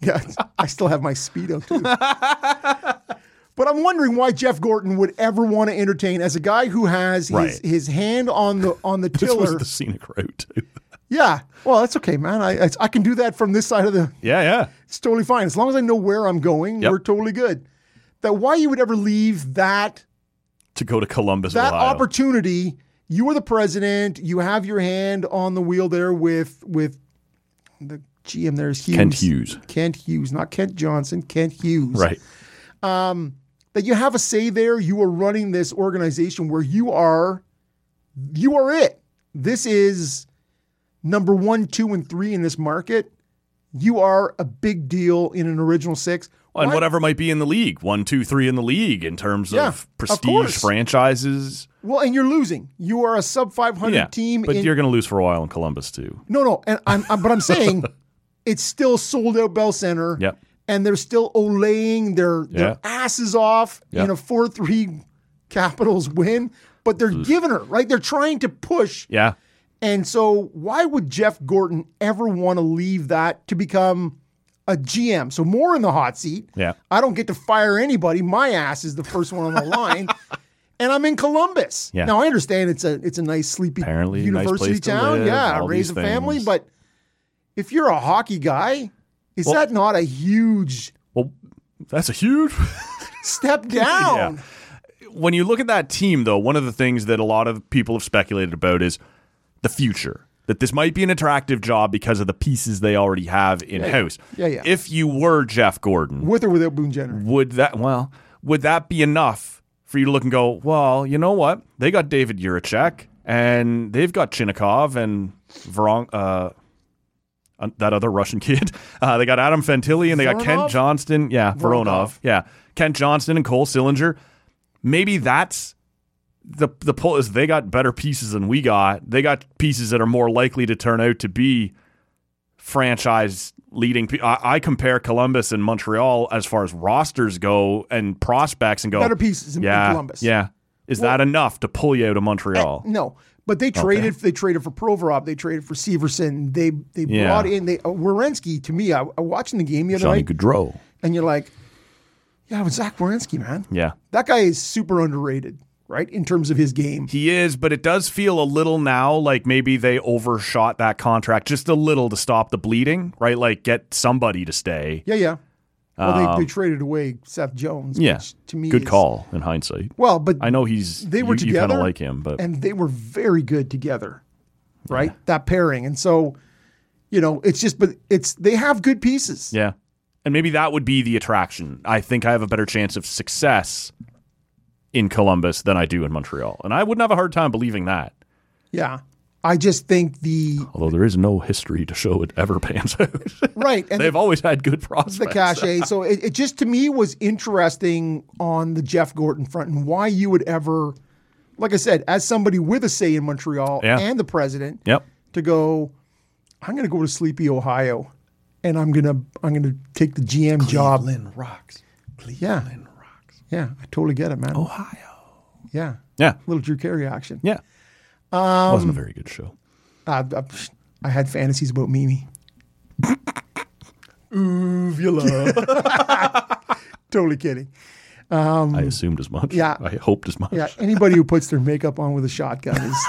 Speaker 1: Yeah, I still have my speedo too. but I'm wondering why Jeff Gordon would ever want to entertain as a guy who has his,
Speaker 2: Right.
Speaker 1: his hand on the on the
Speaker 2: This
Speaker 1: tiller.
Speaker 2: was the scenic route.
Speaker 1: Yeah. Well, that's okay, man. I, I I can do that from this side of the.
Speaker 2: yeah, yeah.
Speaker 1: It's totally fine as long as I know where I'm going.
Speaker 2: Yep.
Speaker 1: We're totally good. That why you would ever leave that
Speaker 2: To go to Columbus,
Speaker 1: that
Speaker 2: Ohio.
Speaker 1: opportunity? You are the president. You have your hand on the wheel there with with the GM. There's Hughes.
Speaker 2: Kent Hughes.
Speaker 1: Kent Hughes, not Kent Johnson. Kent Hughes.
Speaker 2: Right.
Speaker 1: That you have a say there. You are running this organization where you are, you are it. This is number one, two, and three in this market. You are a big deal in an original six.
Speaker 2: And
Speaker 1: Why-
Speaker 2: whatever might be in the league, one, two, three in the league in terms
Speaker 1: Yeah,
Speaker 2: of
Speaker 1: of
Speaker 2: prestige
Speaker 1: course.
Speaker 2: franchises.
Speaker 1: Well, and you're losing. You are a sub 500
Speaker 2: Yeah,
Speaker 1: team.
Speaker 2: but
Speaker 1: in,
Speaker 2: you're going to lose for a while in Columbus too.
Speaker 1: no, no. And I'm, I'm, but I'm saying it's still sold out Bell Center.
Speaker 2: Yep.
Speaker 1: And they're still olaying their,
Speaker 2: Yeah.
Speaker 1: their asses off
Speaker 2: Yeah.
Speaker 1: in a 4 3 Capitals win, but they're giving her, right? They're trying to push.
Speaker 2: Yeah,
Speaker 1: And so, why would Jeff Gordon ever want to leave that to become a GM? So, more in the hot seat.
Speaker 2: Yeah.
Speaker 1: I don't get to fire anybody. My ass is the first one on the line. And I'm in Columbus.
Speaker 2: Yeah.
Speaker 1: Now I understand it's a it's a nice sleepy
Speaker 2: Apparently, nice
Speaker 1: university
Speaker 2: place to
Speaker 1: town.
Speaker 2: live,
Speaker 1: yeah,
Speaker 2: all
Speaker 1: raise a
Speaker 2: these
Speaker 1: family.
Speaker 2: things.
Speaker 1: But if you're a hockey guy, is that not a huge
Speaker 2: well, that's a huge.
Speaker 1: step down?
Speaker 2: when you look at that team, though, one of the things that a lot of people have speculated about is the future. That this might be an attractive job because of the pieces they already have in house.
Speaker 1: Yeah, yeah.
Speaker 2: If you were Jeff Gordon,
Speaker 1: With or without Boone Jenner.
Speaker 2: would that well would that be enough for you to look and go? Well, you know what? They got David Juracek and they've got Chinnikov and Vrong. Uh, uh, that other Russian kid. Uh, they got Adam Fantilli and they got
Speaker 1: Voronov?
Speaker 2: Kent Johnston. Yeah,
Speaker 1: Voronov.
Speaker 2: Voronov. Yeah, Kent Johnston and Cole Sillinger. Maybe that's the the pull is they got better pieces than we got. They got pieces that are more likely to turn out to be franchise leading. pe- I, I compare Columbus and Montreal as far as rosters go and prospects and go
Speaker 1: Better pieces in- in
Speaker 2: yeah,
Speaker 1: Columbus. Eh,
Speaker 2: Yeah, is that enough to pull you out of Montreal?
Speaker 1: No, but they traded. They traded for Provorov. They traded for Severson. They they
Speaker 2: Yeah.
Speaker 1: brought in they uh, Werenski. To me, I, I watching the game the other night,
Speaker 2: Gaudreau.
Speaker 1: and you're like, yeah, it was Zach Werenski, man.
Speaker 2: Yeah.
Speaker 1: That guy is super underrated, right? In terms of his game.
Speaker 2: He is, but it does feel a little now like maybe they overshot that contract just a little to stop the bleeding, right? Like get somebody to stay.
Speaker 1: Yeah, yeah. Well, they, they traded away Seth Jones.
Speaker 2: Um, Yeah.
Speaker 1: which to me,
Speaker 2: good
Speaker 1: is-
Speaker 2: call in hindsight.
Speaker 1: Well, but
Speaker 2: I know he's
Speaker 1: they were
Speaker 2: you, kind
Speaker 1: together
Speaker 2: of like him, but
Speaker 1: and they were very good together, right? That pairing, and so you know, it's just, but it's they have good pieces.
Speaker 2: yeah. And maybe that would be the attraction. I think I have a better chance of success in Columbus than I do in Montreal. And I wouldn't have a hard time believing that.
Speaker 1: yeah. I just think the
Speaker 2: Although there is no history to show it ever pans out.
Speaker 1: right and the
Speaker 2: They've always had good prospects.
Speaker 1: the cachet. so it, it just to me was interesting on the Jeff Gordon front and why you would ever, like I said, as somebody with a say in Montreal
Speaker 2: Yeah.
Speaker 1: and the president,
Speaker 2: Yep.
Speaker 1: to go, I'm going to go to Sleepy Ohio, and I'm gonna I'm gonna take the GM job. Cleveland rocks. Cleveland yeah. rocks. Oh. Yeah, I totally get it, man. Ohio. Yeah,
Speaker 2: Yeah.
Speaker 1: little Drew Carey action.
Speaker 2: Yeah. Um, Wasn't a very good show.
Speaker 1: I, I, uh, I had fantasies about Mimi. Uvula. totally kidding.
Speaker 2: I assumed as much.
Speaker 1: um, yeah.
Speaker 2: I hoped as much.
Speaker 1: Yeah, anybody who puts their makeup on with a shotgun is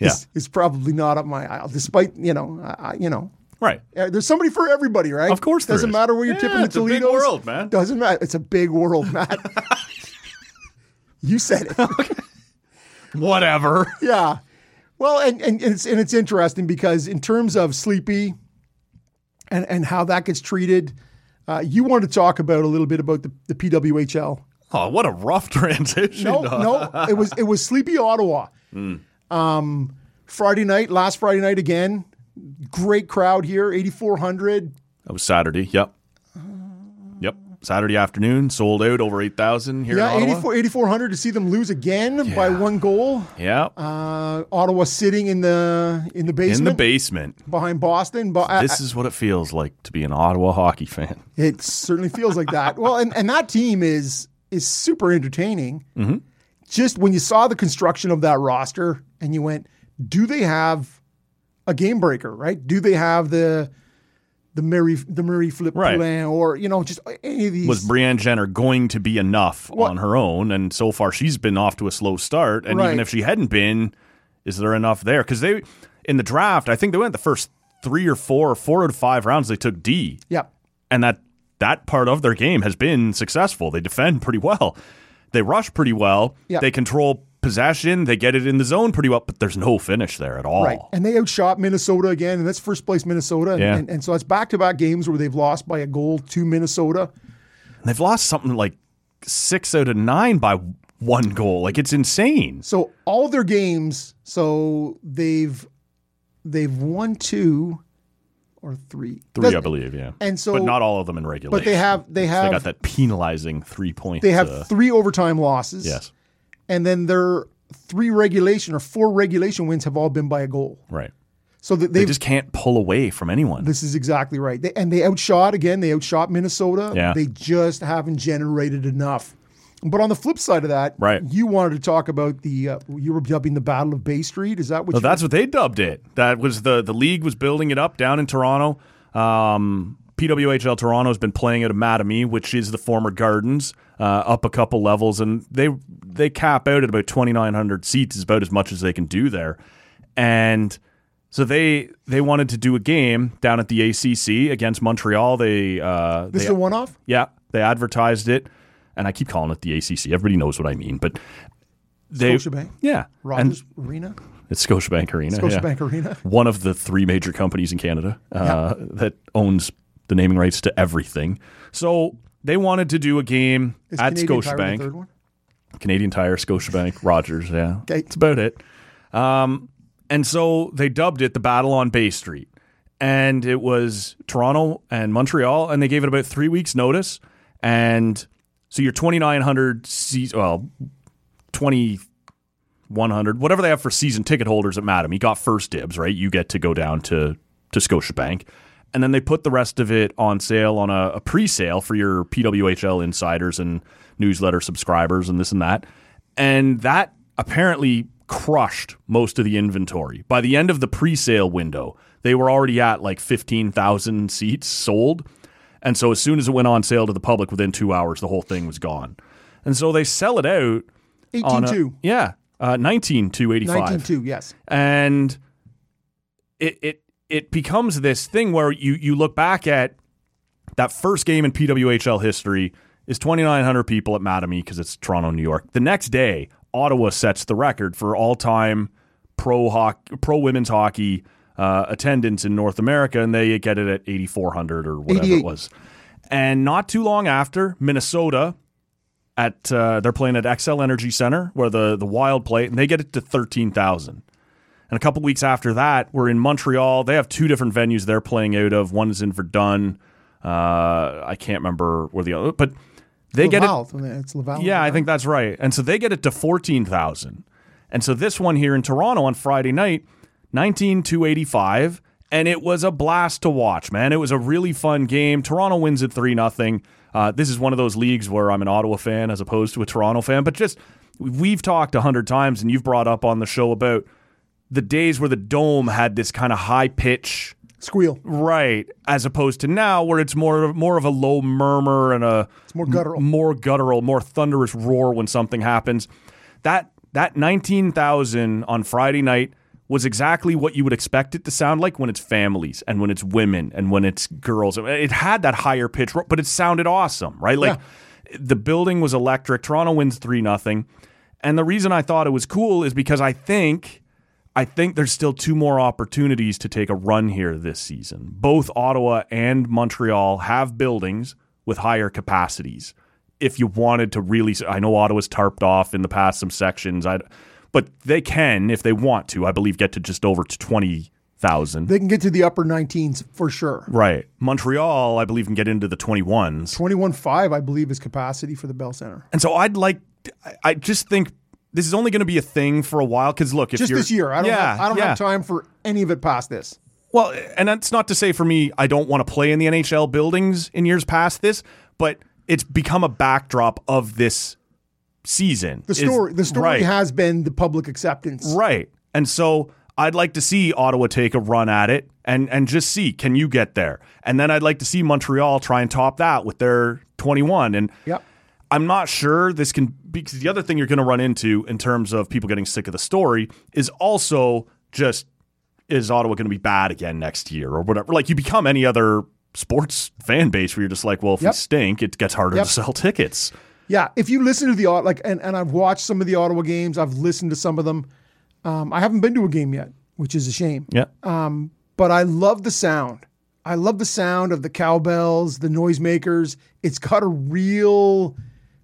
Speaker 2: Yeah.
Speaker 1: is, is probably not up my aisle. Despite you know, I, I- you know,
Speaker 2: Right.
Speaker 1: uh, there's somebody for everybody, right?
Speaker 2: Of course there
Speaker 1: doesn't
Speaker 2: is.
Speaker 1: matter where you're
Speaker 2: Yeah,
Speaker 1: tipping the
Speaker 2: it's a big
Speaker 1: Toledos.
Speaker 2: world, man.
Speaker 1: Doesn't matter. It's a big world, Matt. you said it.
Speaker 2: Whatever.
Speaker 1: yeah. Well, and, and it's and it's interesting because in terms of sleepy and and how that gets treated, uh, you want to talk about a little bit about the, the PWHL
Speaker 2: Oh, what a rough transition.
Speaker 1: No, no, it was it was Sleepy Ottawa. Um, Friday night, last Friday night again. Great crowd here, eighty four hundred.
Speaker 2: That was Saturday. Yep. Yep. Saturday afternoon, sold out over 8,000 here
Speaker 1: Yeah,
Speaker 2: in Ottawa.
Speaker 1: 84 8400 to see them lose again by one goal.
Speaker 2: Yeah.
Speaker 1: Uh, Ottawa sitting in the in the basement Uh,
Speaker 2: in the basement.
Speaker 1: behind Boston, but I-
Speaker 2: This is what it feels like to be an Ottawa hockey fan.
Speaker 1: It certainly feels like that. Well, and, and that team is is super entertaining.
Speaker 2: Mm-hmm.
Speaker 1: Just when you saw the construction of that roster and you went, do they have a game breaker, right? Do they have the the Murray the Murray Flip
Speaker 2: Right.
Speaker 1: Poulin or you know, just any of these
Speaker 2: Was Brienne Jenner going to be enough on her own? And so far, she's been off to a slow start. And
Speaker 1: Right.
Speaker 2: even if she hadn't been, is there enough there? Because they, in the draft, I think they went the first three or four, or four out of five rounds, they took D.
Speaker 1: Yeah.
Speaker 2: and that that part of their game has been successful. They defend pretty well. They rush pretty well.
Speaker 1: Yeah.
Speaker 2: They control possession. They get it in the zone pretty well, but there's no finish there at all.
Speaker 1: Right. And they outshot Minnesota again, and that's first place Minnesota. And,
Speaker 2: Oh. Yeah.
Speaker 1: and, and so it's back to back games where they've lost by a goal to Minnesota.
Speaker 2: And They've lost something like six out of nine by one goal. Like it's insane.
Speaker 1: So all their games, so they've they've won two or three.
Speaker 2: Three, I
Speaker 1: Doesn't-
Speaker 2: believe, yeah.
Speaker 1: And so
Speaker 2: but not all of them in regulation.
Speaker 1: But they have they
Speaker 2: they
Speaker 1: have
Speaker 2: got that penalizing three point.
Speaker 1: they have
Speaker 2: uh,
Speaker 1: three overtime losses.
Speaker 2: yes,
Speaker 1: And then their three regulation or four regulation wins have all been by a goal.
Speaker 2: right.
Speaker 1: So that
Speaker 2: They
Speaker 1: they've
Speaker 2: just can't pull away from anyone.
Speaker 1: this is exactly right. They, and they outshot again. They outshot Minnesota.
Speaker 2: Yeah.
Speaker 1: They just haven't generated enough. But on the flip side of that,
Speaker 2: Right.
Speaker 1: you wanted to talk about the uh, you were dubbing the Battle of Bay Street. Is that what?
Speaker 2: So
Speaker 1: you
Speaker 2: that's what they dubbed it. That was the the league was building it up down in Toronto. Um, PWHL Toronto has been playing at Mattamy, which is the former Gardens, uh, up a couple levels, and they they cap out at about twenty nine hundred seats, is about as much as they can do there. And so they they wanted to do a game down at the ACC against Montreal. They uh,
Speaker 1: this
Speaker 2: they
Speaker 1: is a one off?
Speaker 2: yeah, they advertised it, and I keep calling it the ACC. Everybody knows what I mean, but they
Speaker 1: Scotiabank?
Speaker 2: yeah, and
Speaker 1: Rogers Arena,
Speaker 2: it's Scotiabank Arena. yeah
Speaker 1: Scotiabank Arena.
Speaker 2: one of the three major companies in Canada uh, that owns the naming rights to everything. So they wanted to do a game
Speaker 1: Is
Speaker 2: at
Speaker 1: Canadian Tire the
Speaker 2: Scotiabank,
Speaker 1: third one?
Speaker 2: Canadian Tire, Scotiabank, Rogers. Yeah,
Speaker 1: Okay.
Speaker 2: it's about it. Um, and so they dubbed it the Battle on Bay Street, and it was Toronto and Montreal, and they gave it about three weeks' notice. And so your twenty nine hundred seats, well, twenty 100, whatever they have for season ticket holders at Madam. You got first dibs, right? You get to go down to, to Scotiabank. And then they put the rest of it on sale on a, a pre sale for your PWHL insiders and newsletter subscribers and this and that. And that apparently crushed most of the inventory. By the end of the pre sale window, they were already at like 15,000 seats sold. And so as soon as it went on sale to the public within two hours, the whole thing was gone. And so they sell it out on a-
Speaker 1: 18-2.
Speaker 2: yeah, uh, 19 to 85.
Speaker 1: 19-2, yes.
Speaker 2: And it, it, it becomes this thing where you, you look back at that first game in PWHL history is 2,900 people at Mattamy because it's Toronto, New York. The next day, Ottawa sets the record for all time pro hockey, pro women's hockey uh, attendance in North America, and they get it at 8,400 or whatever it
Speaker 1: 88.
Speaker 2: was. And not too long after, Minnesota at uh, they're playing at XL Energy Center where the the Wild play, and they get it to 13,000. And a couple weeks after that, we're in Montreal. They have two different venues they're playing out of. One is in Verdun. Uh, I can't remember where the other, but they get it.
Speaker 1: Laval. It's Laval.
Speaker 2: Yeah, I think that's right. And so they get it to 14,000. And so this one here in Toronto on Friday night, 19,285. And it was a blast to watch, man. It was a really fun game. Toronto wins it 3 0. Uh, this is one of those leagues where I'm an Ottawa fan as opposed to a Toronto fan. But just, we've talked a hundred times and you've brought up on the show about the days where the dome had this kind of high pitch
Speaker 1: squeal.
Speaker 2: right as opposed to now where it's more more of a low murmur and a
Speaker 1: It's more guttural.
Speaker 2: more guttural, more thunderous roar when something happens. That that 19,000 on Friday night was exactly what you would expect it to sound like when it's families and when it's women and when it's girls. It had that higher pitch, but it sounded awesome, right? Like the building was electric. Toronto wins 3 nothing. And the reason I thought it was cool is because I think I think there's still two more opportunities to take a run here this season. Both Ottawa and Montreal have buildings with higher capacities. if you wanted to really. s- I know Ottawa's tarped off in the past some sections. I, but they can if they want to. I believe get to just over to twenty thousand.
Speaker 1: They can get to the upper 19s for sure.
Speaker 2: Right. Montreal, I believe, can get into the 21s.
Speaker 1: 21.5, I believe, is capacity for the Bell Center.
Speaker 2: And so I'd like, I- I just think this is only going to be a thing for a while. Cause look, if
Speaker 1: Just
Speaker 2: you're,
Speaker 1: this year. I don't,
Speaker 2: yeah,
Speaker 1: have, I don't
Speaker 2: yeah.
Speaker 1: have time for any of it past this.
Speaker 2: Well, and that's not to say for me, I don't want to play in the NHL buildings in years past this, but it's become a backdrop of this season.
Speaker 1: The
Speaker 2: Is-
Speaker 1: story, the story
Speaker 2: right,
Speaker 1: has been the public acceptance.
Speaker 2: Right. And so I'd like to see Ottawa take a run at it and and just see can you get there. And then I'd like to see Montreal try and top that with their 21 and
Speaker 1: Yep.
Speaker 2: I'm not sure this can because the other thing you're going to run into in terms of people getting sick of the story is also just is Ottawa going to be bad again next year or whatever. Like you become any other sports fan base where you're just like, well, if we
Speaker 1: Yep.
Speaker 2: stink, it gets harder
Speaker 1: Yep.
Speaker 2: to sell tickets.
Speaker 1: Yeah, if you listen to the Ot- like, and, and I've watched some of the Ottawa games, I've listened to some of them. Um, I haven't been to a game yet, which is a shame.
Speaker 2: Yeah,
Speaker 1: But I love the sound. I love the sound of the cowbells, the noisemakers. It's got a real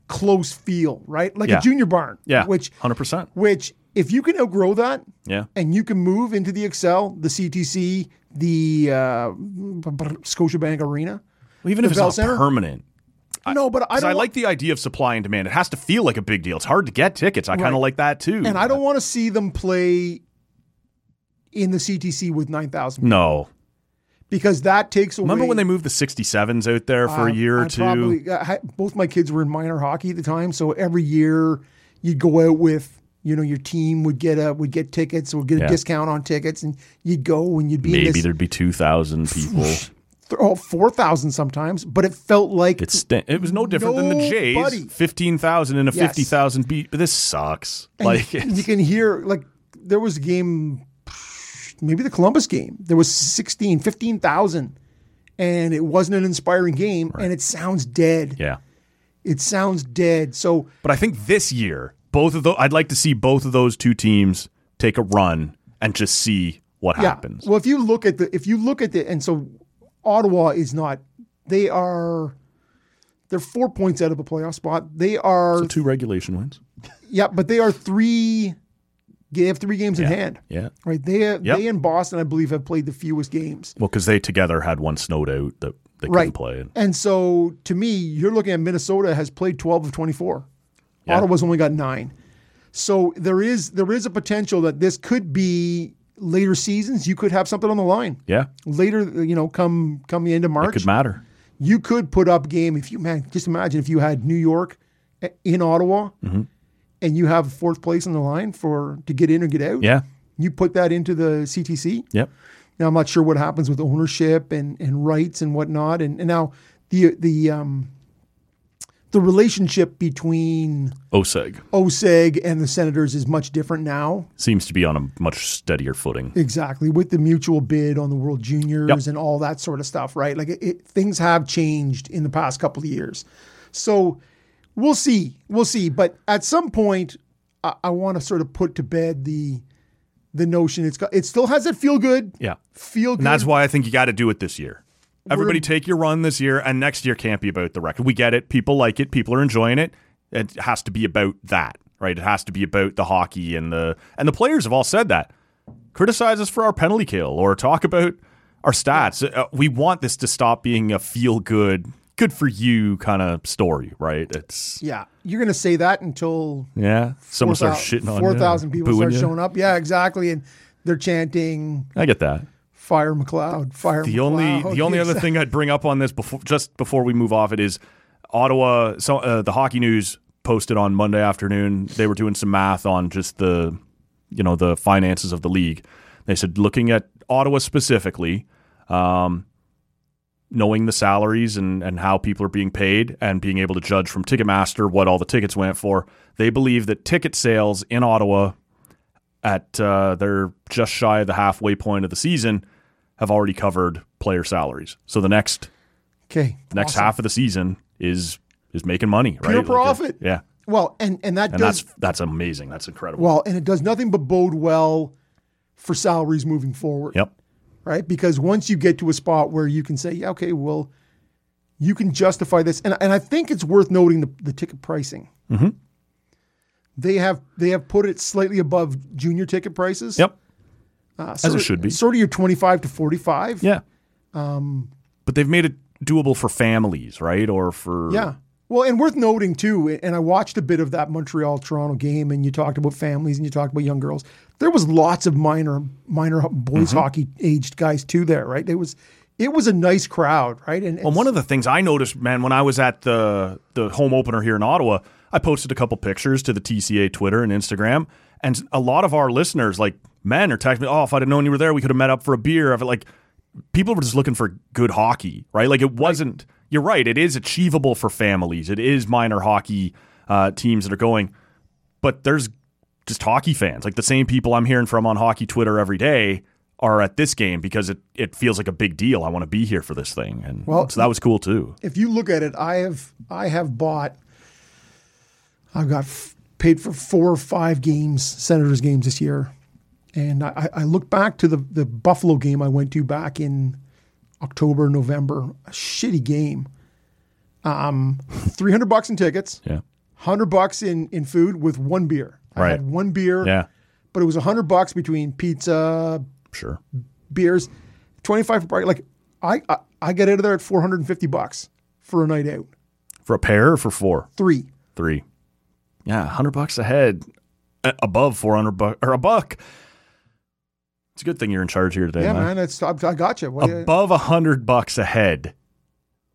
Speaker 1: close feel, right? Like
Speaker 2: Yeah.
Speaker 1: a junior barn.
Speaker 2: yeah,
Speaker 1: Which,
Speaker 2: hundred percent.
Speaker 1: which, if you can outgrow that,
Speaker 2: Yeah,
Speaker 1: and you can move into the Excel, the CTC, the uh, Scotiabank Arena.
Speaker 2: well, even if it's
Speaker 1: Bell
Speaker 2: not
Speaker 1: Center?
Speaker 2: permanent.
Speaker 1: no, but I
Speaker 2: Because
Speaker 1: don't
Speaker 2: I
Speaker 1: wa-
Speaker 2: like the idea of supply and demand. It has to feel like a big deal. It's hard to get tickets. I kind of like that too.
Speaker 1: and I don't want to see them play in the CTC with nine thousand
Speaker 2: No.
Speaker 1: because that takes away.
Speaker 2: Remember when they moved the 67s out there for a year or
Speaker 1: I
Speaker 2: two?
Speaker 1: Probably, I had- both my kids were in minor hockey at the time, so every year you'd go out with. You know, your team would get a would get tickets, would get a
Speaker 2: Yeah.
Speaker 1: discount on tickets, and you'd go and you'd be in
Speaker 2: Maybe
Speaker 1: this
Speaker 2: there'd be 2,000 people.
Speaker 1: th- oh, four thousand sometimes, but it felt like
Speaker 2: It stank. It was no different than the
Speaker 1: Nobody.
Speaker 2: Jays. Fifteen thousand and a
Speaker 1: Yes.
Speaker 2: fifty thousand beat. But this sucks. Like
Speaker 1: And you can hear like there was a game maybe the Columbus game there was 16 15,000 and it wasn't an inspiring game and it sounds dead
Speaker 2: yeah.
Speaker 1: it sounds dead so
Speaker 2: But I think this year, both of those, I'd like to see both of those two teams take a run and just see what
Speaker 1: yeah
Speaker 2: happens.
Speaker 1: well if you look at the if you look at the and so Ottawa is not they are they're 4 points out of a playoff spot they are
Speaker 2: two regulation wins.
Speaker 1: yeah but they are 3 they have 3 games in hand
Speaker 2: Yeah.
Speaker 1: right they they and Boston I believe have played the fewest games
Speaker 2: Well, because they together had one snowed out that they couldn't
Speaker 1: Right.
Speaker 2: play. And
Speaker 1: And so to me, you're looking at Minnesota has played 12 of 24.
Speaker 2: Yeah.
Speaker 1: Ottawa's only got 9. So there is there is a potential that this could be later seasons you could have something on the line.
Speaker 2: yeah,
Speaker 1: Later, you know, come come the end of
Speaker 2: it
Speaker 1: March,
Speaker 2: could matter.
Speaker 1: you could put up game if you man, just imagine if you had New York a- in Ottawa and you have fourth place on the line for to get in or get out.
Speaker 2: Yeah.
Speaker 1: You put that into the CTC.
Speaker 2: Yep.
Speaker 1: Now I'm not sure what happens with ownership and, and rights and whatnot. And, and now the the um, the relationship between
Speaker 2: OSEG
Speaker 1: OSEG and the Senators is much different now.
Speaker 2: seems to be on a much steadier footing.
Speaker 1: Exactly with the mutual bid on the World Juniors
Speaker 2: Yep.
Speaker 1: and all that sort of stuff, right? Like it, it, things have changed in the past couple of years. So we'll see, we'll see. But at some point, I, I want to sort of put to bed the the notion it's got, it still has that feel good,
Speaker 2: Yeah.
Speaker 1: feel good.
Speaker 2: And that's why I think you got to do it this year. Everybody take your run this year, and next year can't be about the record. We get it. People like it. People are enjoying it. It has to be about that, right? It has to be about the hockey and the and the players have all said that. Criticize us for our penalty kill or talk about our stats. Uh, we want this to stop being a feel good, good for you kind of story, right? It's
Speaker 1: Yeah, you're gonna say that until
Speaker 2: yeah. Someone starts shitting on you,
Speaker 1: four thousand people
Speaker 2: booing
Speaker 1: start
Speaker 2: you.
Speaker 1: showing up. Yeah, exactly, and they're chanting
Speaker 2: I get that.
Speaker 1: "Fire McLeod, Fire."
Speaker 2: The only
Speaker 1: McLeod."
Speaker 2: the only other thing I'd bring up on this before just before we move off it is Ottawa. So uh, the hockey news posted on Monday afternoon. They were doing some math on just the you know the finances of the league. They said looking at Ottawa specifically, um, knowing the salaries and and how people are being paid and being able to judge from Ticketmaster what all the tickets went for. They believe that ticket sales in Ottawa at uh, they're just shy of the halfway point of the season have already covered player salaries. So the next
Speaker 1: Okay,
Speaker 2: next
Speaker 1: awesome.
Speaker 2: half of the season is is making money, right?
Speaker 1: Pure
Speaker 2: Like, uh,
Speaker 1: profit.
Speaker 2: yeah.
Speaker 1: Well, and and that
Speaker 2: And
Speaker 1: does
Speaker 2: that's that's amazing. That's incredible.
Speaker 1: well, and it does nothing but bode well for salaries moving forward,
Speaker 2: yep.
Speaker 1: right? Because once you get to a spot where you can say, "Yeah, okay, well, you can justify this, and and I think it's worth noting the, the ticket pricing.
Speaker 2: Mm-hmm.
Speaker 1: They have they have put it slightly above junior ticket prices.
Speaker 2: Yep.
Speaker 1: uh,
Speaker 2: it
Speaker 1: sort of-
Speaker 2: should be.
Speaker 1: Sort of your twenty five to forty five.
Speaker 2: Yeah. Um, but they've made it doable for families, right? Or for
Speaker 1: Yeah. Well, and worth noting too, and I watched a bit of that Montreal Toronto game, and you talked about families and you talked about young girls. There was lots of minor minor ho- boys
Speaker 2: Mm-hmm.
Speaker 1: hockey aged guys too there, right? It was it was a nice crowd, right? And
Speaker 2: And one of the things I noticed, man, when I was at the the home opener here in Ottawa, I posted a couple pictures to the TCA Twitter and Instagram, and a lot of our listeners, like men, are texting me, "Oh, if I'd have known you were there, we could have met up for a beer." I've like, people were just looking for good hockey, right? Like it wasn't. You're right. It is achievable for families. It is minor hockey uh, teams that are going, but there's just hockey fans, like the same people I'm hearing from on hockey Twitter every day. Are at this game because it, it feels like a big deal. I want to be here for this thing, and
Speaker 1: Well,
Speaker 2: so that was cool too.
Speaker 1: if you look at it, I have I have bought. I've got f- paid for four or five games, Senators games this year, and I, I I look back to the the Buffalo game I went to back in October, November, a shitty game. Um, three hundred bucks in tickets,
Speaker 2: Yeah.
Speaker 1: hundred bucks in in food with one beer. I
Speaker 2: Right.
Speaker 1: had one beer,
Speaker 2: Yeah.
Speaker 1: but it was hundred bucks between pizza,
Speaker 2: Sure.
Speaker 1: beers, twenty five for bar- like I, I I get out of there at four hundred and fifty bucks for a night out.
Speaker 2: For a pair or for four?
Speaker 1: Three.
Speaker 2: Three. Yeah, 100 bucks a head. A- above 400 bucks or a buck. It's a good thing you're in charge here today,
Speaker 1: Yeah,
Speaker 2: man.
Speaker 1: man, it's, I, I got you. What do you-
Speaker 2: Above 100 bucks a head.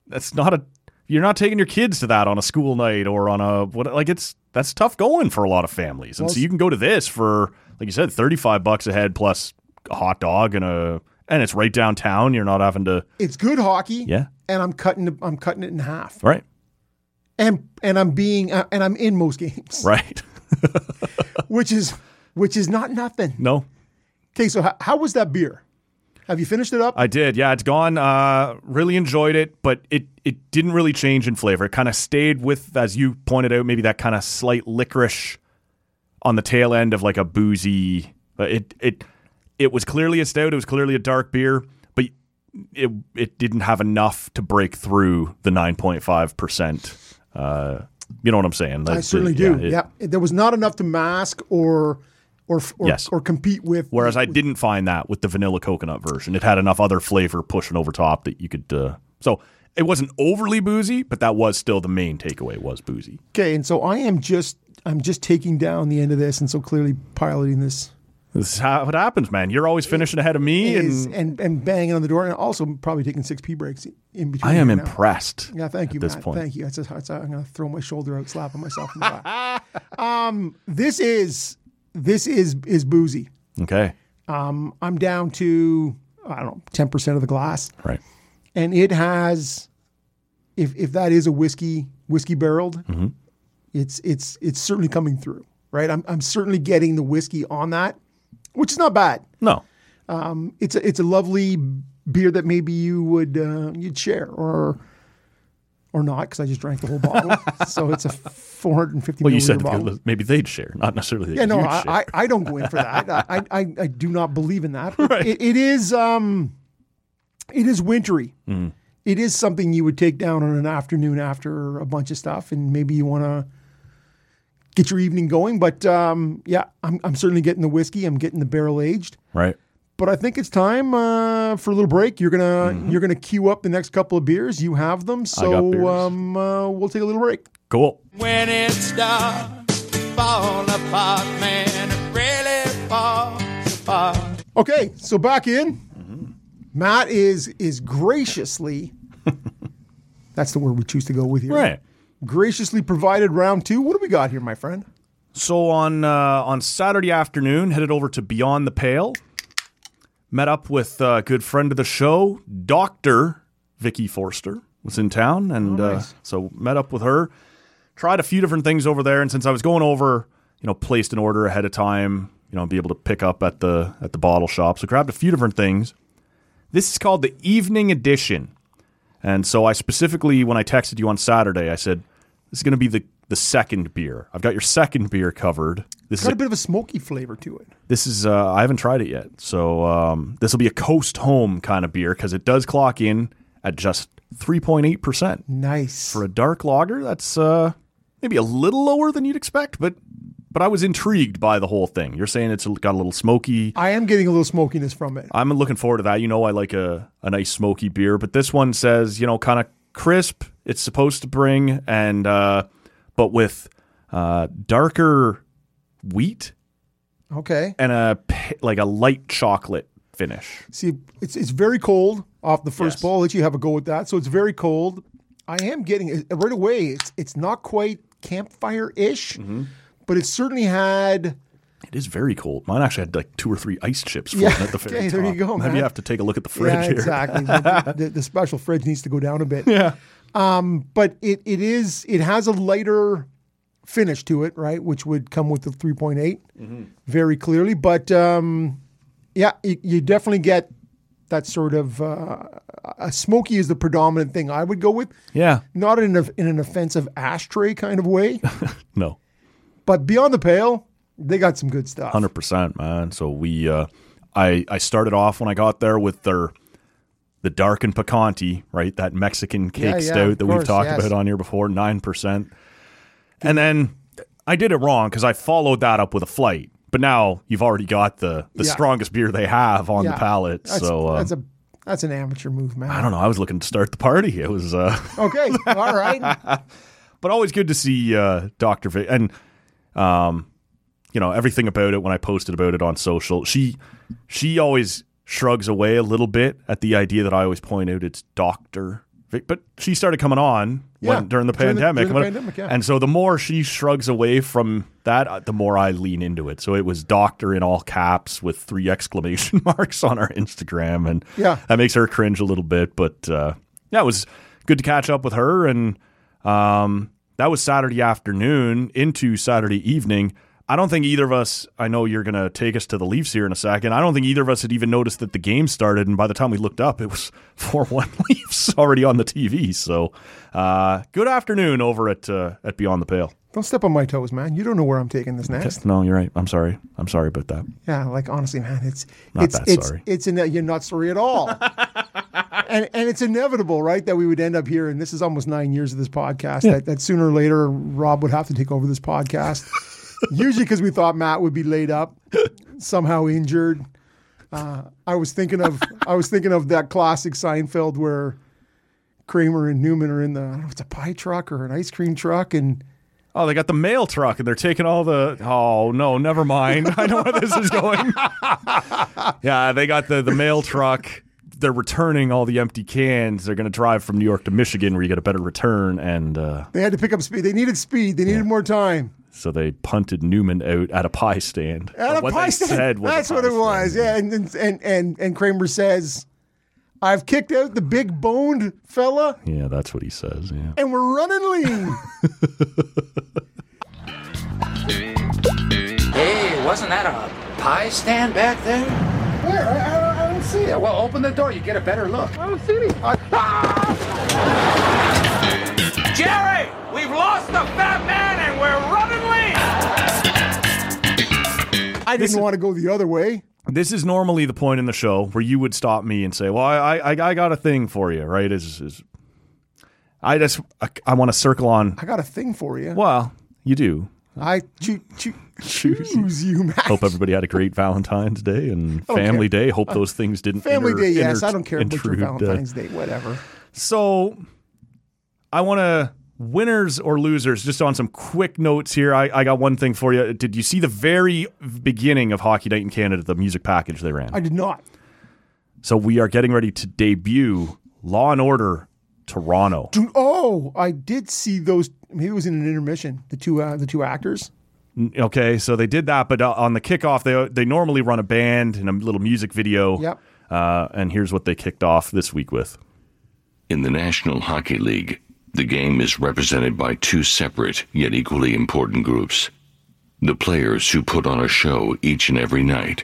Speaker 2: That's not a you're not taking your kids to that on a school night or on a what like it's that's tough going for a lot of families. And
Speaker 1: Well,
Speaker 2: so you can go to this for like you said 35 bucks a head plus a hot dog and a and it's right downtown. You're not having to
Speaker 1: it's good hockey.
Speaker 2: Yeah.
Speaker 1: and I'm cutting I'm cutting it in half,
Speaker 2: Right.
Speaker 1: and and I'm being uh, and I'm in most games,
Speaker 2: Right.
Speaker 1: which is which is not nothing.
Speaker 2: No.
Speaker 1: Okay, so how, how was that beer? Have you finished it up?
Speaker 2: I did. Yeah, it's gone. Uh, really enjoyed it, but it it didn't really change in flavor. It kind of stayed with, as you pointed out, maybe that kind of slight licorice on the tail end of like a boozy. uh, It it it was clearly a stout. It was clearly a dark beer, but it it didn't have enough to break through the nine point five percent. uh, You know what I'm saying?
Speaker 1: I certainly do. Yeah, there was not enough to mask or or or,
Speaker 2: Yes.
Speaker 1: or compete with.
Speaker 2: Whereas I didn't find that with the vanilla coconut version. It had enough other flavor pushing over top that you could. Uh, so it wasn't overly boozy, but that was still the main takeaway was boozy.
Speaker 1: okay, and so I am just I'm just taking down the end of this, and so clearly piloting this
Speaker 2: This is how it happens, man. You're always finishing ahead of me,
Speaker 1: is
Speaker 2: and
Speaker 1: and and banging on the door, and also probably taking six p breaks in between.
Speaker 2: I am
Speaker 1: here now.
Speaker 2: impressed.
Speaker 1: Yeah, thank you,
Speaker 2: At this
Speaker 1: Matt.
Speaker 2: point,
Speaker 1: Thank you. That's a, that's a, I'm going to throw my shoulder out, slapping myself in the back. um, this is this is is boozy.
Speaker 2: okay,
Speaker 1: I'm down to I don't know ten percent of the glass,
Speaker 2: right,
Speaker 1: and it has, if if that is a whiskey whiskey barreled,
Speaker 2: Mm-hmm.
Speaker 1: it's it's it's certainly coming through. Right, I'm I'm certainly getting the whiskey on that, which is not bad.
Speaker 2: no,
Speaker 1: It's a it's a lovely beer that maybe you would uh, you'd share or or not because I just drank the whole bottle. so it's a 450
Speaker 2: well,
Speaker 1: milliliter
Speaker 2: you said
Speaker 1: bottle.
Speaker 2: maybe they'd share, not necessarily. That
Speaker 1: yeah, no,
Speaker 2: you'd
Speaker 1: I,
Speaker 2: share.
Speaker 1: I I don't go in for that. I I, I, I do not believe in that. But
Speaker 2: Right.
Speaker 1: It, it is um, it is wintry.
Speaker 2: Hmm.
Speaker 1: It is something you would take down on an afternoon after a bunch of stuff, and maybe you want to get your evening going. But um, yeah, I'm I'm certainly getting the whiskey. I'm getting the barrel aged
Speaker 2: right.
Speaker 1: but I think it's time uh, for a little break. You're gonna you're gonna queue up the next couple of beers. You have them,
Speaker 2: Mm-hmm. beers.
Speaker 1: so um, uh, we'll take a little break.
Speaker 2: Cool.
Speaker 3: When it starts to fall apart, man, it really falls apart.
Speaker 1: Okay, so back in.
Speaker 2: Mm-hmm.
Speaker 1: Matt is is graciously. that's the word we choose to go with here.
Speaker 2: Right.
Speaker 1: Graciously provided round two. What do we got here, my friend?
Speaker 2: So on uh, on Saturday afternoon, headed over to Beyond the Pale. Met up with uh, a good friend of the show, Doctor Vicky Forster, was in town, and uh, so met up with her. Tried a few different things over there, and since I was going over, you know, placed an order ahead of time, you know, be able to pick up at the at the bottle shop. So grabbed a few different things. This is called the Evening Edition. And so I specifically, when I texted you on Saturday, I said, this is going to be the, the second beer. I've got your second beer covered. This is
Speaker 1: Got
Speaker 2: a,
Speaker 1: a bit of a smoky flavor to it.
Speaker 2: this is uh, I haven't tried it yet, so um, this will be a coast home kind of beer because it does clock in at just 3.8%.
Speaker 1: Nice.
Speaker 2: For a dark lager, that's uh, maybe a little lower than you'd expect, but but I was intrigued by the whole thing. You're saying it's got a little smoky.
Speaker 1: I am getting a little smokiness from it.
Speaker 2: I'm looking forward to that. You know, I like a, a nice smoky beer, but this one says, you know, kind of crisp. It's supposed to bring and uh, but with uh, darker wheat
Speaker 1: Okay.
Speaker 2: and a p- like a light chocolate finish.
Speaker 1: See, it's it's very cold off the first
Speaker 2: Yes.
Speaker 1: ball. I'll let you have a go with that. So it's very cold. I am getting uh, right away. It's it's not quite campfire ish,
Speaker 2: Mm-hmm.
Speaker 1: but it certainly had.
Speaker 2: It is very cold. Mine actually had like two or three ice chips floating
Speaker 1: Yeah.
Speaker 2: at the very
Speaker 1: Okay, there
Speaker 2: top.
Speaker 1: you go,
Speaker 2: Maybe
Speaker 1: man.
Speaker 2: you have to take a look at the fridge
Speaker 1: yeah,
Speaker 2: here.
Speaker 1: exactly. the, the- the special fridge needs to go down a bit. Um,
Speaker 2: Yeah.
Speaker 1: but it it is it has a lighter finish to it, right? Which would come with the 3.8
Speaker 2: Mm-hmm.
Speaker 1: very clearly. But um, yeah, you, you definitely get that sort of uh, a smoky is the predominant thing I would go with.
Speaker 2: Yeah.
Speaker 1: Not in a, in an offensive ashtray kind of way,
Speaker 2: No.
Speaker 1: but beyond the pale, they got some good stuff.
Speaker 2: Hundred percent, man. So we, uh, I, I started off when I got there with their, the dark and picante, right? That Mexican cake
Speaker 1: Yeah, yeah,
Speaker 2: stout
Speaker 1: of
Speaker 2: that
Speaker 1: course,
Speaker 2: we've talked
Speaker 1: yes.
Speaker 2: about on here before, nine percent. And then I did it wrong because I followed that up with a flight. But now you've already got the the
Speaker 1: Yeah.
Speaker 2: strongest beer they have on
Speaker 1: Yeah.
Speaker 2: the palate.
Speaker 1: That's,
Speaker 2: so um,
Speaker 1: that's a that's an amateur move, man.
Speaker 2: I don't know. I was looking to start the party. It was. Uh,
Speaker 1: Okay, all right.
Speaker 2: but always good to see uh, Doctor Vic, and um, you know everything about it. When I posted about it on social, she she always shrugs away a little bit at the idea that I always point out it's Doctor Vic, but she started coming on
Speaker 1: Yeah,
Speaker 2: when, during the
Speaker 1: during the-
Speaker 2: pandemic,
Speaker 1: during the pandemic, yeah.
Speaker 2: and so the more she shrugs away from that, uh, the more I lean into it. So it was Doctor in all caps with three exclamation marks on our Instagram, and
Speaker 1: Yeah.
Speaker 2: that makes her cringe a little bit. But uh, yeah, it was good to catch up with her, and um, that was Saturday afternoon into Saturday evening. I don't think either of us. I know you're gonna take us to the Leafs here in a second. I don't think either of us had even noticed that the game started, and by the time we looked up, it was four-one Leafs already on the TV. So, uh, good afternoon over at uh, at Beyond the Pale.
Speaker 1: Don't step on my toes, man. You don't know where I'm taking this next.
Speaker 2: No, you're right. I'm sorry. I'm sorry about that.
Speaker 1: Yeah, like honestly, man, it's
Speaker 2: Not
Speaker 1: it's
Speaker 2: that
Speaker 1: it's
Speaker 2: sorry.
Speaker 1: it's in you're not sorry at all, and and it's inevitable, right, that we would end up here. And this is almost nine years of this podcast. That, that sooner or later, Rob would have to take over this podcast. Usually, because we thought Matt would be laid up, somehow injured. Uh, I was thinking of I was thinking of that classic Seinfeld where Kramer and Newman are in the I don't know it's a pie truck or an ice cream truck and.
Speaker 2: Oh, they got the mail truck and they're taking all the. Oh no, never mind. I know where this is going. yeah, they got the the mail truck. They're returning all the empty cans. They're going to drive from New York to Michigan, where you get a better return. And uh,
Speaker 1: They had to pick up speed. They needed speed. They needed more time.
Speaker 2: so they punted Newman out at a pie stand.
Speaker 1: At
Speaker 2: Or
Speaker 1: a
Speaker 2: what
Speaker 1: pie
Speaker 2: they
Speaker 1: stand.
Speaker 2: said was a
Speaker 1: That's what
Speaker 2: pie
Speaker 1: it was.
Speaker 2: stand.
Speaker 1: Yeah, and and and and, and Kramer says, "I've kicked out the big boned fella,
Speaker 2: Yeah, that's what he says. Yeah.
Speaker 1: and we're running lean."
Speaker 6: Hey, wasn't that a pie stand back there?
Speaker 4: Where? I, I, I don't see it. Well, open the door. You get a better look.
Speaker 6: Jerry, we've lost the fat man and we're running lean.
Speaker 1: I didn't want to go the other way.
Speaker 2: This is normally the point in the show where you would stop me and say, "Well, I I, I got a thing for you, right?" Is is I just I, I want to circle on.
Speaker 1: I got a thing for you.
Speaker 2: Well, you do.
Speaker 1: I choo- choo- choose you, Max.
Speaker 2: Hope everybody had a great Valentine's Day and
Speaker 1: don't
Speaker 2: Family Day. Hope those things didn't
Speaker 1: Family
Speaker 2: inter-
Speaker 1: Day, yes.
Speaker 2: inter-
Speaker 1: I don't care about your
Speaker 2: intrude, uh,
Speaker 1: Valentine's Day, whatever.
Speaker 2: so I want to winners or losers. Just on some quick notes here. I, I got one thing for you. Did you see the very beginning of Hockey Night in Canada? The music package they ran.
Speaker 1: I did not.
Speaker 2: so we are getting ready to debut Law and Order Toronto.
Speaker 1: Do- Oh, I did see those. Maybe it was in an intermission. The two, uh, the two actors.
Speaker 2: Okay, so they did that, but uh, on the kickoff, they they normally run a band and a little music video.
Speaker 1: Yep.
Speaker 2: Uh, and here's what they kicked off this week with.
Speaker 7: In the National Hockey League, the game is represented by two separate yet equally important groups the players who put on a show each and every night,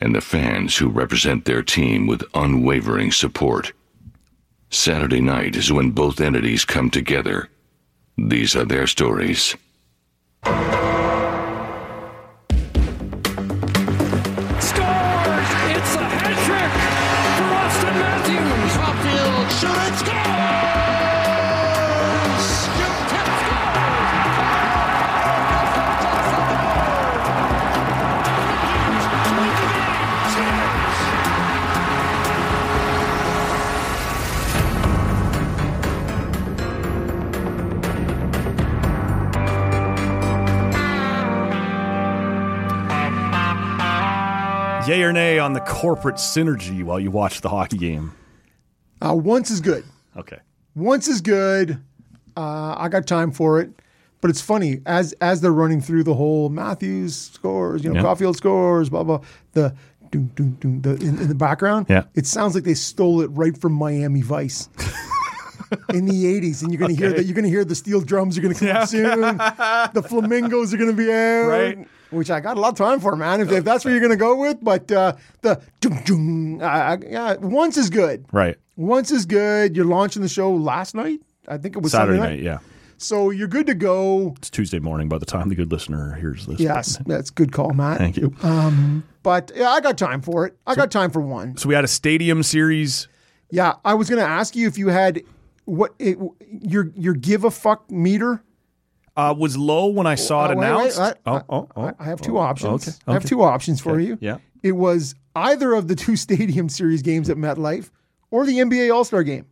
Speaker 7: and the fans who represent their team with unwavering support. Saturday night is when both entities come together. These are their stories.
Speaker 8: Scores! It's a hat trick for Austin Matthews. Top field, shoot, and score!
Speaker 2: Yay or nay on the corporate synergy while you watch the hockey game?
Speaker 1: Uh, once is good.
Speaker 2: Okay.
Speaker 1: Once is good. Uh, I got time for it. But it's funny as as they're running through the whole Matthews scores, you know,
Speaker 2: Yeah.
Speaker 1: Caulfield scores, blah blah. The doom, doom, doom, the in, in the background,
Speaker 2: Yeah.
Speaker 1: it sounds like they stole it right from Miami Vice. In the '80s, and you're gonna hear that. You're gonna hear the steel drums. You're gonna come
Speaker 2: Yeah.
Speaker 1: soon. The flamingos are gonna be out,
Speaker 2: Right.
Speaker 1: Which I got a lot of time for, man. If, if that's what you're gonna go with, but uh, the doom, doom, uh, uh, yeah, once is good.
Speaker 2: Right.
Speaker 1: Once is good. You're launching the show last night. I think it was
Speaker 2: Saturday night, yeah.
Speaker 1: So you're good to go.
Speaker 2: It's Tuesday morning by the time the good listener hears this.
Speaker 1: Yes, that's a good call, Matt. Um,
Speaker 2: Thank you.
Speaker 1: But yeah, I got time for it. I got time for one.
Speaker 2: so we had a stadium series.
Speaker 1: Yeah, I was going to ask you if you had what it, your your give a fuck meter.
Speaker 2: Uh, was low when I saw it
Speaker 1: Uh, wait,
Speaker 2: announced.
Speaker 1: wait, I-
Speaker 2: oh, oh, oh.
Speaker 1: I- I have two options.
Speaker 2: okay,
Speaker 1: I have
Speaker 2: okay.
Speaker 1: two options for you.
Speaker 2: yeah.
Speaker 1: It was either of the two stadium series games at MetLife or the NBA All Star game.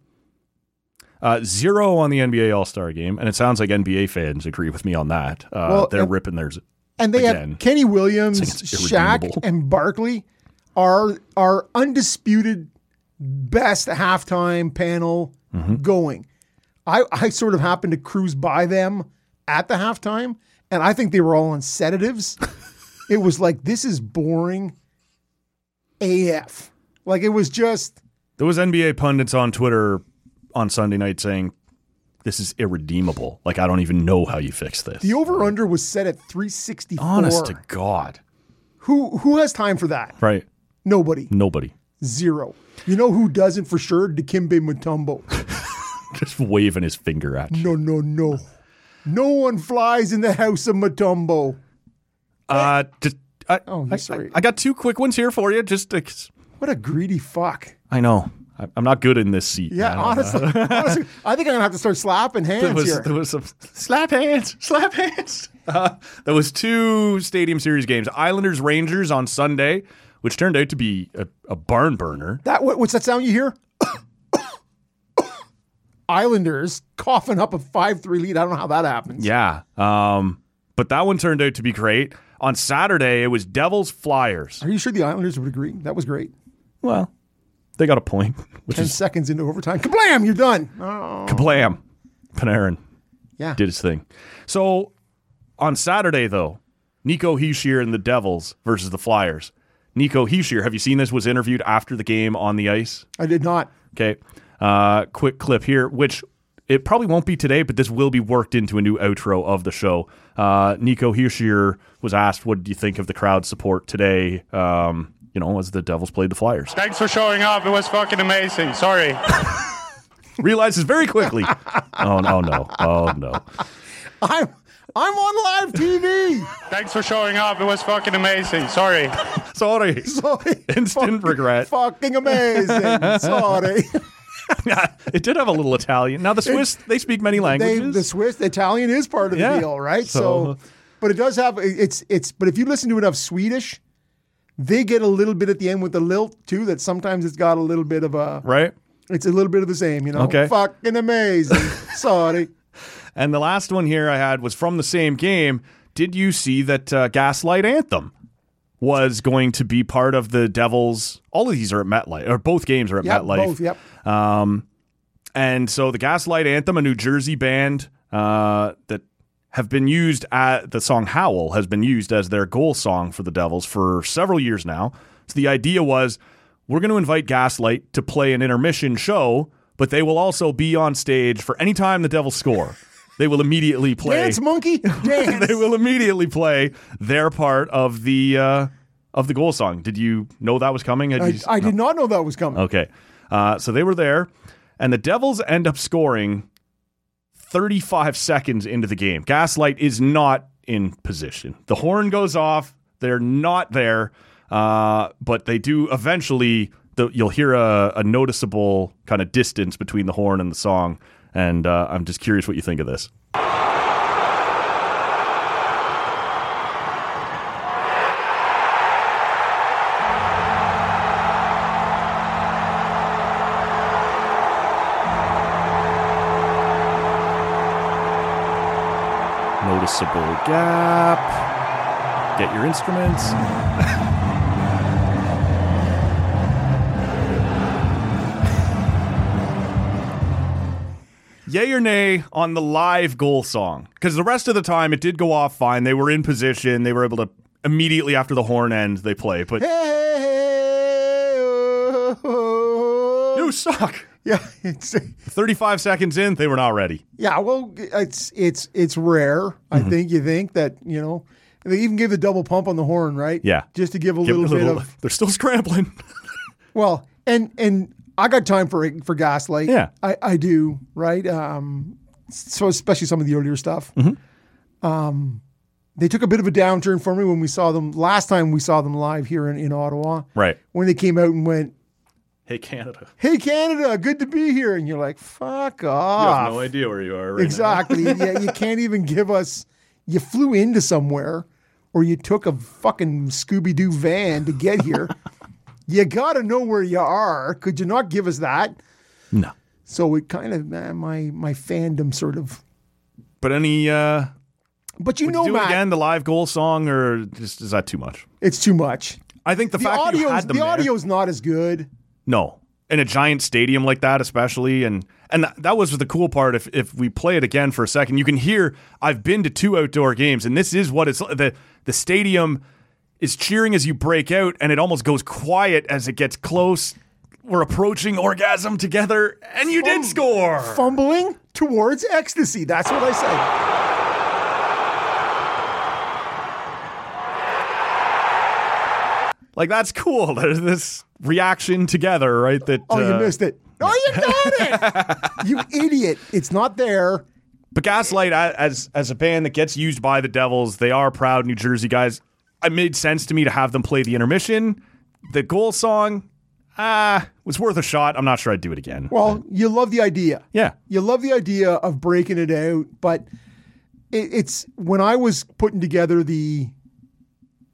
Speaker 2: Uh, zero on the NBA All Star game, and it sounds like NBA fans agree with me on that. Uh,
Speaker 1: Well,
Speaker 2: they're
Speaker 1: and-
Speaker 2: ripping theirs.
Speaker 1: And they
Speaker 2: Again.
Speaker 1: have Kenny Williams,
Speaker 2: It's like it's
Speaker 1: Shaq,
Speaker 2: irredeemable.
Speaker 1: and Barkley are are undisputed best halftime panel
Speaker 2: Mm-hmm.
Speaker 1: going. I, I sort of happened to cruise by them at the halftime, and I think they were all on sedatives. it was like this is boring AF. Like it was just
Speaker 2: There was NBA pundits on Twitter on Sunday night saying, "This is irredeemable. Like I don't even know how you fix this."
Speaker 1: the over under was set at 364.
Speaker 2: Honest to God,
Speaker 1: Who who has time for that?
Speaker 2: right?
Speaker 1: Nobody.
Speaker 2: Nobody.
Speaker 1: Zero. You know who doesn't for sure? Dikembe Mutombo.
Speaker 2: Just waving his finger at you.
Speaker 1: No, no, no. No one flies in the house of Matumbo.
Speaker 2: Uh, just, I,
Speaker 1: Oh,
Speaker 2: I,
Speaker 1: sorry.
Speaker 2: I, I got two quick ones here for you. Just, to,
Speaker 1: What a greedy fuck.
Speaker 2: I know I, I'm not good in this seat.
Speaker 1: Yeah,
Speaker 2: man.
Speaker 1: honestly, honestly, I think I'm gonna have to start slapping
Speaker 2: there
Speaker 1: hands
Speaker 2: was
Speaker 1: here.
Speaker 2: there was some slap hands, slap hands. Uh, there was two Stadium Series games: Islanders Rangers on Sunday, which turned out to be a, a barn burner.
Speaker 1: that what, what's that sound you hear? Islanders coughing up a five-three lead. I don't know how that happens.
Speaker 2: Yeah, um, but that one turned out to be great. On Saturday, it was Devils Flyers.
Speaker 1: Are you sure the Islanders would agree? That was great.
Speaker 2: Well, they got a point, which
Speaker 1: Ten
Speaker 2: is
Speaker 1: seconds into overtime, kablam! You're done. Oh.
Speaker 2: kablam. Panarin
Speaker 1: Yeah.
Speaker 2: did his thing. So on Saturday, though, Nico Heishier and the Devils versus the Flyers. Nico Heishier, have you seen this? Was interviewed after the game on the ice.
Speaker 1: I did not.
Speaker 2: Okay. Uh, quick clip here, which it probably won't be today, but this will be worked into a new outro of the show. Uh, Nico Hershier was asked, "What do you think of the crowd support today?" Um, you know, as the Devils played the Flyers,
Speaker 9: Thanks for showing up. It was fucking amazing. Sorry.
Speaker 2: realizes very quickly. oh, no, no, oh no.
Speaker 1: I'm I'm on live TV.
Speaker 9: Thanks for showing up. It was fucking amazing. Sorry.
Speaker 2: Sorry,
Speaker 1: Sorry.
Speaker 2: instant regret.
Speaker 1: Fucking amazing. Sorry.
Speaker 2: it did have a little Italian. Now the Swiss, they speak many
Speaker 1: they,
Speaker 2: languages.
Speaker 1: the Swiss the Italian is part of
Speaker 2: Yeah.
Speaker 1: the deal, right?
Speaker 2: So-
Speaker 1: So, but it does have it's it's. But if you listen to enough Swedish, they get a little bit at the end with the lilt too. That sometimes it's got a little bit of a
Speaker 2: right.
Speaker 1: it's a little bit of the same, you know.
Speaker 2: Okay.
Speaker 1: fucking amazing. Sorry,
Speaker 2: And the last one here I had was from the same game. Did you see that uh, Gaslight Anthem was going to be part of the Devils? All of these are at MetLife, or both games are at
Speaker 1: yep,
Speaker 2: MetLife.
Speaker 1: both, yep.
Speaker 2: And so the Gaslight Anthem, a New Jersey band uh, that have been used at the song Howl has been used as their goal song for the Devils for several years now. So the idea was we're going to invite Gaslight to play an intermission show, but they will also be on stage for any time the Devils score. They will immediately play
Speaker 1: Dance monkey, dance.
Speaker 2: they will immediately play their part of the uh, of the goal song. Did you know that was coming? Had you
Speaker 1: I,
Speaker 2: s-
Speaker 1: I did not know that was coming.
Speaker 2: Okay, uh, so they were there, and the Devils end up scoring 35 seconds into the game. Gaslight is not in position. The horn goes off. They're not there, uh, but they do eventually. The, you'll hear a, a noticeable kind of distance between the horn and the song, and uh, I'm just curious what you think of this. noticeable gap. Get your instruments. Yay or nay on the live goal song? Because the rest of the time it did go off fine. They were in position. They were able to immediately after the horn end they play. But
Speaker 1: Hey, oh, oh, oh.
Speaker 2: you suck.
Speaker 1: Yeah, it's
Speaker 2: Thirty-five seconds in, they were not ready.
Speaker 1: yeah. Well, it's it's it's rare. I
Speaker 2: Mm-hmm.
Speaker 1: think you think that you know. and They even give the double pump on the horn, right?
Speaker 2: Yeah.
Speaker 1: just to give a
Speaker 2: Give
Speaker 1: little
Speaker 2: it a
Speaker 1: bit
Speaker 2: little-
Speaker 1: of
Speaker 2: they're still scrambling.
Speaker 1: well, and and I got time for for Gaslight.
Speaker 2: Yeah.
Speaker 1: I I do right. Um, so especially some of the earlier stuff. Um,
Speaker 2: Mm-hmm.
Speaker 1: they took a bit of a downturn for me when we saw them last time. We saw them live here in in Ottawa.
Speaker 2: Right.
Speaker 1: when they came out and went,
Speaker 2: Hey Canada,
Speaker 1: "Hey Canada, good to be here," and you're like, "Fuck
Speaker 2: you
Speaker 1: off."
Speaker 2: have no idea where you are. Right
Speaker 1: Exactly. yeah, you can't even give us. You flew into somewhere, or you took a fucking Scooby Doo van to get here. you gotta know where you are. Could you not give us that?
Speaker 2: No.
Speaker 1: So it kind of uh, my my fandom sort of.
Speaker 2: But any, uh,
Speaker 1: But you
Speaker 2: would
Speaker 1: know,
Speaker 2: you do it
Speaker 1: Matt,
Speaker 2: again the live goal song, or just is that too much?
Speaker 1: it's too much.
Speaker 2: I think the,
Speaker 1: The
Speaker 2: fact that you
Speaker 1: audio's
Speaker 2: had them
Speaker 1: the
Speaker 2: there-
Speaker 1: audio's not as good.
Speaker 2: No. In a giant stadium like that, especially, and and th- that was the cool part. If if we play it again for a second, you can hear. I've been to two outdoor games, and this is what it's the the stadium is cheering as you break out, and it almost goes quiet as it gets close. We're approaching orgasm together, and you did score.
Speaker 1: Fumbling towards ecstasy. That's what I say.
Speaker 2: Like that's cool. There's this reaction together, right? That
Speaker 1: Oh, you
Speaker 2: uh,
Speaker 1: missed it. No, you got it. you idiot. It's not there.
Speaker 2: But Gaslight, a- as as a band that gets used by the Devils, they are proud New Jersey guys. It made sense to me to have them play the intermission, the goal song. Ah, was worth a shot. I'm not sure I'd do it again.
Speaker 1: Well, you love the idea.
Speaker 2: yeah,
Speaker 1: you love the idea of breaking it out, but it, it's when I was putting together the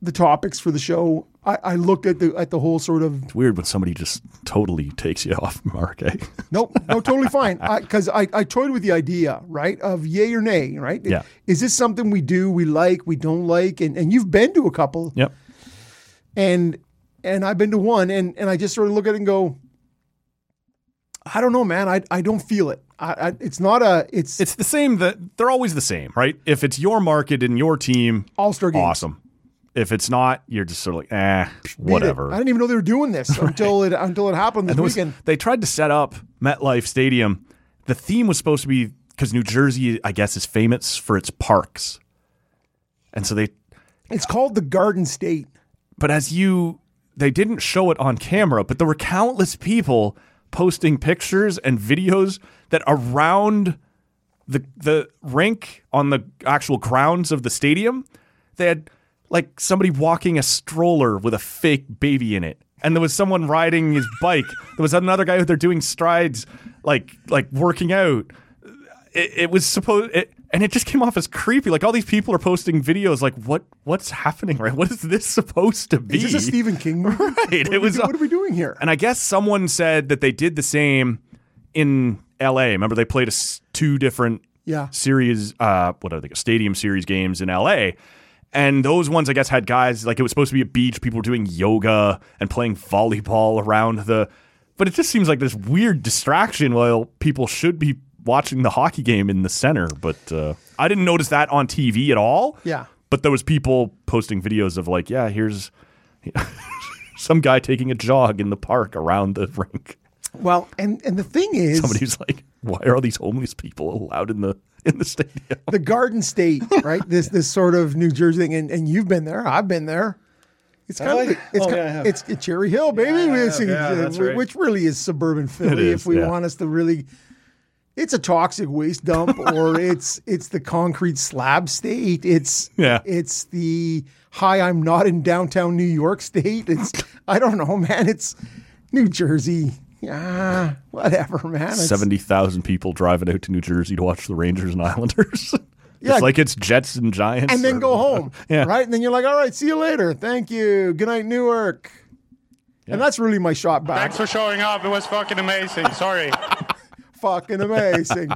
Speaker 1: the topics for the show, I, I looked at the at the whole sort of
Speaker 2: it's weird when somebody just totally takes you off mark. Eh?
Speaker 1: nope, no, totally fine, because I, I, toyed with the idea right of yay or nay, right?
Speaker 2: Yeah.
Speaker 1: is this something we do, we like, we don't like, and and you've been to a couple,
Speaker 2: Yep.
Speaker 1: and and I've been to one, and and I just sort of look at it and go, I don't know, man, I I don't feel it. I, I it's not a it's
Speaker 2: It's the same. That they're always the same, right? If it's your market and your team,
Speaker 1: all star game.
Speaker 2: awesome. If it's not, you're just sort of like, eh,
Speaker 1: beat it.
Speaker 2: whatever.
Speaker 1: I didn't even know they were doing this until it until it happened this
Speaker 2: There was-
Speaker 1: weekend.
Speaker 2: they tried to set up MetLife Stadium. The theme was supposed to be because New Jersey, I guess, is famous for its parks, and so they.
Speaker 1: It's called the Garden State.
Speaker 2: But as you, they didn't show it on camera, but there were countless people posting pictures and videos that around the the rink on the actual grounds of the stadium, they had like somebody walking a stroller with a fake baby in it. And there was someone riding his bike. There was another guy out there doing strides, like like working out. It, it was supposed, it, and it just came off as creepy. Like all these people are posting videos. Like what what's happening? Right? What is this supposed to be?
Speaker 1: Is this a Stephen King movie?
Speaker 2: Right.
Speaker 1: What, are
Speaker 2: It was.
Speaker 1: we, what are we doing here?
Speaker 2: And I guess someone said that they did the same in L.A. Remember they played a s- two different
Speaker 1: Yeah.
Speaker 2: series, uh, what are they? Stadium series games in LA. And those ones, I guess, had guys like it was supposed to be a beach. People were doing yoga and playing volleyball around the. But it just seems like this weird distraction while people should be watching the hockey game in the center. But uh, I didn't notice that on TV at all.
Speaker 1: Yeah.
Speaker 2: But there was people posting videos of like, yeah, here's some guy taking a jog in the park around the rink.
Speaker 1: Well, and and the thing is,
Speaker 2: Somebody who's like, why are all these homeless people allowed in the in the stadium?
Speaker 1: the Garden State, right? this this sort of New Jersey thing, and, and you've been there. I've been there. It's kind of it's
Speaker 2: Oh,
Speaker 1: kind, it's it's Cherry Hill, baby. It's- it's- uh, Which really is suburban Philly.
Speaker 2: is,
Speaker 1: if we
Speaker 2: yeah.
Speaker 1: want us to really, it's a toxic waste dump, or it's it's the concrete slab state. It's
Speaker 2: Yeah.
Speaker 1: It's the hi, I'm not in downtown New York state. It's I don't know, man. It's New Jersey. Yeah, whatever, man. It's-
Speaker 2: seventy thousand people driving out to New Jersey to watch the Rangers and Islanders.
Speaker 1: Yeah.
Speaker 2: It's like it's Jets and Giants,
Speaker 1: and then
Speaker 2: or-
Speaker 1: go home.
Speaker 2: Yeah.
Speaker 1: Right? And then you're like, all right, see you later. Thank you. Good night, Newark. And that's really my shot back.
Speaker 9: Thanks for showing up. It was fucking amazing. Sorry.
Speaker 1: Fucking amazing.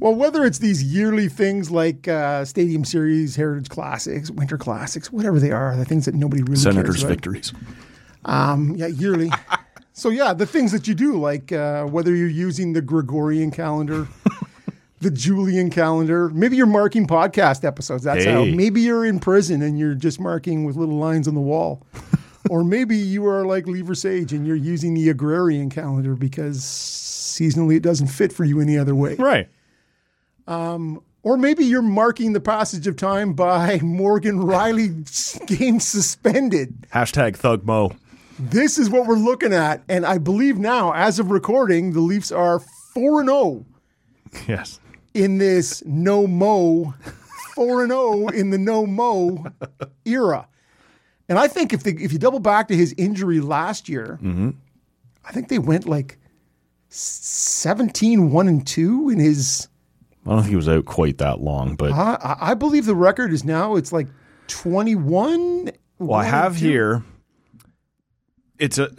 Speaker 1: well, whether it's these yearly things like uh, Stadium Series, Heritage Classics, Winter Classics, whatever they are, the things that nobody really
Speaker 2: Senators
Speaker 1: cares about.
Speaker 2: victories.
Speaker 1: Um, yeah, yearly. so yeah, the things that you do, like uh, whether you're using the Gregorian calendar, the Julian calendar. Maybe you're marking podcast episodes. That's how.
Speaker 2: Hey.
Speaker 1: Maybe you're in prison and you're just marking with little lines on the wall. or maybe you are like Lever Sage and you're using the agrarian calendar because seasonally it doesn't fit for you any other way.
Speaker 2: Right.
Speaker 1: Or maybe you're marking the passage of time by Morgan Riley game suspended.
Speaker 2: Hashtag Thug Mo.
Speaker 1: This is what we're looking at. And I believe now, as of recording, the Leafs are 4 0
Speaker 2: Yes.
Speaker 1: in this no mo, 4 0 in the no mo era. And I think if, the, if you double back to his injury last year,
Speaker 2: Mm-hmm.
Speaker 1: I think they went like 17 1 and 2 in his.
Speaker 10: I don't think he was out quite that long, but
Speaker 1: I, I- I believe the record is now, it's like 21.
Speaker 2: Well, I have here. It's a.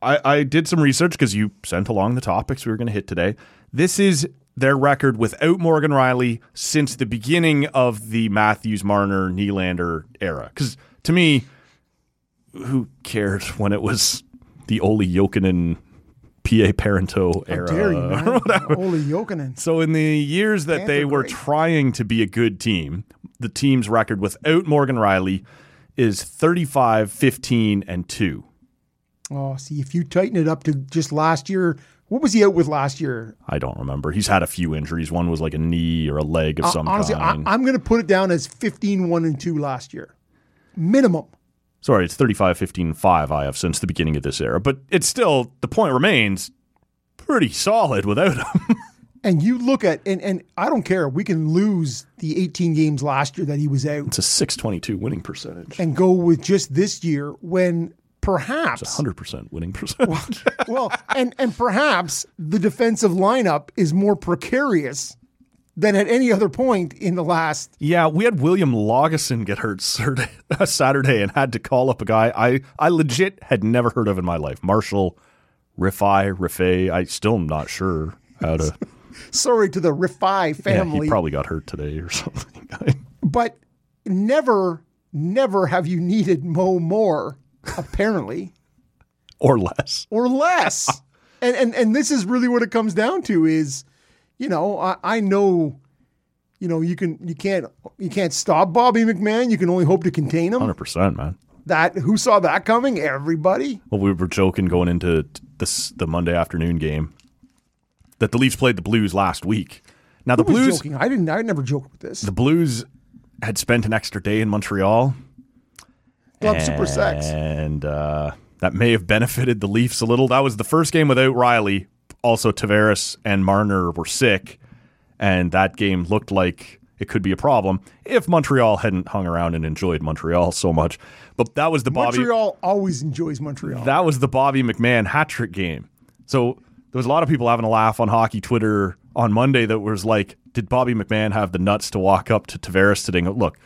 Speaker 2: I I did some research because you sent along the topics we were going to hit today. This is their record without Morgan Riley since the beginning of the Matthews, Marner, Nylander era. Because to me, who cared when it was the Ole Jokinen, PA Parento
Speaker 1: How
Speaker 2: era?
Speaker 1: dare you, man? Ole Jokinen.
Speaker 2: So in the years that
Speaker 1: Fans
Speaker 2: they
Speaker 1: are
Speaker 2: were
Speaker 1: great.
Speaker 2: trying to be a good team, the team's record without Morgan Riley is 35, 15 and 2.
Speaker 1: Oh, see, if you tighten it up to just last year, what was he out with last year?
Speaker 2: I don't remember. He's had a few injuries. One was like a knee or a leg of
Speaker 1: Uh,
Speaker 2: some
Speaker 1: honestly, I,
Speaker 2: kind.
Speaker 1: I'm going to put it down as 15 1 and 2 last year. Minimum.
Speaker 2: Sorry, it's 35, 15 5 I have since the beginning of this era, but it's still the point remains pretty solid without him.
Speaker 1: And you look at, and, and I don't care, we can lose the 18 games last year that he was out
Speaker 2: it's a 622 winning percentage.
Speaker 1: and go with just this year when perhaps,
Speaker 2: 100% winning percentage.
Speaker 1: well, and, and perhaps the defensive lineup is more precarious than at any other point in the last
Speaker 2: Yeah, we had William Loggison get hurt Saturday, Saturday and had to call up a guy I, I legit had never heard of in my life. Marshall Riffy, Riffey. I still am not sure how to.
Speaker 1: sorry to the Rifi
Speaker 2: Yeah,
Speaker 1: family.
Speaker 2: he probably got hurt today or something.
Speaker 1: but never, never have you needed Mo more, apparently,
Speaker 2: or less.
Speaker 1: or less. And, and and this is really what it comes down to is, you know, I, I know, you know, you can you can't you can't stop Bobby McMahon. You can only hope to contain him.
Speaker 2: 100%, man.
Speaker 1: That who saw that coming? Everybody.
Speaker 2: Well, we were joking going into t- this the Monday afternoon game that the Leafs played the Blues last week. Now, the
Speaker 1: I was
Speaker 2: Blues,
Speaker 1: joking. I didn't. I never joked with this.
Speaker 2: the Blues had spent an extra day in Montreal.
Speaker 1: Club Super Sex.
Speaker 2: And uh, that may have benefited the Leafs a little. That was the first game without Riley. Also, Tavares and Marner were sick, and that game looked like it could be a problem if Montreal hadn't hung around and enjoyed Montreal so much. But that was the Bobby.
Speaker 1: Montreal always enjoys Montreal.
Speaker 2: That was the Bobby McMahon hat trick game. So there was a lot of people having a laugh on hockey Twitter on Monday that was like, did Bobby McMahon have the nuts to walk up to Tavares today? and go, Look,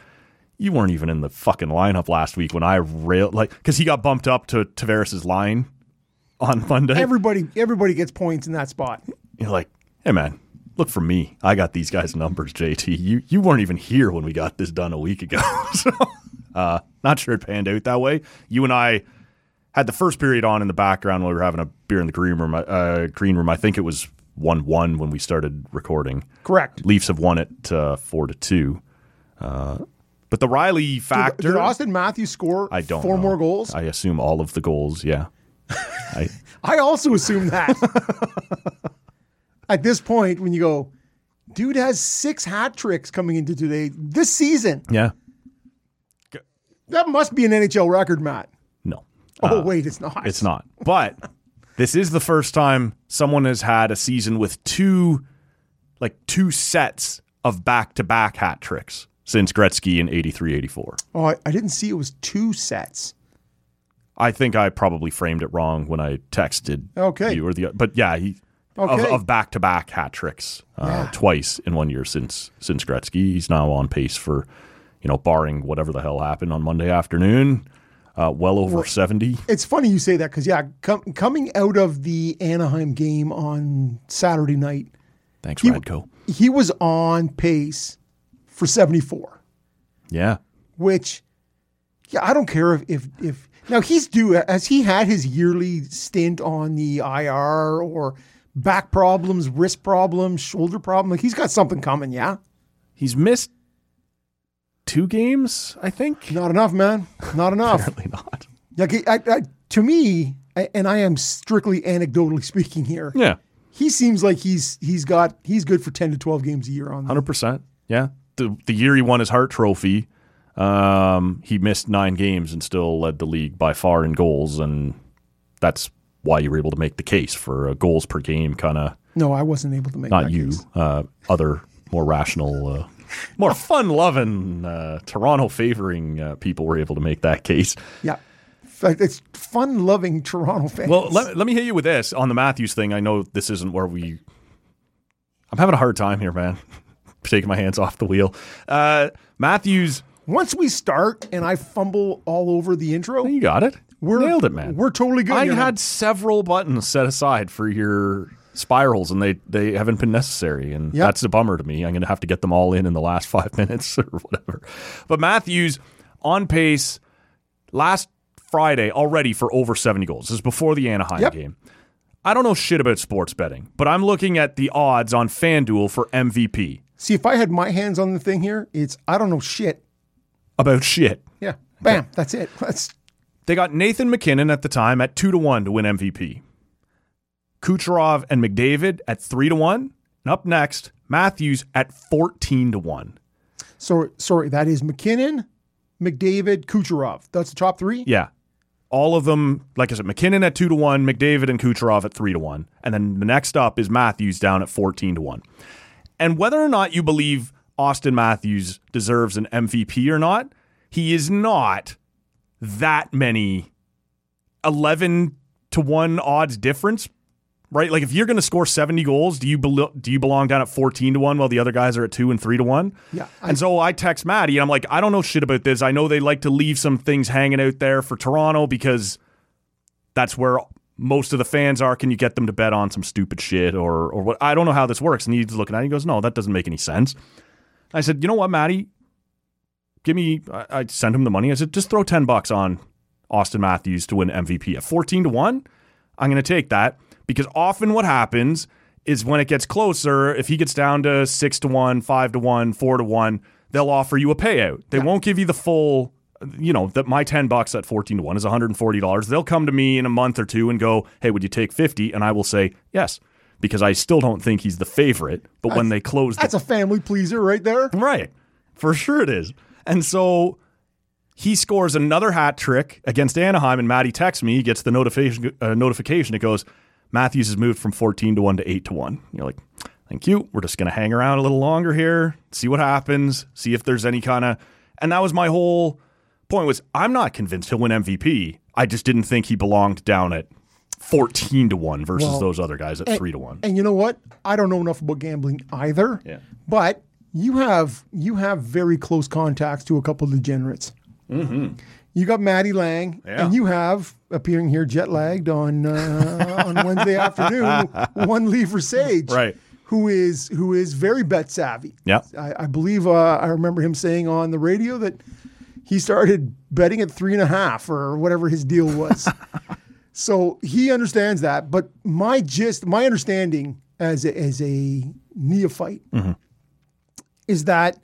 Speaker 2: you weren't even in the fucking lineup last week when I railed, like, because he got bumped up to Tavares's line on Monday.
Speaker 1: everybody, everybody gets points in that spot.
Speaker 2: You're like, hey, man, look for me. I got these guys' numbers, JT. You, you weren't even here when we got this done a week ago. so, uh, not sure it panned out that way. You and I had the first period on in the background while we were having a beer in the green room. Uh, green room. I think it was 1 1 when we started recording.
Speaker 1: Correct.
Speaker 2: Leafs have won it uh, 4 to 2. Uh, but the Riley
Speaker 1: Did,
Speaker 2: factor.
Speaker 1: did Austin Matthews score
Speaker 2: I don't
Speaker 1: four
Speaker 2: know.
Speaker 1: more goals?
Speaker 2: I assume all of the goals, yeah. I,
Speaker 1: I also assume that. At this point, when you go, dude has six hat tricks coming into today this season.
Speaker 2: yeah.
Speaker 1: That must be an NHL record, Matt.
Speaker 2: No.
Speaker 1: Oh wait, it's not.
Speaker 2: It's not. But this is the first time someone has had a season with two, like two sets of back to back hat tricks since Gretzky in 83 84.
Speaker 1: Oh, I, I didn't see it was two sets.
Speaker 2: I think I probably framed it wrong when I texted
Speaker 1: Okay.
Speaker 2: you or the but yeah he
Speaker 1: Okay.
Speaker 2: of back to back hat tricks uh, twice in one year since since Gretzky he's now on pace for you know barring whatever the hell happened on Monday afternoon uh, well over seventy
Speaker 1: It's funny you say that because yeah, com- coming out of the Anaheim game on Saturday night,
Speaker 2: thanks
Speaker 1: he-
Speaker 2: Radko
Speaker 1: he was on pace for seventy four.
Speaker 2: yeah
Speaker 1: which yeah i don't care if if, if now he's due has he had his yearly stint on the ir or back problems, wrist problems, shoulder problem. Like he's got something coming, yeah.
Speaker 2: He's missed two games, I think.
Speaker 1: Not enough, man. Not enough. Apparently
Speaker 2: not.
Speaker 1: Like I, I, to me, I, and I am strictly anecdotally speaking here.
Speaker 2: Yeah.
Speaker 1: He seems like he's he's got he's good for ten to twelve games a year on.
Speaker 2: Hundred percent. Yeah. The the year he won his Hart Trophy, um, he missed nine games and still led the league by far in goals, and that's why you were able to make the case for a goals per game kind of.
Speaker 1: No, I wasn't able to make.
Speaker 2: Not
Speaker 1: that
Speaker 2: you.
Speaker 1: case.
Speaker 2: Uh, other more rational, uh, more fun loving, uh, Toronto favoring uh, people were able to make that case.
Speaker 1: Yeah. In fact, it's fun loving Toronto fans.
Speaker 2: Well, let, let me hit you with this on the Matthews thing. I know this isn't where we. I'm having a hard time here, man. Taking my hands off the wheel. Uh, Matthews,
Speaker 1: once we start and I fumble all over the intro,
Speaker 2: you got it.
Speaker 1: We're-
Speaker 2: Nailed it, man.
Speaker 1: we're totally good.
Speaker 2: I
Speaker 1: You're
Speaker 2: had several buttons set aside for your spirals, and they, they haven't been necessary, and
Speaker 1: Yep.
Speaker 2: that's a bummer to me. I'm going to have to get them all in in the last five minutes or whatever. But Matthews on pace last Friday already for over 70 goals. This is before the Anaheim
Speaker 1: Yep.
Speaker 2: game. I don't know shit about sports betting, but I'm looking at the odds on FanDuel for MVP
Speaker 1: See, if I had my hands on the thing here, it's I don't know shit.
Speaker 2: about shit.
Speaker 1: Yeah. Bam. That's it. That's
Speaker 2: They got Nathan McKinnon at the time at two to one to win MVP. Kucherov and McDavid at three to one, and up next Matthews at fourteen to one.
Speaker 1: sorry. Sorry, that is McKinnon, McDavid, Kucherov. That's the top three.
Speaker 2: Yeah, all of them. Like I said, McKinnon at two to one, McDavid and Kucherov at three to one, and then the next up is Matthews down at fourteen to one. And whether or not you believe Austin Matthews deserves an MVP or not, he is not that many 11 to 1 odds difference, right? Like if you're going to score 70 goals, do you bel- do you belong down at 14 to 1 while the other guys are at 2 and 3 to 1?
Speaker 1: Yeah, I-
Speaker 2: and so I text Maddie and I'm like, "I don't know shit about this. I know they like to leave some things hanging out there for Toronto because that's where most of the fans are. Can you get them to bet on some stupid shit or or what? I don't know how this works. And he's looking at it. He goes, no, that doesn't make any sense. I said, you know what, Matty? Give me. I, I sent him the money. I said, just throw ten bucks on Austin Matthews to win MVP at fourteen to one. I'm going to take that because often what happens is when it gets closer, if he gets down to six to one, five to one, four to one, they'll offer you a payout. They won't give you the full, you know, that my 10 bucks at 14 to one is $140. They'll come to me in a month or two and go, hey, would you take 50? And I will say, yes, because I still don't think he's the favorite. But when they close the
Speaker 1: That's a family pleaser right there.
Speaker 2: Right. For sure it is. And so he scores another hat trick against Anaheim, and Matty texts me. He gets the notification. Uh, notification. It goes, Matthews has moved from 14 to 1 to 8 to 1. And You're like, thank you. We're just going to hang around a little longer here, see what happens, see if there's any kind of. And that was my whole point was I'm not convinced he'll win MVP. I just didn't think he belonged down at 14 to 1 versus
Speaker 1: Well,
Speaker 2: those other guys at 3 to 1.
Speaker 1: And you know what? I don't know enough about gambling either.
Speaker 2: Yeah.
Speaker 1: But you have you have very close contacts to a couple degenerates. Mm-hmm. You got Maddie Lang,
Speaker 2: Yeah.
Speaker 1: and you have appearing here jet lagged on uh, on Wednesday afternoon. One Lever Sage,
Speaker 2: Right.
Speaker 1: Who is who is very bet savvy.
Speaker 2: Yeah.
Speaker 1: I, I believe uh, I remember him saying on the radio that he started betting at three and a half or whatever his deal was. so he understands that. But my gist, my understanding as a, as a neophyte is that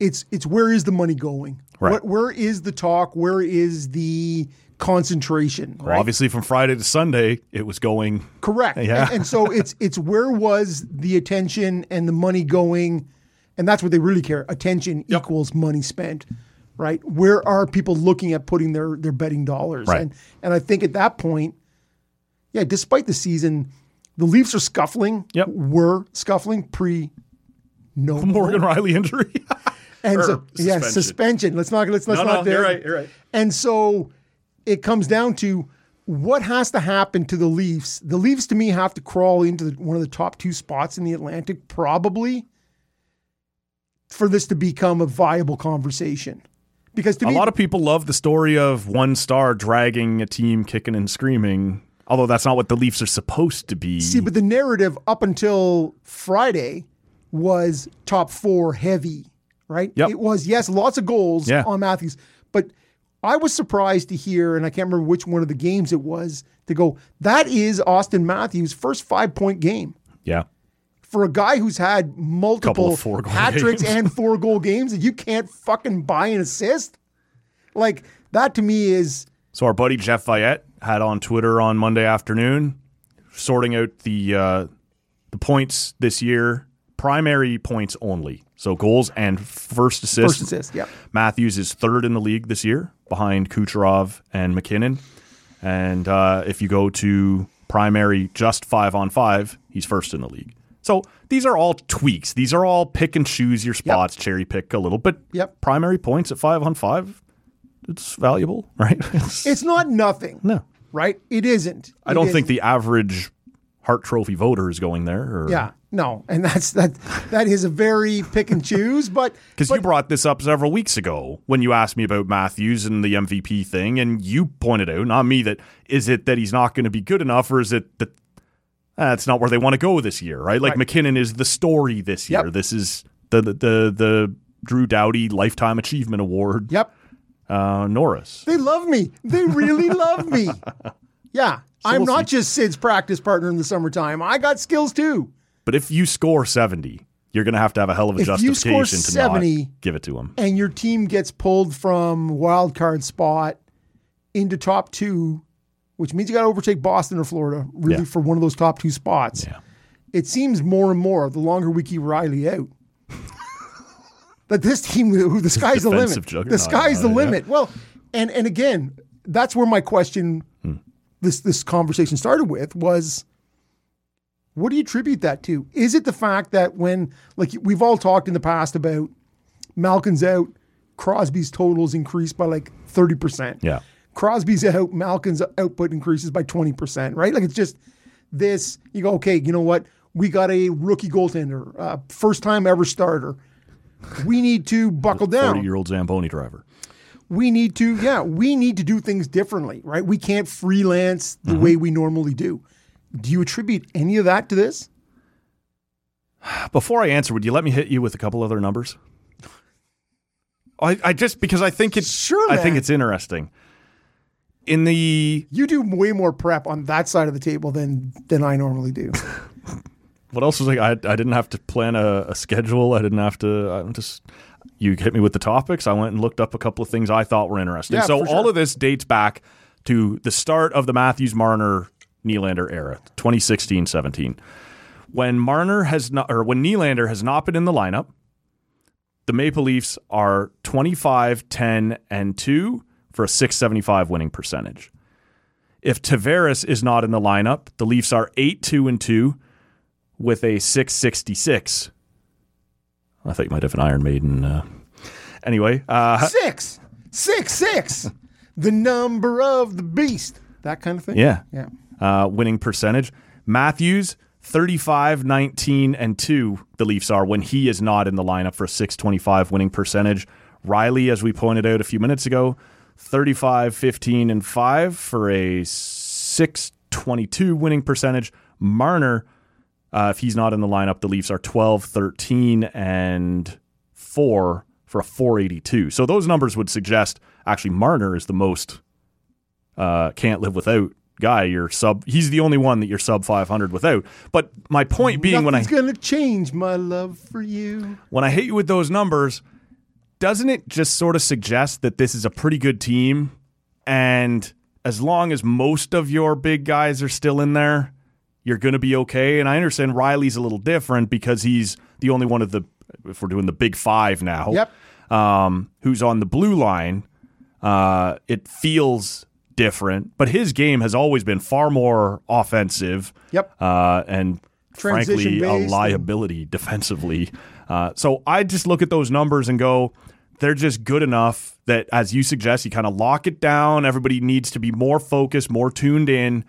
Speaker 1: it's it's where is the money going?
Speaker 2: Right.
Speaker 1: What, where is the talk? Where is the concentration?
Speaker 2: Well, obviously, from Friday to Sunday, it was going
Speaker 1: Correct.
Speaker 2: Yeah.
Speaker 1: And, and so it's it's where was the attention and the money going, and that's what they really care. Attention equals money spent, right? Where are people looking at putting their their betting dollars?
Speaker 2: Right.
Speaker 1: And and I think at that point, yeah, despite the season, the Leafs are scuffling.
Speaker 2: Yep.
Speaker 1: Were scuffling pre no
Speaker 2: Morgan Riley injury.
Speaker 1: and so
Speaker 2: Or
Speaker 1: yeah,
Speaker 2: suspension.
Speaker 1: suspension. Let's not let's let's
Speaker 2: No, no,
Speaker 1: not
Speaker 2: you're
Speaker 1: there.
Speaker 2: right, you're right.
Speaker 1: And so it comes down to what has to happen to the Leafs. The Leafs to me have to crawl into the, one of the top two spots in the Atlantic, probably, for this to become a viable conversation. Because to
Speaker 2: a
Speaker 1: me,
Speaker 2: lot of people love the story of one star dragging a team kicking and screaming, although that's not what the Leafs are supposed to be.
Speaker 1: see, but the narrative up until Friday was top four heavy, right?
Speaker 2: Yep.
Speaker 1: It was yes, lots of goals
Speaker 2: Yeah.
Speaker 1: on Matthews, but I was surprised to hear, and I can't remember which one of the games it was, to go, that is Austin Matthews' first five point game.
Speaker 10: Yeah.
Speaker 1: For a guy who's had multiple
Speaker 2: of four-goal
Speaker 1: hat tricks
Speaker 2: games.
Speaker 1: and four goal games, that you can't fucking buy an assist. Like, that to me is
Speaker 2: So our buddy Jeff Fayette had on Twitter on Monday afternoon, sorting out the uh, the points this year, primary points only. So goals and first assists.
Speaker 1: first assist. Yeah.
Speaker 2: Matthews is third in the league this year, behind Kucherov and McKinnon. And uh, if you go to primary just five on five, he's first in the league. So these are all tweaks. These are all pick and choose your spots, cherry pick a little. But
Speaker 1: Yep.
Speaker 2: primary points at five on five, it's valuable, right?
Speaker 1: It's not nothing,
Speaker 2: no.
Speaker 1: right? It isn't.
Speaker 2: I don't think the average Hart Trophy voter is going there. Or,
Speaker 1: Yeah. No, and that's that. That is a very pick and choose, but
Speaker 2: Because you brought this up several weeks ago when you asked me about Matthews and the MVP thing, and you pointed out, not me, that is it that he's not going to be good enough, or is it that that's not where they want to go this year, right? Like
Speaker 1: Right.
Speaker 2: McKinnon is the story this year.
Speaker 1: Yep.
Speaker 2: This is the the the, the Drew Doughty Lifetime Achievement Award.
Speaker 1: yep,
Speaker 2: Uh, Norris.
Speaker 1: They love me. They really love me. Yeah. I'm
Speaker 2: we'll
Speaker 1: not just Sid's practice partner in the summertime. I got skills too.
Speaker 2: But if you score seventy, you're going to have to have a hell of a
Speaker 1: If you
Speaker 2: justification
Speaker 1: score
Speaker 2: to
Speaker 1: 70
Speaker 2: not give it to him.
Speaker 1: And your team gets pulled from wild card spot into top two, which means you got to overtake Boston or Florida really
Speaker 2: Yeah.
Speaker 1: for one of those top two spots.
Speaker 2: Yeah.
Speaker 1: It seems more and more the longer we keep Riley out. that this team, the sky's the
Speaker 2: Defensive
Speaker 1: limit. The
Speaker 2: juggernaut,
Speaker 1: sky's the
Speaker 2: yeah.
Speaker 1: limit. Well, and and again, that's where my question,
Speaker 2: Hmm.
Speaker 1: this this conversation started with was, what do you attribute that to? Is it the fact that when like we've all talked in the past about Malkin's out, Crosby's totals increased by like thirty percent.
Speaker 2: Yeah.
Speaker 1: Crosby's out, Malkin's output increases by 20%, right? Like it's just this, you go, okay, you know what? We got a rookie goaltender, uh, first time ever starter. We need to buckle
Speaker 2: Forty
Speaker 1: down.
Speaker 2: year old Zamboni driver.
Speaker 1: We need to, yeah, we need to do things differently, right? We can't freelance
Speaker 2: Mm-hmm.
Speaker 1: the way we normally do. Do you attribute any of that to this?
Speaker 2: Before I answer, would you let me hit you with a couple other numbers? I, I just because I think it's
Speaker 1: Sure,
Speaker 2: I think
Speaker 1: man.
Speaker 2: it's interesting. In the
Speaker 1: You do way more prep on that side of the table than than I normally do.
Speaker 2: what else was I? I, I didn't have to plan a, a schedule. I didn't have to. I'm just you hit me with the topics. I went and looked up a couple of things I thought were interesting.
Speaker 1: Yeah,
Speaker 2: so
Speaker 1: for sure.
Speaker 2: all of this dates back to the start of the Matthews Marner Nylander era, 2016-17, when Marner has not or when Nylander has not been in the lineup. The Maple Leafs are 25, 10, and 2 for a 675 winning percentage. If Tavares is not in the lineup, the Leafs are 8, 2, and 2 with a 666. I thought you might have an Iron Maiden. Uh... Anyway, uh,
Speaker 1: six, six, six, the number of the beast, that kind of thing.
Speaker 2: yeah,
Speaker 1: yeah.
Speaker 2: Uh, winning percentage. Matthews, 35, 19, and 2, the Leafs are when he is not in the lineup for a 625 winning percentage. Riley, as we pointed out a few minutes ago, 35, 15, and 5 for a 622 winning percentage. Marner, uh, if he's not in the lineup, the Leafs are 12, 13, and 4 for a 482. So those numbers would suggest actually Marner is the most uh, can't live without guy. You're sub. He's the only one that you're sub 500 without. But my point being, when I
Speaker 1: Nothing's gonna change my love for you.
Speaker 2: when I hit you with those numbers, doesn't it just sort of suggest that this is a pretty good team? And as long as most of your big guys are still in there, you're going to be okay. And I understand Riley's a little different because he's the only one of the, if we're doing the big five now,
Speaker 1: Yep.
Speaker 2: um, who's on the blue line. Uh, it feels different, but his game has always been far more offensive
Speaker 1: Yep.
Speaker 2: uh, and frankly a
Speaker 1: Transition-based
Speaker 2: liability defensively. Uh, so I just look at those numbers and go, they're just good enough that, as you suggest, you kind of lock it down. Everybody needs to be more focused, more tuned in,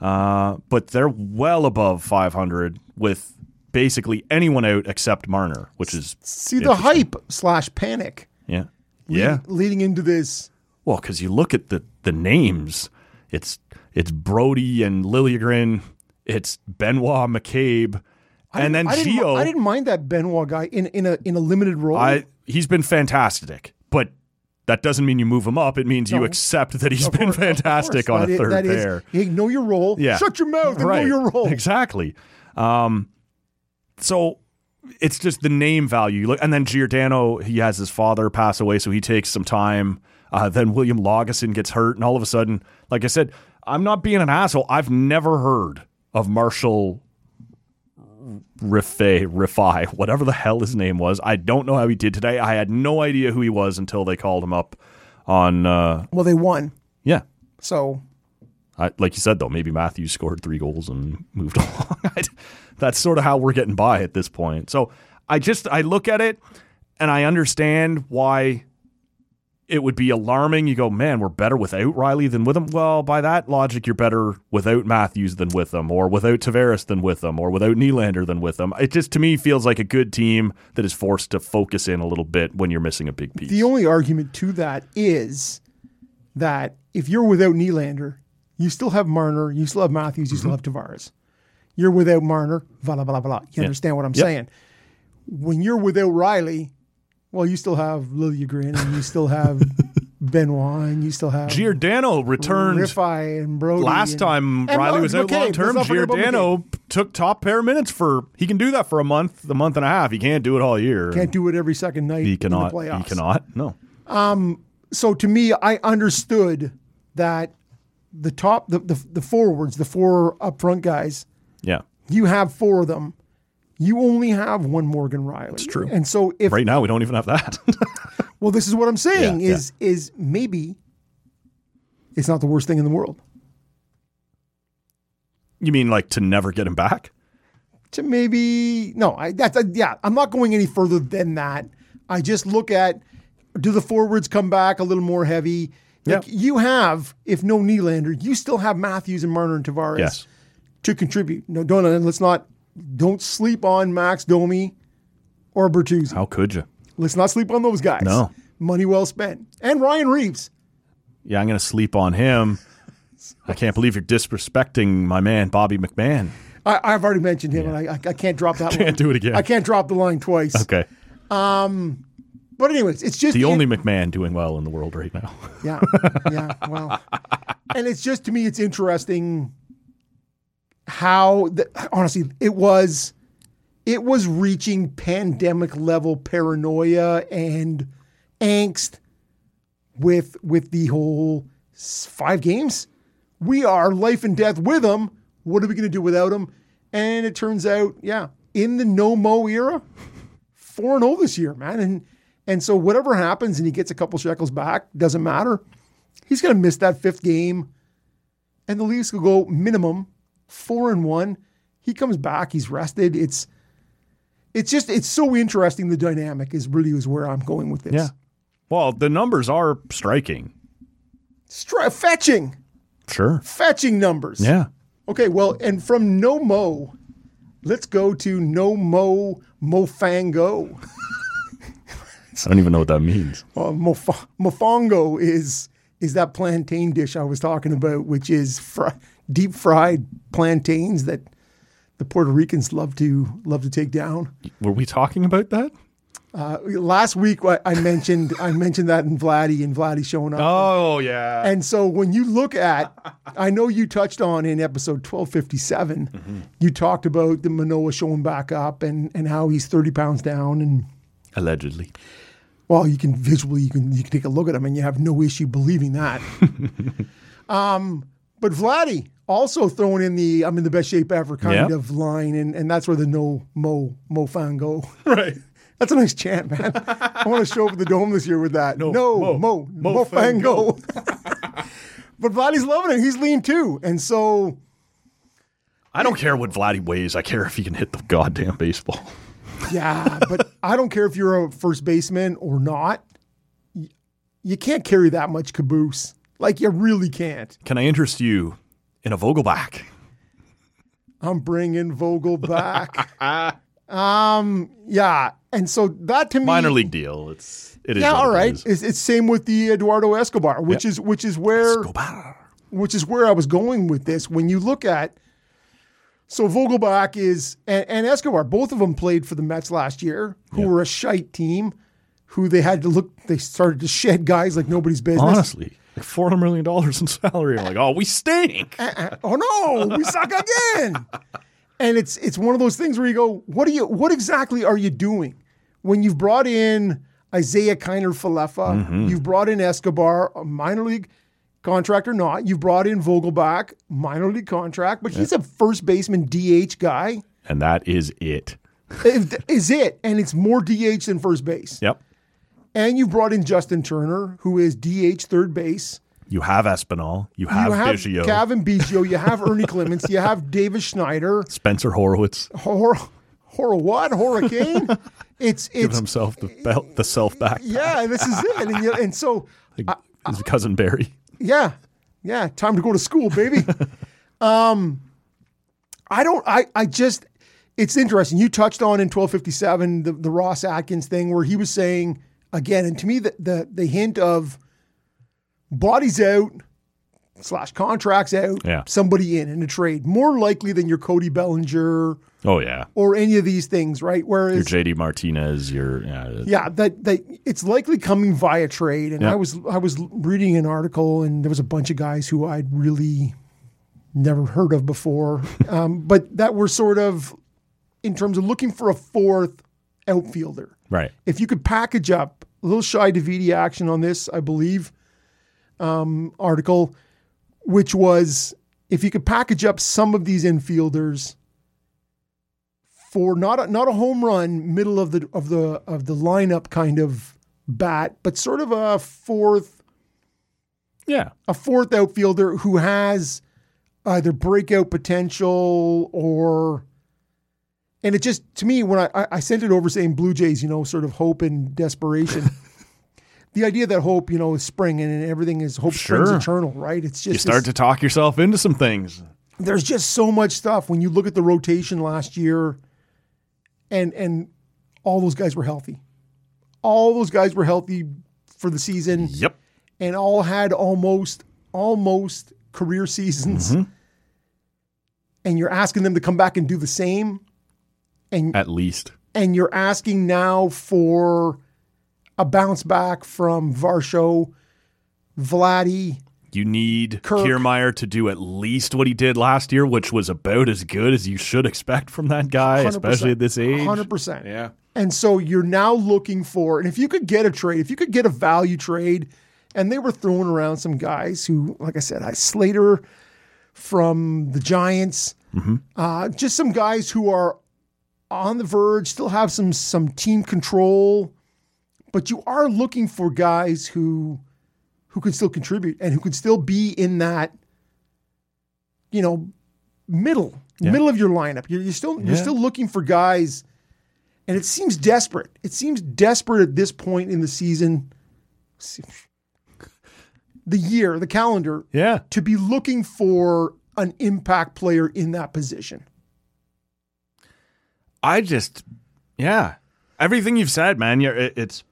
Speaker 2: uh, but they're well above 500 with basically anyone out except Marner, which is
Speaker 1: See the hype slash panic.
Speaker 2: yeah, yeah.
Speaker 1: Leading into this.
Speaker 2: Well, because you look at the the names, it's it's Brody and Lilligren, it's Benoit McCabe, and then
Speaker 1: I didn't, mi-
Speaker 2: Geo.
Speaker 1: I didn't mind that Benoit guy in, in a in a limited role.
Speaker 2: I he's been fantastic, but That doesn't mean you move him up. It means you
Speaker 1: No.
Speaker 2: accept that he's
Speaker 1: Of
Speaker 2: been
Speaker 1: course, of
Speaker 2: fantastic
Speaker 1: course.
Speaker 2: on a
Speaker 1: That i-
Speaker 2: third
Speaker 1: that is-
Speaker 2: pair.
Speaker 1: hey, know your role.
Speaker 2: Yeah.
Speaker 1: Shut your mouth and
Speaker 2: Right.
Speaker 1: know your role.
Speaker 2: Exactly. Um, so it's just the name value. You look- And then Giordano, he has his father pass away, so he takes some time. Uh, then William Loggison gets hurt, and all of a sudden, like I said, I'm not being an asshole. I've never heard of Marshall Riffey, Riffey, whatever the hell his name was. I don't know how he did today. I had no idea who he was until they called him up on, uh,
Speaker 1: Well, they won.
Speaker 2: yeah,
Speaker 1: So
Speaker 2: I, like you said, though, maybe Matthews scored three goals and moved along. I d- That's sort of how we're getting by at this point. So I just I look at it and I understand why it would be alarming. You go, man, we're better without Riley than with him. Well, by that logic, you're better without Matthews than with him, or without Tavares than with him, or without Nylander than with him. It just to me feels like a good team that is forced to focus in a little bit when you're missing a big piece.
Speaker 1: the only argument to that is that if you're without Nylander, you still have Marner, you still have Matthews, you still
Speaker 2: Mm-hmm.
Speaker 1: have Tavares. You're without Marner, blah blah blah blah. You understand what I'm
Speaker 2: Yep.
Speaker 1: saying? When you're without Riley, well, you still have Liljegren and you still have Benoit and you still have
Speaker 2: Giordano returned
Speaker 1: Riffey and Brody.
Speaker 2: Last
Speaker 1: and-
Speaker 2: time
Speaker 1: uh, and
Speaker 2: Riley
Speaker 1: Mark
Speaker 2: was out
Speaker 1: McCabe.
Speaker 2: long
Speaker 1: Let's
Speaker 2: term,
Speaker 1: not forget about
Speaker 2: Giordano
Speaker 1: McCabe.
Speaker 2: p- took top pair minutes for. He can do that for a month, the month and a half. He can't do it all year.
Speaker 1: can't do it every second night.
Speaker 2: he
Speaker 1: in the
Speaker 2: cannot. He
Speaker 1: playoffs.
Speaker 2: cannot. No.
Speaker 1: so to me, I understood that the top, the, the, the forwards, the four up front guys,
Speaker 2: Yeah.
Speaker 1: you have four of them. You only have one Morgan Riley. It's
Speaker 2: true.
Speaker 1: And so if
Speaker 2: Right now, we don't even have that.
Speaker 1: well, this is what I'm saying
Speaker 2: Yeah,
Speaker 1: is is maybe it's not the worst thing in the world.
Speaker 2: you mean like to never get him back?
Speaker 1: To maybe no, I that's uh, yeah. I'm not going any further than that. I just look at do the forwards come back a little more heavy. Like
Speaker 2: Yeah.
Speaker 1: you have, if no Nylander, you still have Matthews and Marner and Tavares.
Speaker 2: Yes.
Speaker 1: to contribute. No, don't and let's not don't sleep on Max Domi or Bertuzzi.
Speaker 2: How could you?
Speaker 1: Let's not sleep on those guys.
Speaker 2: No.
Speaker 1: Money well spent. And Ryan Reeves.
Speaker 2: Yeah, I'm going to sleep on him. I can't believe you're disrespecting my man Bobby McMahon.
Speaker 1: I, I've already mentioned him, and I, I, I can't drop that line.
Speaker 2: Can't do it again.
Speaker 1: I can't drop the line twice.
Speaker 2: Okay,
Speaker 1: But anyways, it's just
Speaker 2: the
Speaker 1: it-
Speaker 2: only McMahon doing well in the world right now.
Speaker 1: Yeah, yeah. Well, and it's just to me, it's interesting how the, honestly it was. It was reaching pandemic level paranoia and angst with with the whole s- five games. We are life and death with them. What are we going to do without them? And it turns out, yeah, in the no mo era, four and zero this year, man. And and so whatever happens, and he gets a couple shekels back, doesn't matter. He's going to miss that fifth game, and the Leafs will go minimum four and one. He comes back, he's rested. It's it's just it's so interesting. The dynamic is really is where I'm going with this.
Speaker 2: Yeah. Well, the numbers are striking.
Speaker 1: Stri- fetching,
Speaker 2: Sure.
Speaker 1: fetching numbers.
Speaker 2: Yeah.
Speaker 1: Okay, well, and from No Mo, let's go to No Mo Mofango.
Speaker 2: I don't even know what that means.
Speaker 1: Uh, mof- mofongo is is that plantain dish I was talking about, which is fr- deep fried plantains that the Puerto Ricans love to love to take down.
Speaker 2: Were we talking about that?
Speaker 1: Uh, last week I, I mentioned I mentioned that in Vladdy and Vladdy showing up.
Speaker 2: Oh yeah.
Speaker 1: And so when you look at, I know you touched on in episode 1257, you talked about the Manoa showing back up and, and how he's 30 pounds down. And
Speaker 2: Allegedly.
Speaker 1: well, you can visually, you can, you can take a look at him and you have no issue believing that. um, but Vladdy also throwing in the, I'm in the best shape ever kind
Speaker 2: Yeah.
Speaker 1: of line. And, and that's where the no mo, mo fango. Right. That's a nice chant, man. I want to show up at the dome this year with that. No,
Speaker 2: mo-
Speaker 1: mo, mo,
Speaker 2: mo
Speaker 1: fango. But Vladdy's loving it. He's lean too. And so
Speaker 2: I don't care what Vladdy weighs. I care if he can hit the goddamn baseball.
Speaker 1: yeah, but I don't care if you're a first baseman or not. y- You can't carry that much caboose. Like you really can't.
Speaker 2: Can I interest you in a Vogelback?
Speaker 1: I'm bringing Vogel back. um, yeah, and so that to me,
Speaker 2: Minor league deal. It's it is.
Speaker 1: Yeah,
Speaker 2: what
Speaker 1: all
Speaker 2: it
Speaker 1: right.
Speaker 2: is.
Speaker 1: It's, it's same with the Eduardo Escobar, which is which is where which is where I was going with this. When you look at so Vogelbach is and, and Escobar, both of them played for the Mets last year, who were a shite team. who they had to look, they started to shed guys like nobody's business.
Speaker 10: Honestly, like four hundred million dollars in salary. I'm like, oh, we stink.
Speaker 1: Uh-uh. Oh no, we suck again. And it's it's one of those things where you go, what are you? What exactly are you doing when you've brought in Isaiah Kiner Falefa?
Speaker 10: Mm-hmm.
Speaker 1: You've brought in Escobar, a minor league contract or not. You've brought in Vogelbach, minor league contract, but he's a first baseman DH guy.
Speaker 10: And that is it.
Speaker 1: If th- is it? And it's more DH than first base.
Speaker 10: Yep.
Speaker 1: And you brought in Justin Turner, who is DH third base.
Speaker 10: You have Espinal. You have,
Speaker 1: you have
Speaker 10: Biggio.
Speaker 1: Gavin Biggio. You have Ernie Clements. You have Davis Schneider.
Speaker 10: Spencer Horowitz
Speaker 1: Hor, hor what? Hurricane? it's
Speaker 10: giving
Speaker 1: it's
Speaker 10: himself the belt, the self back.
Speaker 1: yeah. uh, This is it. And, you, and so
Speaker 10: Like, his cousin Barry.
Speaker 1: yeah, yeah. Time to go to school, baby. um, I don't. I I just. It's interesting. You touched on in twelve fifty seven the the Ross Atkins thing where he was saying again, and to me the the, the hint of bodies out slash contracts out,
Speaker 10: Yeah.
Speaker 1: somebody in in a trade more likely than your Cody Bellinger
Speaker 10: Oh yeah,
Speaker 1: or any of these things, right?
Speaker 10: your
Speaker 1: Whereas
Speaker 10: JD Martinez. Your yeah,
Speaker 1: yeah, that that it's likely coming via trade. And
Speaker 10: Yeah.
Speaker 1: I was I was reading an article, and there was a bunch of guys who I'd really never heard of before, um, but that were sort of in terms of looking for a fourth outfielder.
Speaker 10: right.
Speaker 1: If you could package up a little shy Davidi action on this, I believe um, article, which was if you could package up some of these infielders for not a, not a home run, middle of the of the of the lineup kind of bat, but sort of a fourth
Speaker 10: Yeah,
Speaker 1: a fourth outfielder who has either breakout potential or and it just to me when I, I- I sent it over saying Blue Jays, you know, sort of hope and desperation. the idea that hope, you know, is spring and everything is hope
Speaker 10: Sure.
Speaker 1: springs eternal, right? It's just
Speaker 2: You start
Speaker 1: this-
Speaker 2: to talk yourself into some things.
Speaker 1: there's just so much stuff when you look at the rotation last year and and all those guys were healthy. All those guys were healthy for the season
Speaker 2: Yep.
Speaker 1: and all had almost almost career seasons and you're asking them to come back and do the same and
Speaker 10: at least.
Speaker 1: and you're asking now for a bounce back from Varsho, Vladdy,
Speaker 2: You need
Speaker 1: Kirk.
Speaker 2: Kiermaier to do at least what he did last year, which was about as good as you should expect from that guy,
Speaker 1: 100%,
Speaker 2: especially at this age.
Speaker 1: 100%.
Speaker 2: Yeah.
Speaker 1: And so you're now looking for, and if you could get a trade, if you could get a value trade, and they were throwing around some guys who, like I said, I Slater from the Giants, uh, just some guys who are on the verge, still have some some team control, but you are looking for guys who who can still contribute and who can still be in that, you know, middle middle of your lineup. You're, you're still you're still looking for guys and it seems desperate. It seems desperate at this point in the season, the year, the calendar,
Speaker 10: Yeah,
Speaker 1: to be looking for an impact player in that position.
Speaker 2: I just, yeah, everything you've said, man. You're, it, it's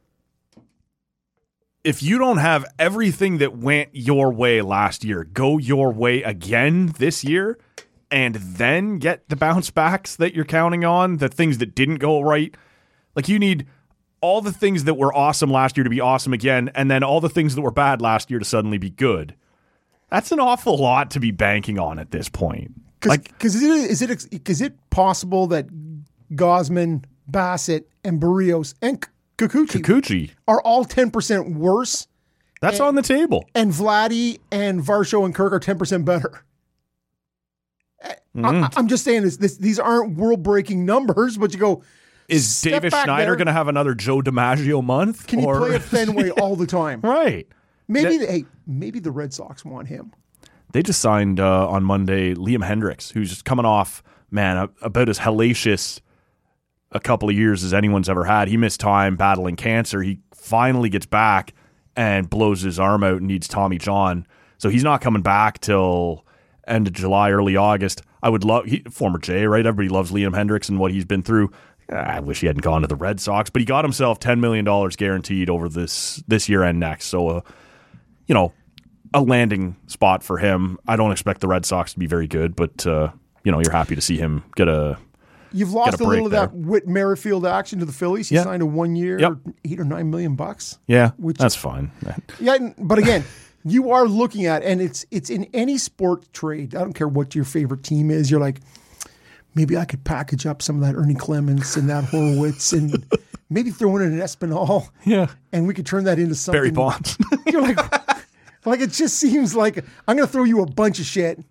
Speaker 2: if you don't have everything that went your way last year go your way again this year, and then get the bounce backs that you're counting on, the things that didn't go right. Like you need all the things that were awesome last year to be awesome again, and then all the things that were bad last year to suddenly be good. That's an awful lot to be banking on at this point.
Speaker 1: Because
Speaker 2: Like-
Speaker 1: is it is it ex- is it possible that Gosman, Bassett, and Barrios and K- Kikuchi
Speaker 2: Kikuchi,
Speaker 1: are all ten percent worse,
Speaker 2: that's on the table.
Speaker 1: and Vladdy and Varsho and Kirk are ten percent better? I-
Speaker 2: Mm.
Speaker 1: I, I'm just saying this, this. These aren't world-breaking numbers, but you go.
Speaker 2: Is
Speaker 1: Step
Speaker 2: Davis
Speaker 1: back
Speaker 2: Schneider
Speaker 1: there.
Speaker 2: going to have another Joe DiMaggio month?
Speaker 1: Can
Speaker 2: or-
Speaker 1: he play at Fenway all the time?
Speaker 2: right.
Speaker 1: Maybe the, hey, maybe the Red Sox want him.
Speaker 2: They just signed uh, on Monday Liam Hendricks, who's just coming off, man, a- about as hellacious a couple of years as anyone's ever had. He missed time battling cancer. He finally gets back and blows his arm out and needs Tommy John. So he's not coming back till end of July, early August. I would love he, former Jay, right? Everybody loves Liam Hendricks and what he's been through. Ah, I wish he hadn't gone to the Red Sox, but he got himself ten million dollars guaranteed over this this year and next. So, uh, you know, a landing spot for him. I don't expect the Red Sox to be very good, but uh, you know, you're happy to see him get a
Speaker 1: You've lost a,
Speaker 2: break
Speaker 1: little of that
Speaker 2: there.
Speaker 1: Whit Merrifield action to the Phillies. He
Speaker 2: Yeah.
Speaker 1: signed a one year,
Speaker 2: Yep.
Speaker 1: eight or nine million bucks.
Speaker 2: Yeah,
Speaker 1: Which-
Speaker 2: that's fine.
Speaker 1: Yeah, and- but again, you are looking at, and it's it's in any sport trade. I don't care what your favorite team is. You're like, maybe I could package up some of that Ernie Clements and that Horowitz, and maybe throw in an Espinal,
Speaker 2: Yeah,
Speaker 1: and we could turn that into something.
Speaker 2: Barry Bonds.
Speaker 1: You're like, like it just seems like I'm gonna throw you a bunch of shit.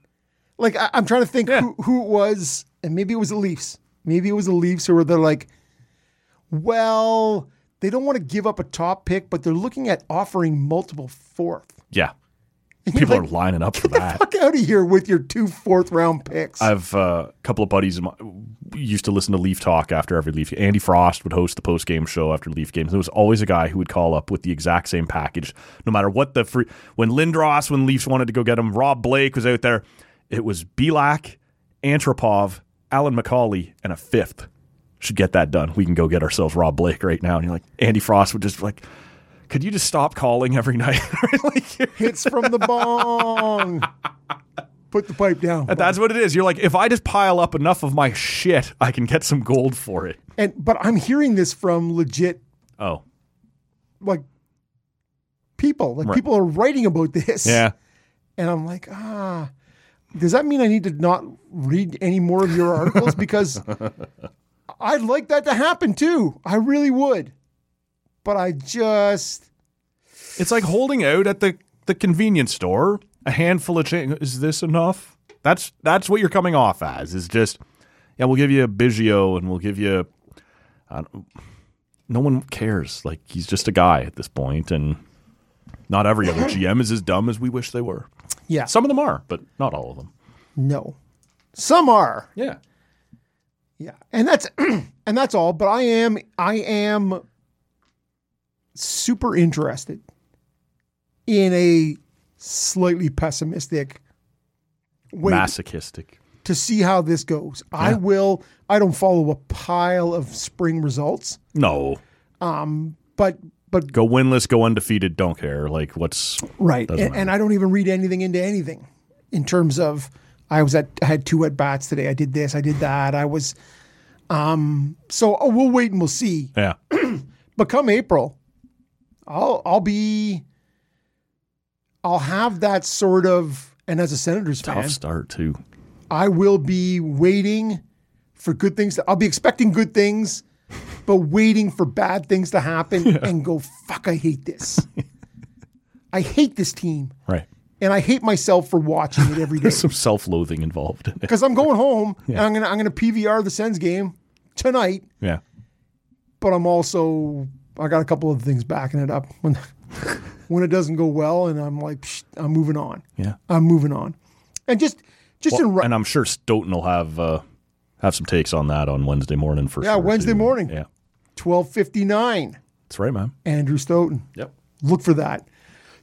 Speaker 1: Like I, I'm trying to think
Speaker 2: Yeah.
Speaker 1: who, who it was, and maybe it was the Leafs. Maybe it was the Leafs who were they're like, well, they don't want to give up a top pick, but they're looking at offering multiple fourth.
Speaker 2: yeah,
Speaker 1: And you're
Speaker 2: people are
Speaker 1: like,
Speaker 2: lining up for that.
Speaker 1: Fuck out of here with your two fourth round picks.
Speaker 2: I've uh, a couple of buddies of mine used to listen to Leaf Talk after every Leaf. Andy Frost would host the post game show after Leaf games. There was always a guy who would call up with the exact same package, no matter what the free. When Lindros, when Leafs wanted to go get him, Rob Blake was out there. It was Belak, Antropov, Alan McCauley, and a fifth. Should get that done. We can go get ourselves Rob Blake right now. And you're like, Andy Frost would just be like, could you just stop calling every night? Like,
Speaker 1: Hits from the bong. Put the pipe down.
Speaker 2: That's what it is. You're like, if I just pile up enough of my shit, I can get some gold for it.
Speaker 1: And but I'm hearing this from legit
Speaker 2: Oh,
Speaker 1: like people. Like
Speaker 2: Right.
Speaker 1: people are writing about this.
Speaker 2: yeah.
Speaker 1: And I'm like, ah, does that mean I need to not read any more of your articles? Because I'd like that to happen too. I really would. But I just,
Speaker 2: It's like holding out at the, the convenience store a handful of change. Is this enough? That's that's what you're coming off as. Is just, yeah, we'll give you a Biggio and we'll give you. I don't, no one cares. Like he's just a guy at this point, and not every other GM is as dumb as we wish they were.
Speaker 1: yeah,
Speaker 2: Some of them are, but not all of them.
Speaker 1: no. Some are.
Speaker 2: Yeah.
Speaker 1: Yeah. And that's, and that's all. But I am, I am super interested in a slightly pessimistic way
Speaker 2: Masochistic.
Speaker 1: to see how this goes. I will. I don't follow a pile of spring results,
Speaker 2: No.
Speaker 1: but but
Speaker 2: go winless, go undefeated, don't care. Like what's
Speaker 1: right,
Speaker 2: Doesn't
Speaker 1: and, and I don't even read anything into anything in terms of I was at I had two at bats today. I did this. I did that. I was. Um. So oh, we'll wait and we'll see.
Speaker 2: yeah.
Speaker 1: But come April, I'll I'll be. I'll have that sort of, and as a Senators fan,
Speaker 2: Tough start too.
Speaker 1: I will be waiting for good things. To, I'll be expecting good things, but waiting for bad things to happen and go, fuck, I hate this. I hate this team.
Speaker 2: Right.
Speaker 1: And I hate myself for watching it every day.
Speaker 2: There's some self loathing involved in it.
Speaker 1: Because I'm going home and I'm gonna I'm gonna PVR the Sens game tonight,
Speaker 2: Yeah.
Speaker 1: but I'm also I got a couple of things backing it up when when it doesn't go well and I'm like Psh, I'm moving on.
Speaker 2: Yeah.
Speaker 1: I'm moving on. And just just in
Speaker 2: and I'm sure Stoughton will have uh, have some takes on that on Wednesday morning for
Speaker 1: Yeah,
Speaker 2: sure.
Speaker 1: Wednesday
Speaker 2: too.
Speaker 1: morning.
Speaker 2: Yeah.
Speaker 1: 1259
Speaker 2: That's right, man.
Speaker 1: Andrew Stoughton.
Speaker 2: Yep.
Speaker 1: look for that.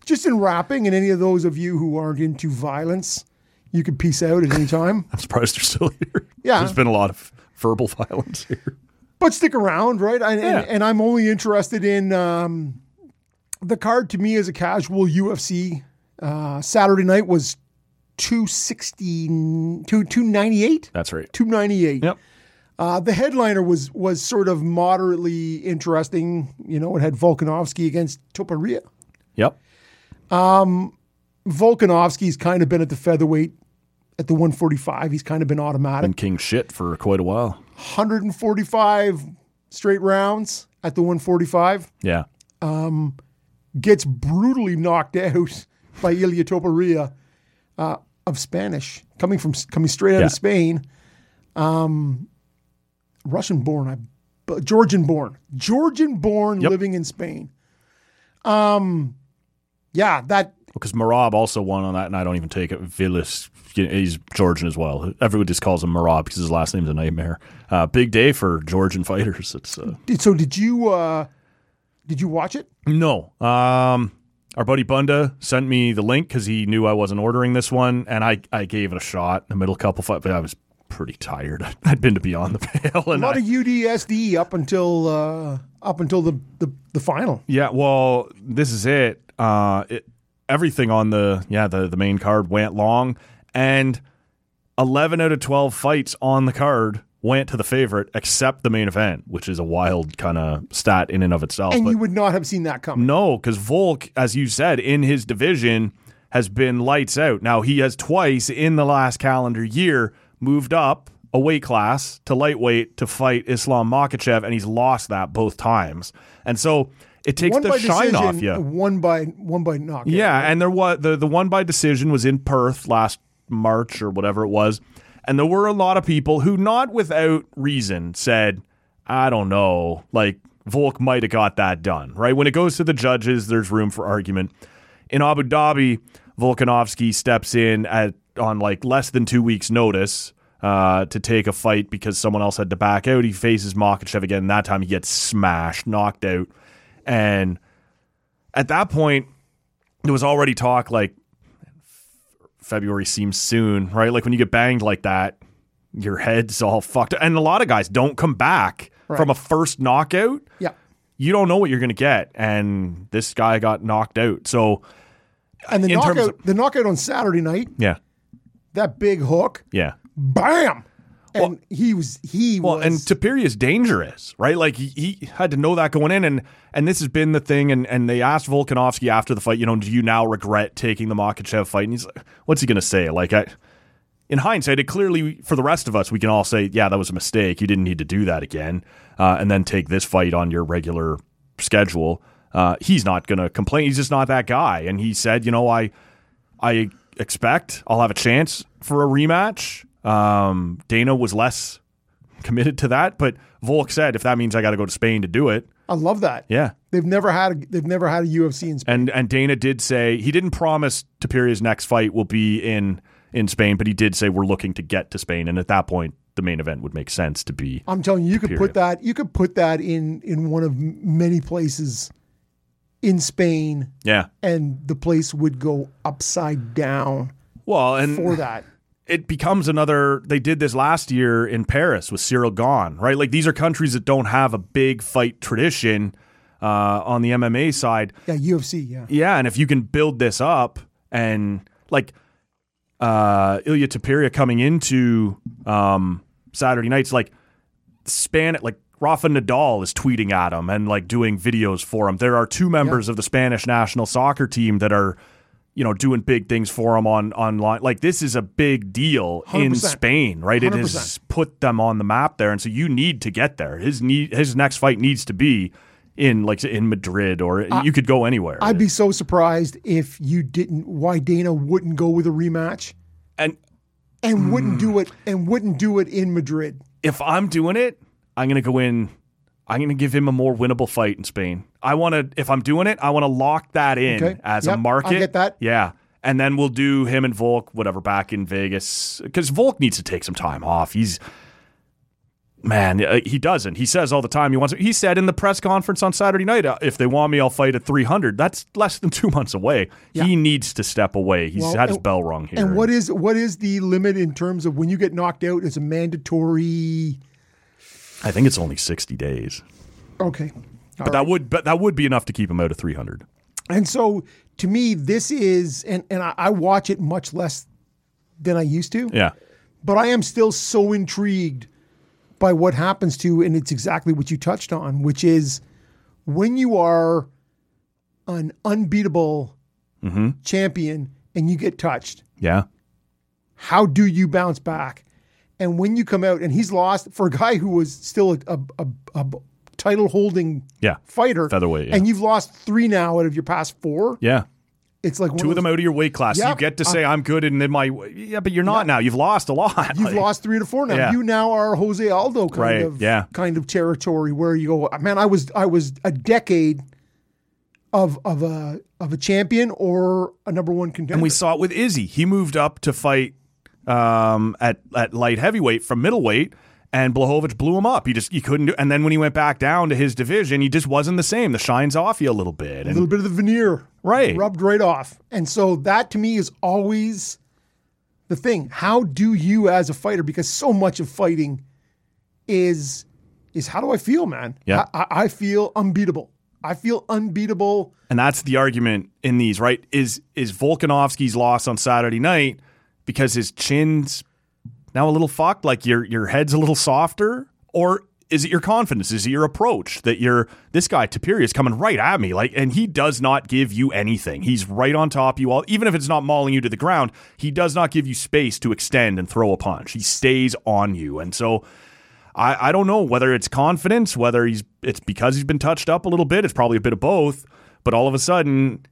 Speaker 1: Just in wrapping, and any of those of you who aren't into violence, you can peace out at any time.
Speaker 2: I'm surprised they're still here.
Speaker 1: Yeah.
Speaker 2: There's been a lot of verbal violence here.
Speaker 1: but stick around, right? And,
Speaker 2: Yeah.
Speaker 1: and, and I'm only interested in um, the card to me as a casual UFC. Uh, Saturday night was 216, 2, 298?
Speaker 2: That's right.
Speaker 1: 298.
Speaker 2: Yep.
Speaker 1: Uh, the headliner was was sort of moderately interesting. You know, it had Volkanovski against Topuria.
Speaker 2: Yep.
Speaker 1: Volkanovski's kind of been at the featherweight at the 145. He's kind of been automatic.
Speaker 2: Been king shit for quite a while.
Speaker 1: 145 straight rounds at the 145.
Speaker 2: Yeah.
Speaker 1: Gets brutally knocked out by Ilya Topuria uh, of Spanish, coming from coming straight out
Speaker 2: Yeah.
Speaker 1: of Spain. Um, Russian born, I but Georgian born, Georgian born,
Speaker 2: Yep.
Speaker 1: living in Spain. Um, yeah, that
Speaker 2: Because Marab also won on that, and I don't even take it. Villas, he's Georgian as well. Everyone just calls him Marab because his last name's a nightmare. Uh, big day for Georgian fighters. It's uh,
Speaker 1: did. So did you uh, did you watch it?
Speaker 2: no. Um, our buddy Bunda sent me the link because he knew I wasn't ordering this one, and I, I gave it a shot. The middle couple fight, but I was pretty tired. I'd been to Beyond the Pale, and
Speaker 1: a lot
Speaker 2: I-
Speaker 1: of UDSD up until uh, up until the, the the final.
Speaker 2: Yeah, well, this is it. Uh, it everything on the yeah the the main card went long, and eleven out of twelve fights on the card went to the favorite except the main event, which is a wild kind of stat in and of itself.
Speaker 1: and
Speaker 2: but-
Speaker 1: you would not have seen that coming.
Speaker 2: no, because Volk, as you said, in his division has been lights out. Now he has twice in the last calendar year moved up a weight class to lightweight to fight Islam Makachev, and he's lost that both times. And so it takes
Speaker 1: one
Speaker 2: the
Speaker 1: by
Speaker 2: shine
Speaker 1: decision,
Speaker 2: off you.
Speaker 1: one by one by knockout.
Speaker 2: Yeah, and there was the the one by decision was in Perth last March or whatever it was, and there were a lot of people who, not without reason, said, "I don't know, like Volk might have got that done." Right when it goes to the judges, there's room for argument. In Abu Dhabi, Volkanovski steps in at on like less than two weeks' notice. Uh, to take a fight because someone else had to back out. He faces Makachev again. That time he gets smashed, knocked out. And at that point, there was already talk like February seems soon, right? Like when you get banged like that, your head's all fucked. And a lot of guys don't come back from a first knockout.
Speaker 1: Yeah.
Speaker 2: You don't know what you're going to get. And this guy got knocked out. So,
Speaker 1: And the
Speaker 2: In terms
Speaker 1: knockout, the knockout on Saturday night,
Speaker 2: yeah.
Speaker 1: that big hook,
Speaker 2: Yeah.
Speaker 1: bam, and he was he
Speaker 2: Well,
Speaker 1: was
Speaker 2: and Tapiri is dangerous, right? Like he, he had to know that going in, and and this has been the thing. And and they asked Volkanovski after the fight, you know, do you now regret taking the Makachev fight? And he's like, what's he going to say? Like I. In hindsight, it clearly for the rest of us, we can all say, "Yeah, that was a mistake. You didn't need to do that again," uh, and then take this fight on your regular schedule. Uh, he's not going to complain. He's just not that guy. And he said, "You know, I I expect I'll have a chance for a rematch. Um, Dana was less committed to that, but Volk said if that means I got to go to Spain to do it,
Speaker 1: I love that.
Speaker 2: yeah.
Speaker 1: They've never had a, they've never had a UFC in Spain.
Speaker 2: And and Dana did say he didn't promise Tapiria's next fight will be in in Spain, but he did say we're looking to get to Spain, and at that point the main event would make sense to be.
Speaker 1: I'm telling you, you could
Speaker 2: Period.
Speaker 1: put that you could put that in in one of m- many places in Spain,
Speaker 2: Yeah.
Speaker 1: and the place would go upside down
Speaker 2: Well, and
Speaker 1: for that.
Speaker 2: it becomes another they did this last year in Paris with Cyril Gone, right? Like these are countries that don't have a big fight tradition uh, on the MMA side.
Speaker 1: Yeah, UFC. Yeah,
Speaker 2: Yeah, and if you can build this up and like uh Ilya Tapiria coming into um Saturday nights like span like Rafa Nadal is tweeting at him and like doing videos for him. There are two members of the Spanish national soccer team that are you know doing big things for him on online. Like this is a big deal in
Speaker 1: 100%.
Speaker 2: Spain, right? It
Speaker 1: 100%.
Speaker 2: has put them on the map there and so you need to get there. His need, his next fight needs to be in like in Madrid or you could go anywhere.
Speaker 1: I'd be so surprised if you didn't. Why Dana wouldn't go with a rematch
Speaker 2: and
Speaker 1: and wouldn't do it and wouldn't do it in Madrid.
Speaker 2: if I'm doing it, I'm gonna go in. I'm gonna give him a more winnable fight in Spain. I want to. If I'm doing it, I want to lock that in
Speaker 1: Okay.
Speaker 2: as
Speaker 1: Yep,
Speaker 2: a
Speaker 1: I
Speaker 2: market.
Speaker 1: get that.
Speaker 2: Yeah, and then we'll do him and Volk, whatever, back in Vegas because Volk needs to take some time off. He's man, uh, he doesn't. He says all the time he wants. He said in the press conference on Saturday night, uh, if they want me, I'll fight at 300. That's less than two months away. He needs to step away. He's
Speaker 1: Well,
Speaker 2: had his
Speaker 1: and-
Speaker 2: bell rung here.
Speaker 1: And what is what is the limit in terms of when you get knocked out? It's a mandatory.
Speaker 2: I think it's only 60 days.
Speaker 1: Okay,
Speaker 2: But Uh, that would but that would be enough to keep him out of 300.
Speaker 1: And so to me, this is, and, and I, I watch it much less than I used to,
Speaker 2: Yeah.
Speaker 1: but I am still so intrigued by what happens to, and it's exactly what you touched on, which is when you are an unbeatable
Speaker 2: Mm-hmm.
Speaker 1: champion and you get touched,
Speaker 2: Yeah.
Speaker 1: how do you bounce back? And when you come out, and he's lost for a guy who was still a, a, a, title holding
Speaker 2: Yeah.
Speaker 1: fighter,
Speaker 2: Featherweight, yeah.
Speaker 1: and you've lost three now out of your past four.
Speaker 2: Yeah.
Speaker 1: It's like one
Speaker 2: Two of
Speaker 1: those-
Speaker 2: them out of your weight class.
Speaker 1: Yeah, Uh,
Speaker 2: you get to say I'm good and then my Yeah, but you're not now. You've lost a lot.
Speaker 1: You've
Speaker 2: Like,
Speaker 1: lost three to four now.
Speaker 2: Yeah.
Speaker 1: You now are Jose Aldo kind
Speaker 2: Right,
Speaker 1: of
Speaker 2: yeah.
Speaker 1: kind of territory where you go, man. I was I was a decade of of a of a champion or a number one contender.
Speaker 2: And we saw it with Izzy. He moved up to fight um, at at light heavyweight from middleweight and Blahovich blew him up. He just he couldn't do and then when he went back down to his division, he just wasn't the same. The shine's off you a little bit.
Speaker 1: a
Speaker 2: And
Speaker 1: little bit of the veneer
Speaker 2: Right.
Speaker 1: rubbed right off, and so that to me is always the thing. How do you as a fighter? Because so much of fighting is is how do I feel, man?
Speaker 2: Yeah.
Speaker 1: I, I, I feel unbeatable. I feel unbeatable.
Speaker 2: And that's the argument in these, right? Is is Volkanovski's loss on Saturday night because his chin's now a little fucked? Like your your head's a little softer, or is it your confidence? Is it your approach that you're this guy Tapiri is coming right at me, like, and he does not give you anything. He's right on top of you all, even if it's not mauling you to the ground. He does not give you space to extend and throw a punch. He stays on you, and so. I, I don't know whether it's confidence, whether he's it's because he's been touched up a little bit. It's probably a bit of both. But all of a sudden,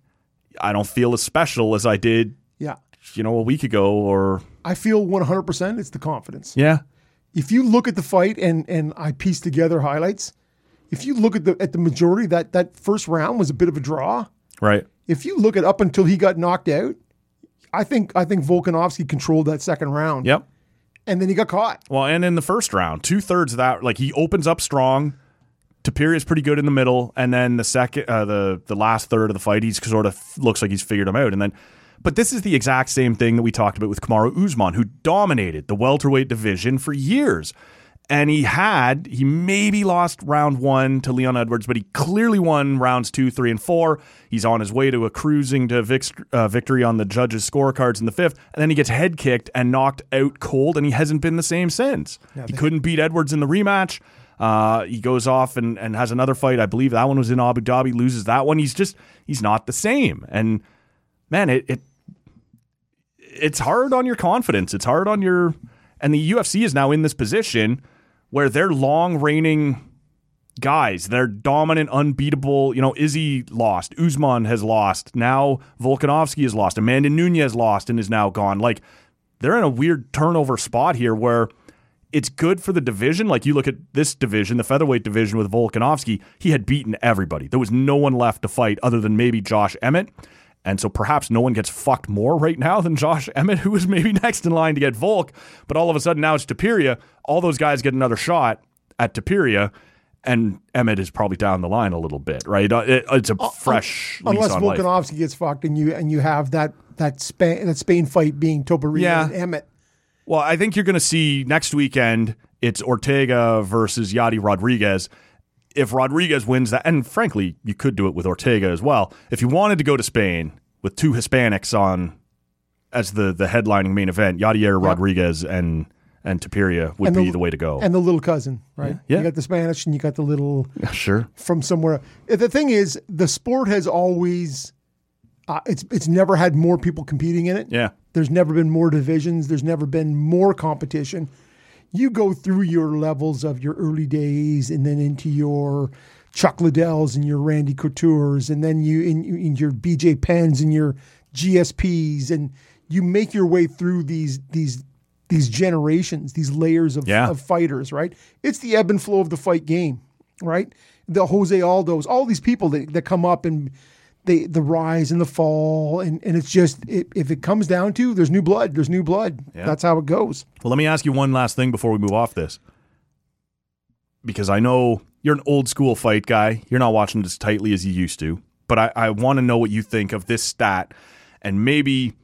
Speaker 2: I don't feel as special as I did,
Speaker 1: Yeah.
Speaker 2: you know, a week ago. Or
Speaker 1: I feel 100% it's the confidence.
Speaker 2: yeah,
Speaker 1: If you look at the fight and and I piece together highlights, if you look at the at the majority that that first round was a bit of a draw.
Speaker 2: right.
Speaker 1: If you look at up until he got knocked out, I think I think Volkanovski controlled that second round.
Speaker 2: Yep.
Speaker 1: And then he got caught.
Speaker 2: Well, and in the first round, two thirds of that, like he opens up strong. Tapiri is pretty good in the middle, and then the second, uh, the the last third of the fight, he's sort of looks like he's figured him out, and then. But this is the exact same thing that we talked about with Kamaru Usman, who dominated the welterweight division for years. And he had, he maybe lost round one to Leon Edwards, but he clearly won rounds two, three, and four. He's on his way to a cruising to vic- uh, victory on the judges' scorecards in the fifth. And then he gets head kicked and knocked out cold, and he hasn't been the same since. he couldn't beat Edwards in the rematch. Uh, he goes off and, and has another fight. I believe that one was in Abu Dhabi, loses that one. He's just, he's not the same. And man, it, it it's hard on your confidence. It's hard on your and the UFC is now in this position where they're long reigning guys. They're dominant, unbeatable. You know, Izzy lost, Usman has lost, now Volkanovski has lost, Amanda Nunez lost and is now gone. Like they're in a weird turnover spot here where it's good for the division. Like you look at this division, the featherweight division with Volkanovski, he had beaten everybody. There was no one left to fight other than maybe Josh Emmett. And so perhaps no one gets fucked more right now than Josh Emmett, who is maybe next in line to get Volk. But all of a sudden now it's Tapiria. All those guys get another shot at Tapiria. And Emmett is probably down the line a little bit, right? Uh, it- it's a fresh lease
Speaker 1: Unless
Speaker 2: on life.
Speaker 1: Volkanovski gets fucked and you and you have that that Spain that Spain fight being Topuria
Speaker 2: Yeah.
Speaker 1: and Emmett.
Speaker 2: Well, I think you're going to see next weekend. It's Ortega versus Yadi Rodriguez. If Rodriguez wins that, and frankly, you could do it with Ortega as well. If you wanted to go to Spain with two Hispanics on as the the headlining main event, Yadier Rodriguez and and Tapiria would
Speaker 1: And
Speaker 2: be
Speaker 1: the-
Speaker 2: the way to go.
Speaker 1: And the little cousin, right?
Speaker 2: Yeah.
Speaker 1: You got the Spanish and you got the little
Speaker 2: sure,
Speaker 1: from somewhere. The thing is, the sport has always uh, it's it's never had more people competing in it.
Speaker 2: yeah,
Speaker 1: There's never been more divisions. There's never been more competition. You go through your levels of your early days and then into your Chuck Liddells and your Randy Coutures and then you in, in your BJ Penns and your GSPs and you make your way through these these these generations, these layers of,
Speaker 2: Yeah.
Speaker 1: of fighters, right? It's the ebb and flow of the fight game, right? The Jose Aldos, all these people that, that come up and they the rise and the fall, and, and it's just it, if it comes down to there's new blood, there's new blood. That's how it goes.
Speaker 2: Well, let me ask you one last thing before we move off this. Because I know you're an old school fight guy. You're not watching it as tightly as you used to. But I, I want to know what you think of this stat. And maybe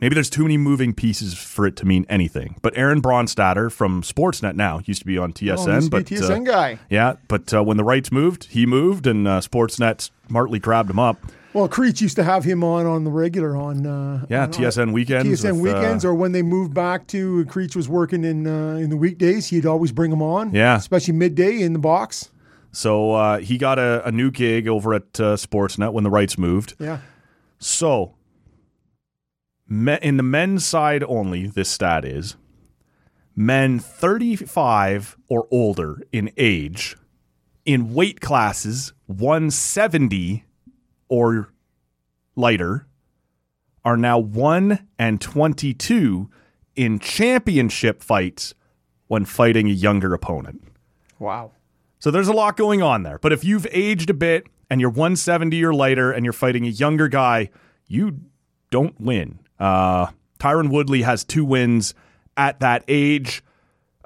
Speaker 2: maybe there's too many moving pieces for it to mean anything. But Aaron Bronstatter from Sportsnet now used to be on TSN.
Speaker 1: he's a
Speaker 2: but uh,
Speaker 1: BTSN guy.
Speaker 2: yeah, but uh, when the rights moved, he moved, and uh, Sportsnet smartly grabbed him up.
Speaker 1: Well, Creech used to have him on on the regular on uh,
Speaker 2: Yeah,
Speaker 1: on-
Speaker 2: TSN weekends.
Speaker 1: TSN
Speaker 2: with, uh,
Speaker 1: weekends, or when they moved back to Creech was working in uh, in the weekdays, he'd always bring him on.
Speaker 2: Yeah.
Speaker 1: especially midday in the box.
Speaker 2: so uh, he got a, a new gig over at uh, Sportsnet when the rights moved.
Speaker 1: Yeah,
Speaker 2: So, me- in the men's side only, this stat is men 35 or older in age, in weight classes 170 or lighter, are now 1 and 22 in championship fights when fighting a younger opponent.
Speaker 1: wow.
Speaker 2: So there's a lot going on there. But if you've aged a bit and you're 170 or lighter and you're fighting a younger guy, you don't win. Uh, Tyron Woodley has two wins at that age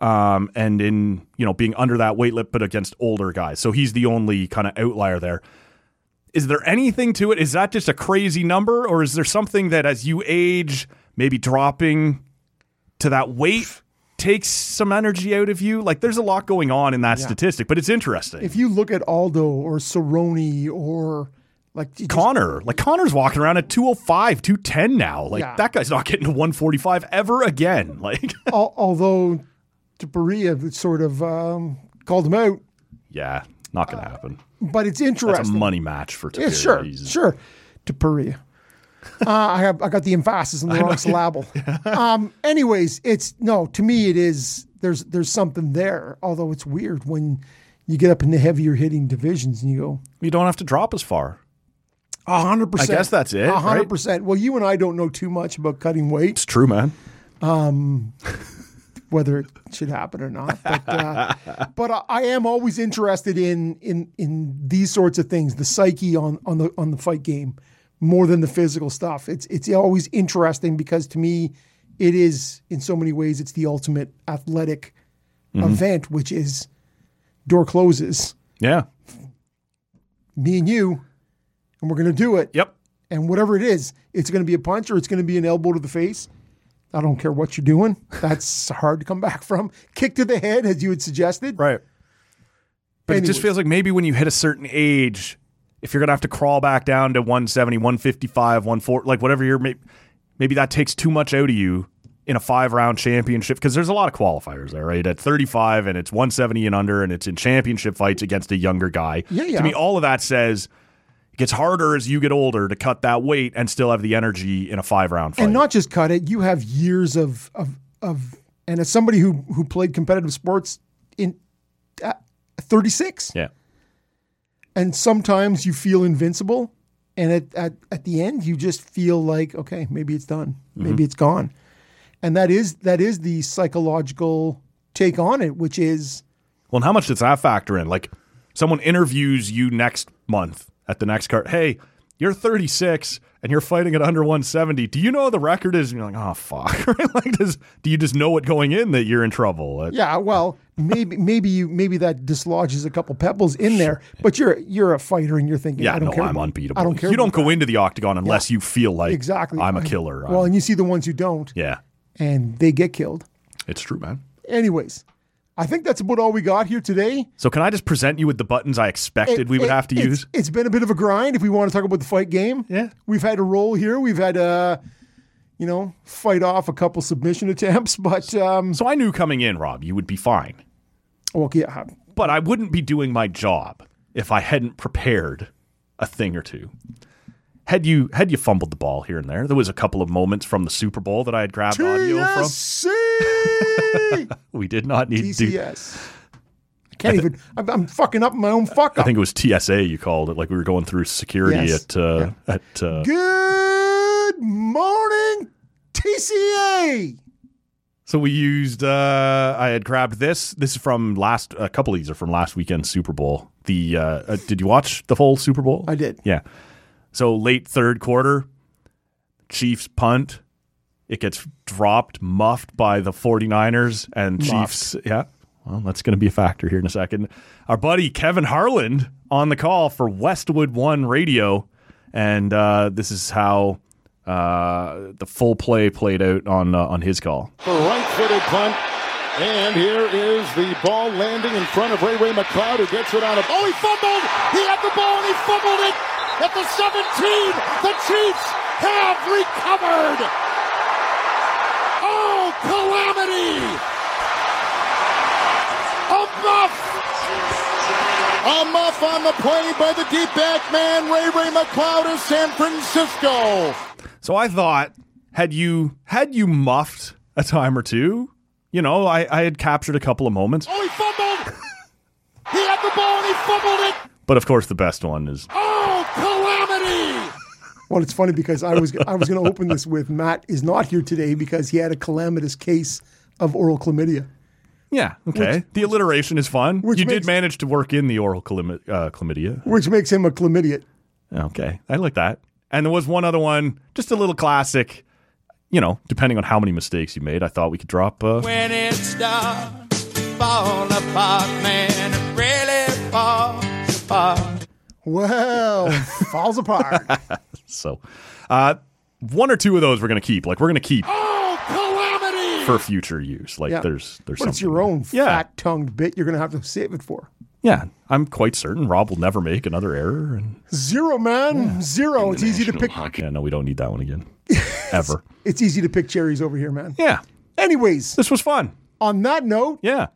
Speaker 2: um, and in, you know, being under that weight limit, but against older guys. So he's the only kind of outlier there. Is there anything to it? Is that just a crazy number or is there something that as you age, maybe dropping to that weight? Takes some energy out of you. Like there's a lot going on in that statistic, but it's interesting.
Speaker 1: if you look at Aldo or Cerrone or Like you just-
Speaker 2: Connor, like Connor's walking around at 205, 210 now. Like
Speaker 1: Yeah.
Speaker 2: that guy's not getting to 145 ever again. Like,
Speaker 1: al- although Berea sort of um, called him out,
Speaker 2: yeah, not
Speaker 1: Uh,
Speaker 2: going to happen.
Speaker 1: but it's interesting.
Speaker 2: That's a money match for
Speaker 1: Yeah,
Speaker 2: Tapir.
Speaker 1: sure,
Speaker 2: He's-
Speaker 1: sure. To Perea. uh, I, have, I got the emphasis on the wrong syllable. um, anyways, it's no. To me, it is. There's there's something there. Although it's weird when you get up in the heavier hitting divisions and you go
Speaker 2: You don't have to drop as far.
Speaker 1: hundred percent.
Speaker 2: I guess that's it, right?
Speaker 1: hundred percent. Well, you and I don't know too much about cutting weight.
Speaker 2: It's true, man.
Speaker 1: whether it should happen or not. But uh, but I, I am always interested in in in these sorts of things, the psyche on on the on the fight game more than the physical stuff. It's it's always interesting because to me, it is in so many ways it's the ultimate athletic event, which is door closes,
Speaker 2: Yeah.
Speaker 1: me and you, and we're gonna do it.
Speaker 2: Yep.
Speaker 1: And whatever it is, it's gonna be a punch or it's gonna be an elbow to the face. I don't care what you're doing. That's hard to come back from. Kick to the head, as you had suggested.
Speaker 2: Right. But it
Speaker 1: Anyways.
Speaker 2: just feels like maybe when you hit a certain age, if you're going to have to crawl back down to 170, 155, 140, like whatever you're, maybe, maybe that takes too much out of you in a five round championship because there's a lot of qualifiers there, right? At 35 and it's 170 and under and it's in championship fights against a younger guy.
Speaker 1: Yeah, yeah.
Speaker 2: To me, all of that says it gets harder as you get older to cut that weight and still have the energy in a five round fight.
Speaker 1: and not just cut it. You have years of of of, and as somebody who who played competitive sports in uh, thirty six,
Speaker 2: yeah.
Speaker 1: and sometimes you feel invincible, and at, at at the end you just feel like okay, maybe it's done,
Speaker 2: Mm-hmm.
Speaker 1: maybe it's gone, and that is that is the psychological take on it, which is
Speaker 2: Well, and how much does that factor in? Like, someone interviews you next month at the next card. Hey, you're 36 and you're fighting at under 170. Do you know the record is? And you're like, oh fuck. Right? like, does do you just know it going in that you're in trouble? Uh,
Speaker 1: Yeah, well, maybe maybe you maybe that dislodges a couple pebbles in there, but you're you're a fighter and you're thinking,
Speaker 2: Yeah,
Speaker 1: I don't
Speaker 2: no,
Speaker 1: care.
Speaker 2: I'm
Speaker 1: about-
Speaker 2: unbeatable.
Speaker 1: I don't care.
Speaker 2: You don't
Speaker 1: about
Speaker 2: go into the octagon unless you feel like
Speaker 1: exactly.
Speaker 2: I'm a killer. I'm-
Speaker 1: Well, and you see the ones who don't,
Speaker 2: yeah,
Speaker 1: and they get killed.
Speaker 2: it's true, man.
Speaker 1: Anyways, I think that's about all we got here today.
Speaker 2: So can I just present you with the buttons I expected we would
Speaker 1: It-
Speaker 2: have to
Speaker 1: it's-
Speaker 2: use?
Speaker 1: It's been a bit of a grind. If we want to talk about the fight game,
Speaker 2: Yeah.
Speaker 1: we've had a roll here. We've had uh, you know, fight off a couple submission attempts, but um,
Speaker 2: So I knew coming in, Rob, you would be fine,
Speaker 1: well, yeah,
Speaker 2: but I wouldn't be doing my job if I hadn't prepared a thing or two. Had you had you fumbled the ball here and there, there was a couple of moments from the Super Bowl that I had grabbed audio from.
Speaker 1: TSC.
Speaker 2: We did not need to. do-
Speaker 1: TCS. I can't even. I'm, I'm fucking up my own fuck
Speaker 2: I
Speaker 1: up.
Speaker 2: think it was TSA you called it. Like we were going through security
Speaker 1: Yes.
Speaker 2: at uh, at uh,
Speaker 1: Good morning, TCA.
Speaker 2: So we used. Uh, I had grabbed this. This is from last. A couple of these are from last weekend's Super Bowl. The uh, uh, did you watch the whole Super Bowl?
Speaker 1: I did.
Speaker 2: Yeah. So late third quarter, Chiefs punt. It gets dropped, muffed by the 49ers and Chiefs. Yeah. Well, that's going to be a factor here in a second. Our buddy Kevin Harland on the call for Westwood One Radio. And uh, this is how uh, the full play played out on uh, on his call.
Speaker 11: right-footed punt. And here is the ball landing in front of Ray Ray McLeod, who gets it on a. Oh, he fumbled! He had the ball and he fumbled it at the 17. The Chiefs have recovered. Oh, calamity! A muff! A muff on the play by the deep back man, Ray Ray McLeod of San Francisco. Oh,
Speaker 2: So I thought, had you had you muffed a time or two, you know, I, I had captured a couple of moments.
Speaker 11: Oh, he fumbled! he had the ball and he fumbled it.
Speaker 2: But of course, the best one is
Speaker 11: Oh, calamity!
Speaker 1: Well, it's funny because I was I was going to open this with Matt is not here today because he had a calamitous case of oral chlamydia.
Speaker 2: Yeah. Okay. the alliteration is fun.
Speaker 1: which
Speaker 2: you
Speaker 1: makes-
Speaker 2: did manage to work in the oral chlamydia. Uh, chlamydia.
Speaker 1: Which makes him a chlamydiot.
Speaker 2: Okay. I like that. And there was one other one, just a little classic. You know, depending on how many mistakes you made, I thought we could drop. Uh,
Speaker 3: When it starts to fall apart, man, it really falls apart.
Speaker 1: Well, falls apart.
Speaker 2: so, uh, one or two of those we're gonna keep. Like we're gonna keep
Speaker 11: Oh, calamity!
Speaker 2: for future use. Like
Speaker 1: Yeah.
Speaker 2: there's there's
Speaker 1: But
Speaker 2: something.
Speaker 1: it's your own
Speaker 2: Yeah.
Speaker 1: fat tongued bit you're going to have to save it for.
Speaker 2: Yeah, I'm quite certain Rob will never make another error. And
Speaker 1: Zero, man. Zero. It's easy to pick.
Speaker 2: yeah, no, we don't need that one again, ever.
Speaker 1: It's easy to pick cherries over here, man.
Speaker 2: Yeah.
Speaker 1: Anyways,
Speaker 2: this was fun.
Speaker 1: On that note,
Speaker 2: yeah.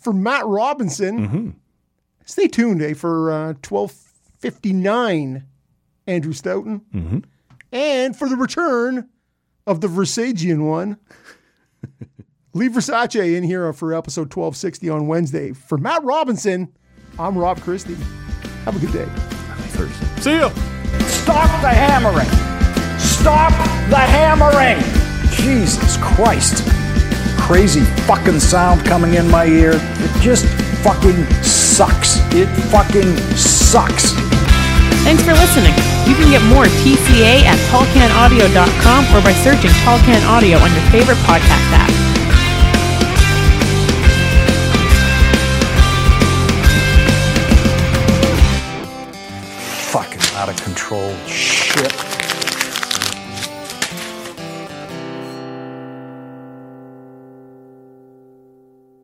Speaker 1: For Matt Robinson, stay tuned, eh, for uh, twelve fifty nine, Andrew Stoughton,
Speaker 2: Mm-hmm.
Speaker 1: and for the return of the Versagian one. Leave Versace in here for episode twelve sixty on Wednesday. For Matt Robinson, I'm Rob Christie. Have a good day.
Speaker 2: Thursday. See you.
Speaker 8: Stop the hammering. Stop the hammering. Jesus Christ. Crazy fucking sound coming in my ear. It just fucking sucks. It fucking sucks.
Speaker 12: Thanks for listening. You can get more TCA at tallcanaudio.com or by searching Tallcan Audio on your favorite podcast app.
Speaker 8: Fucking out of control.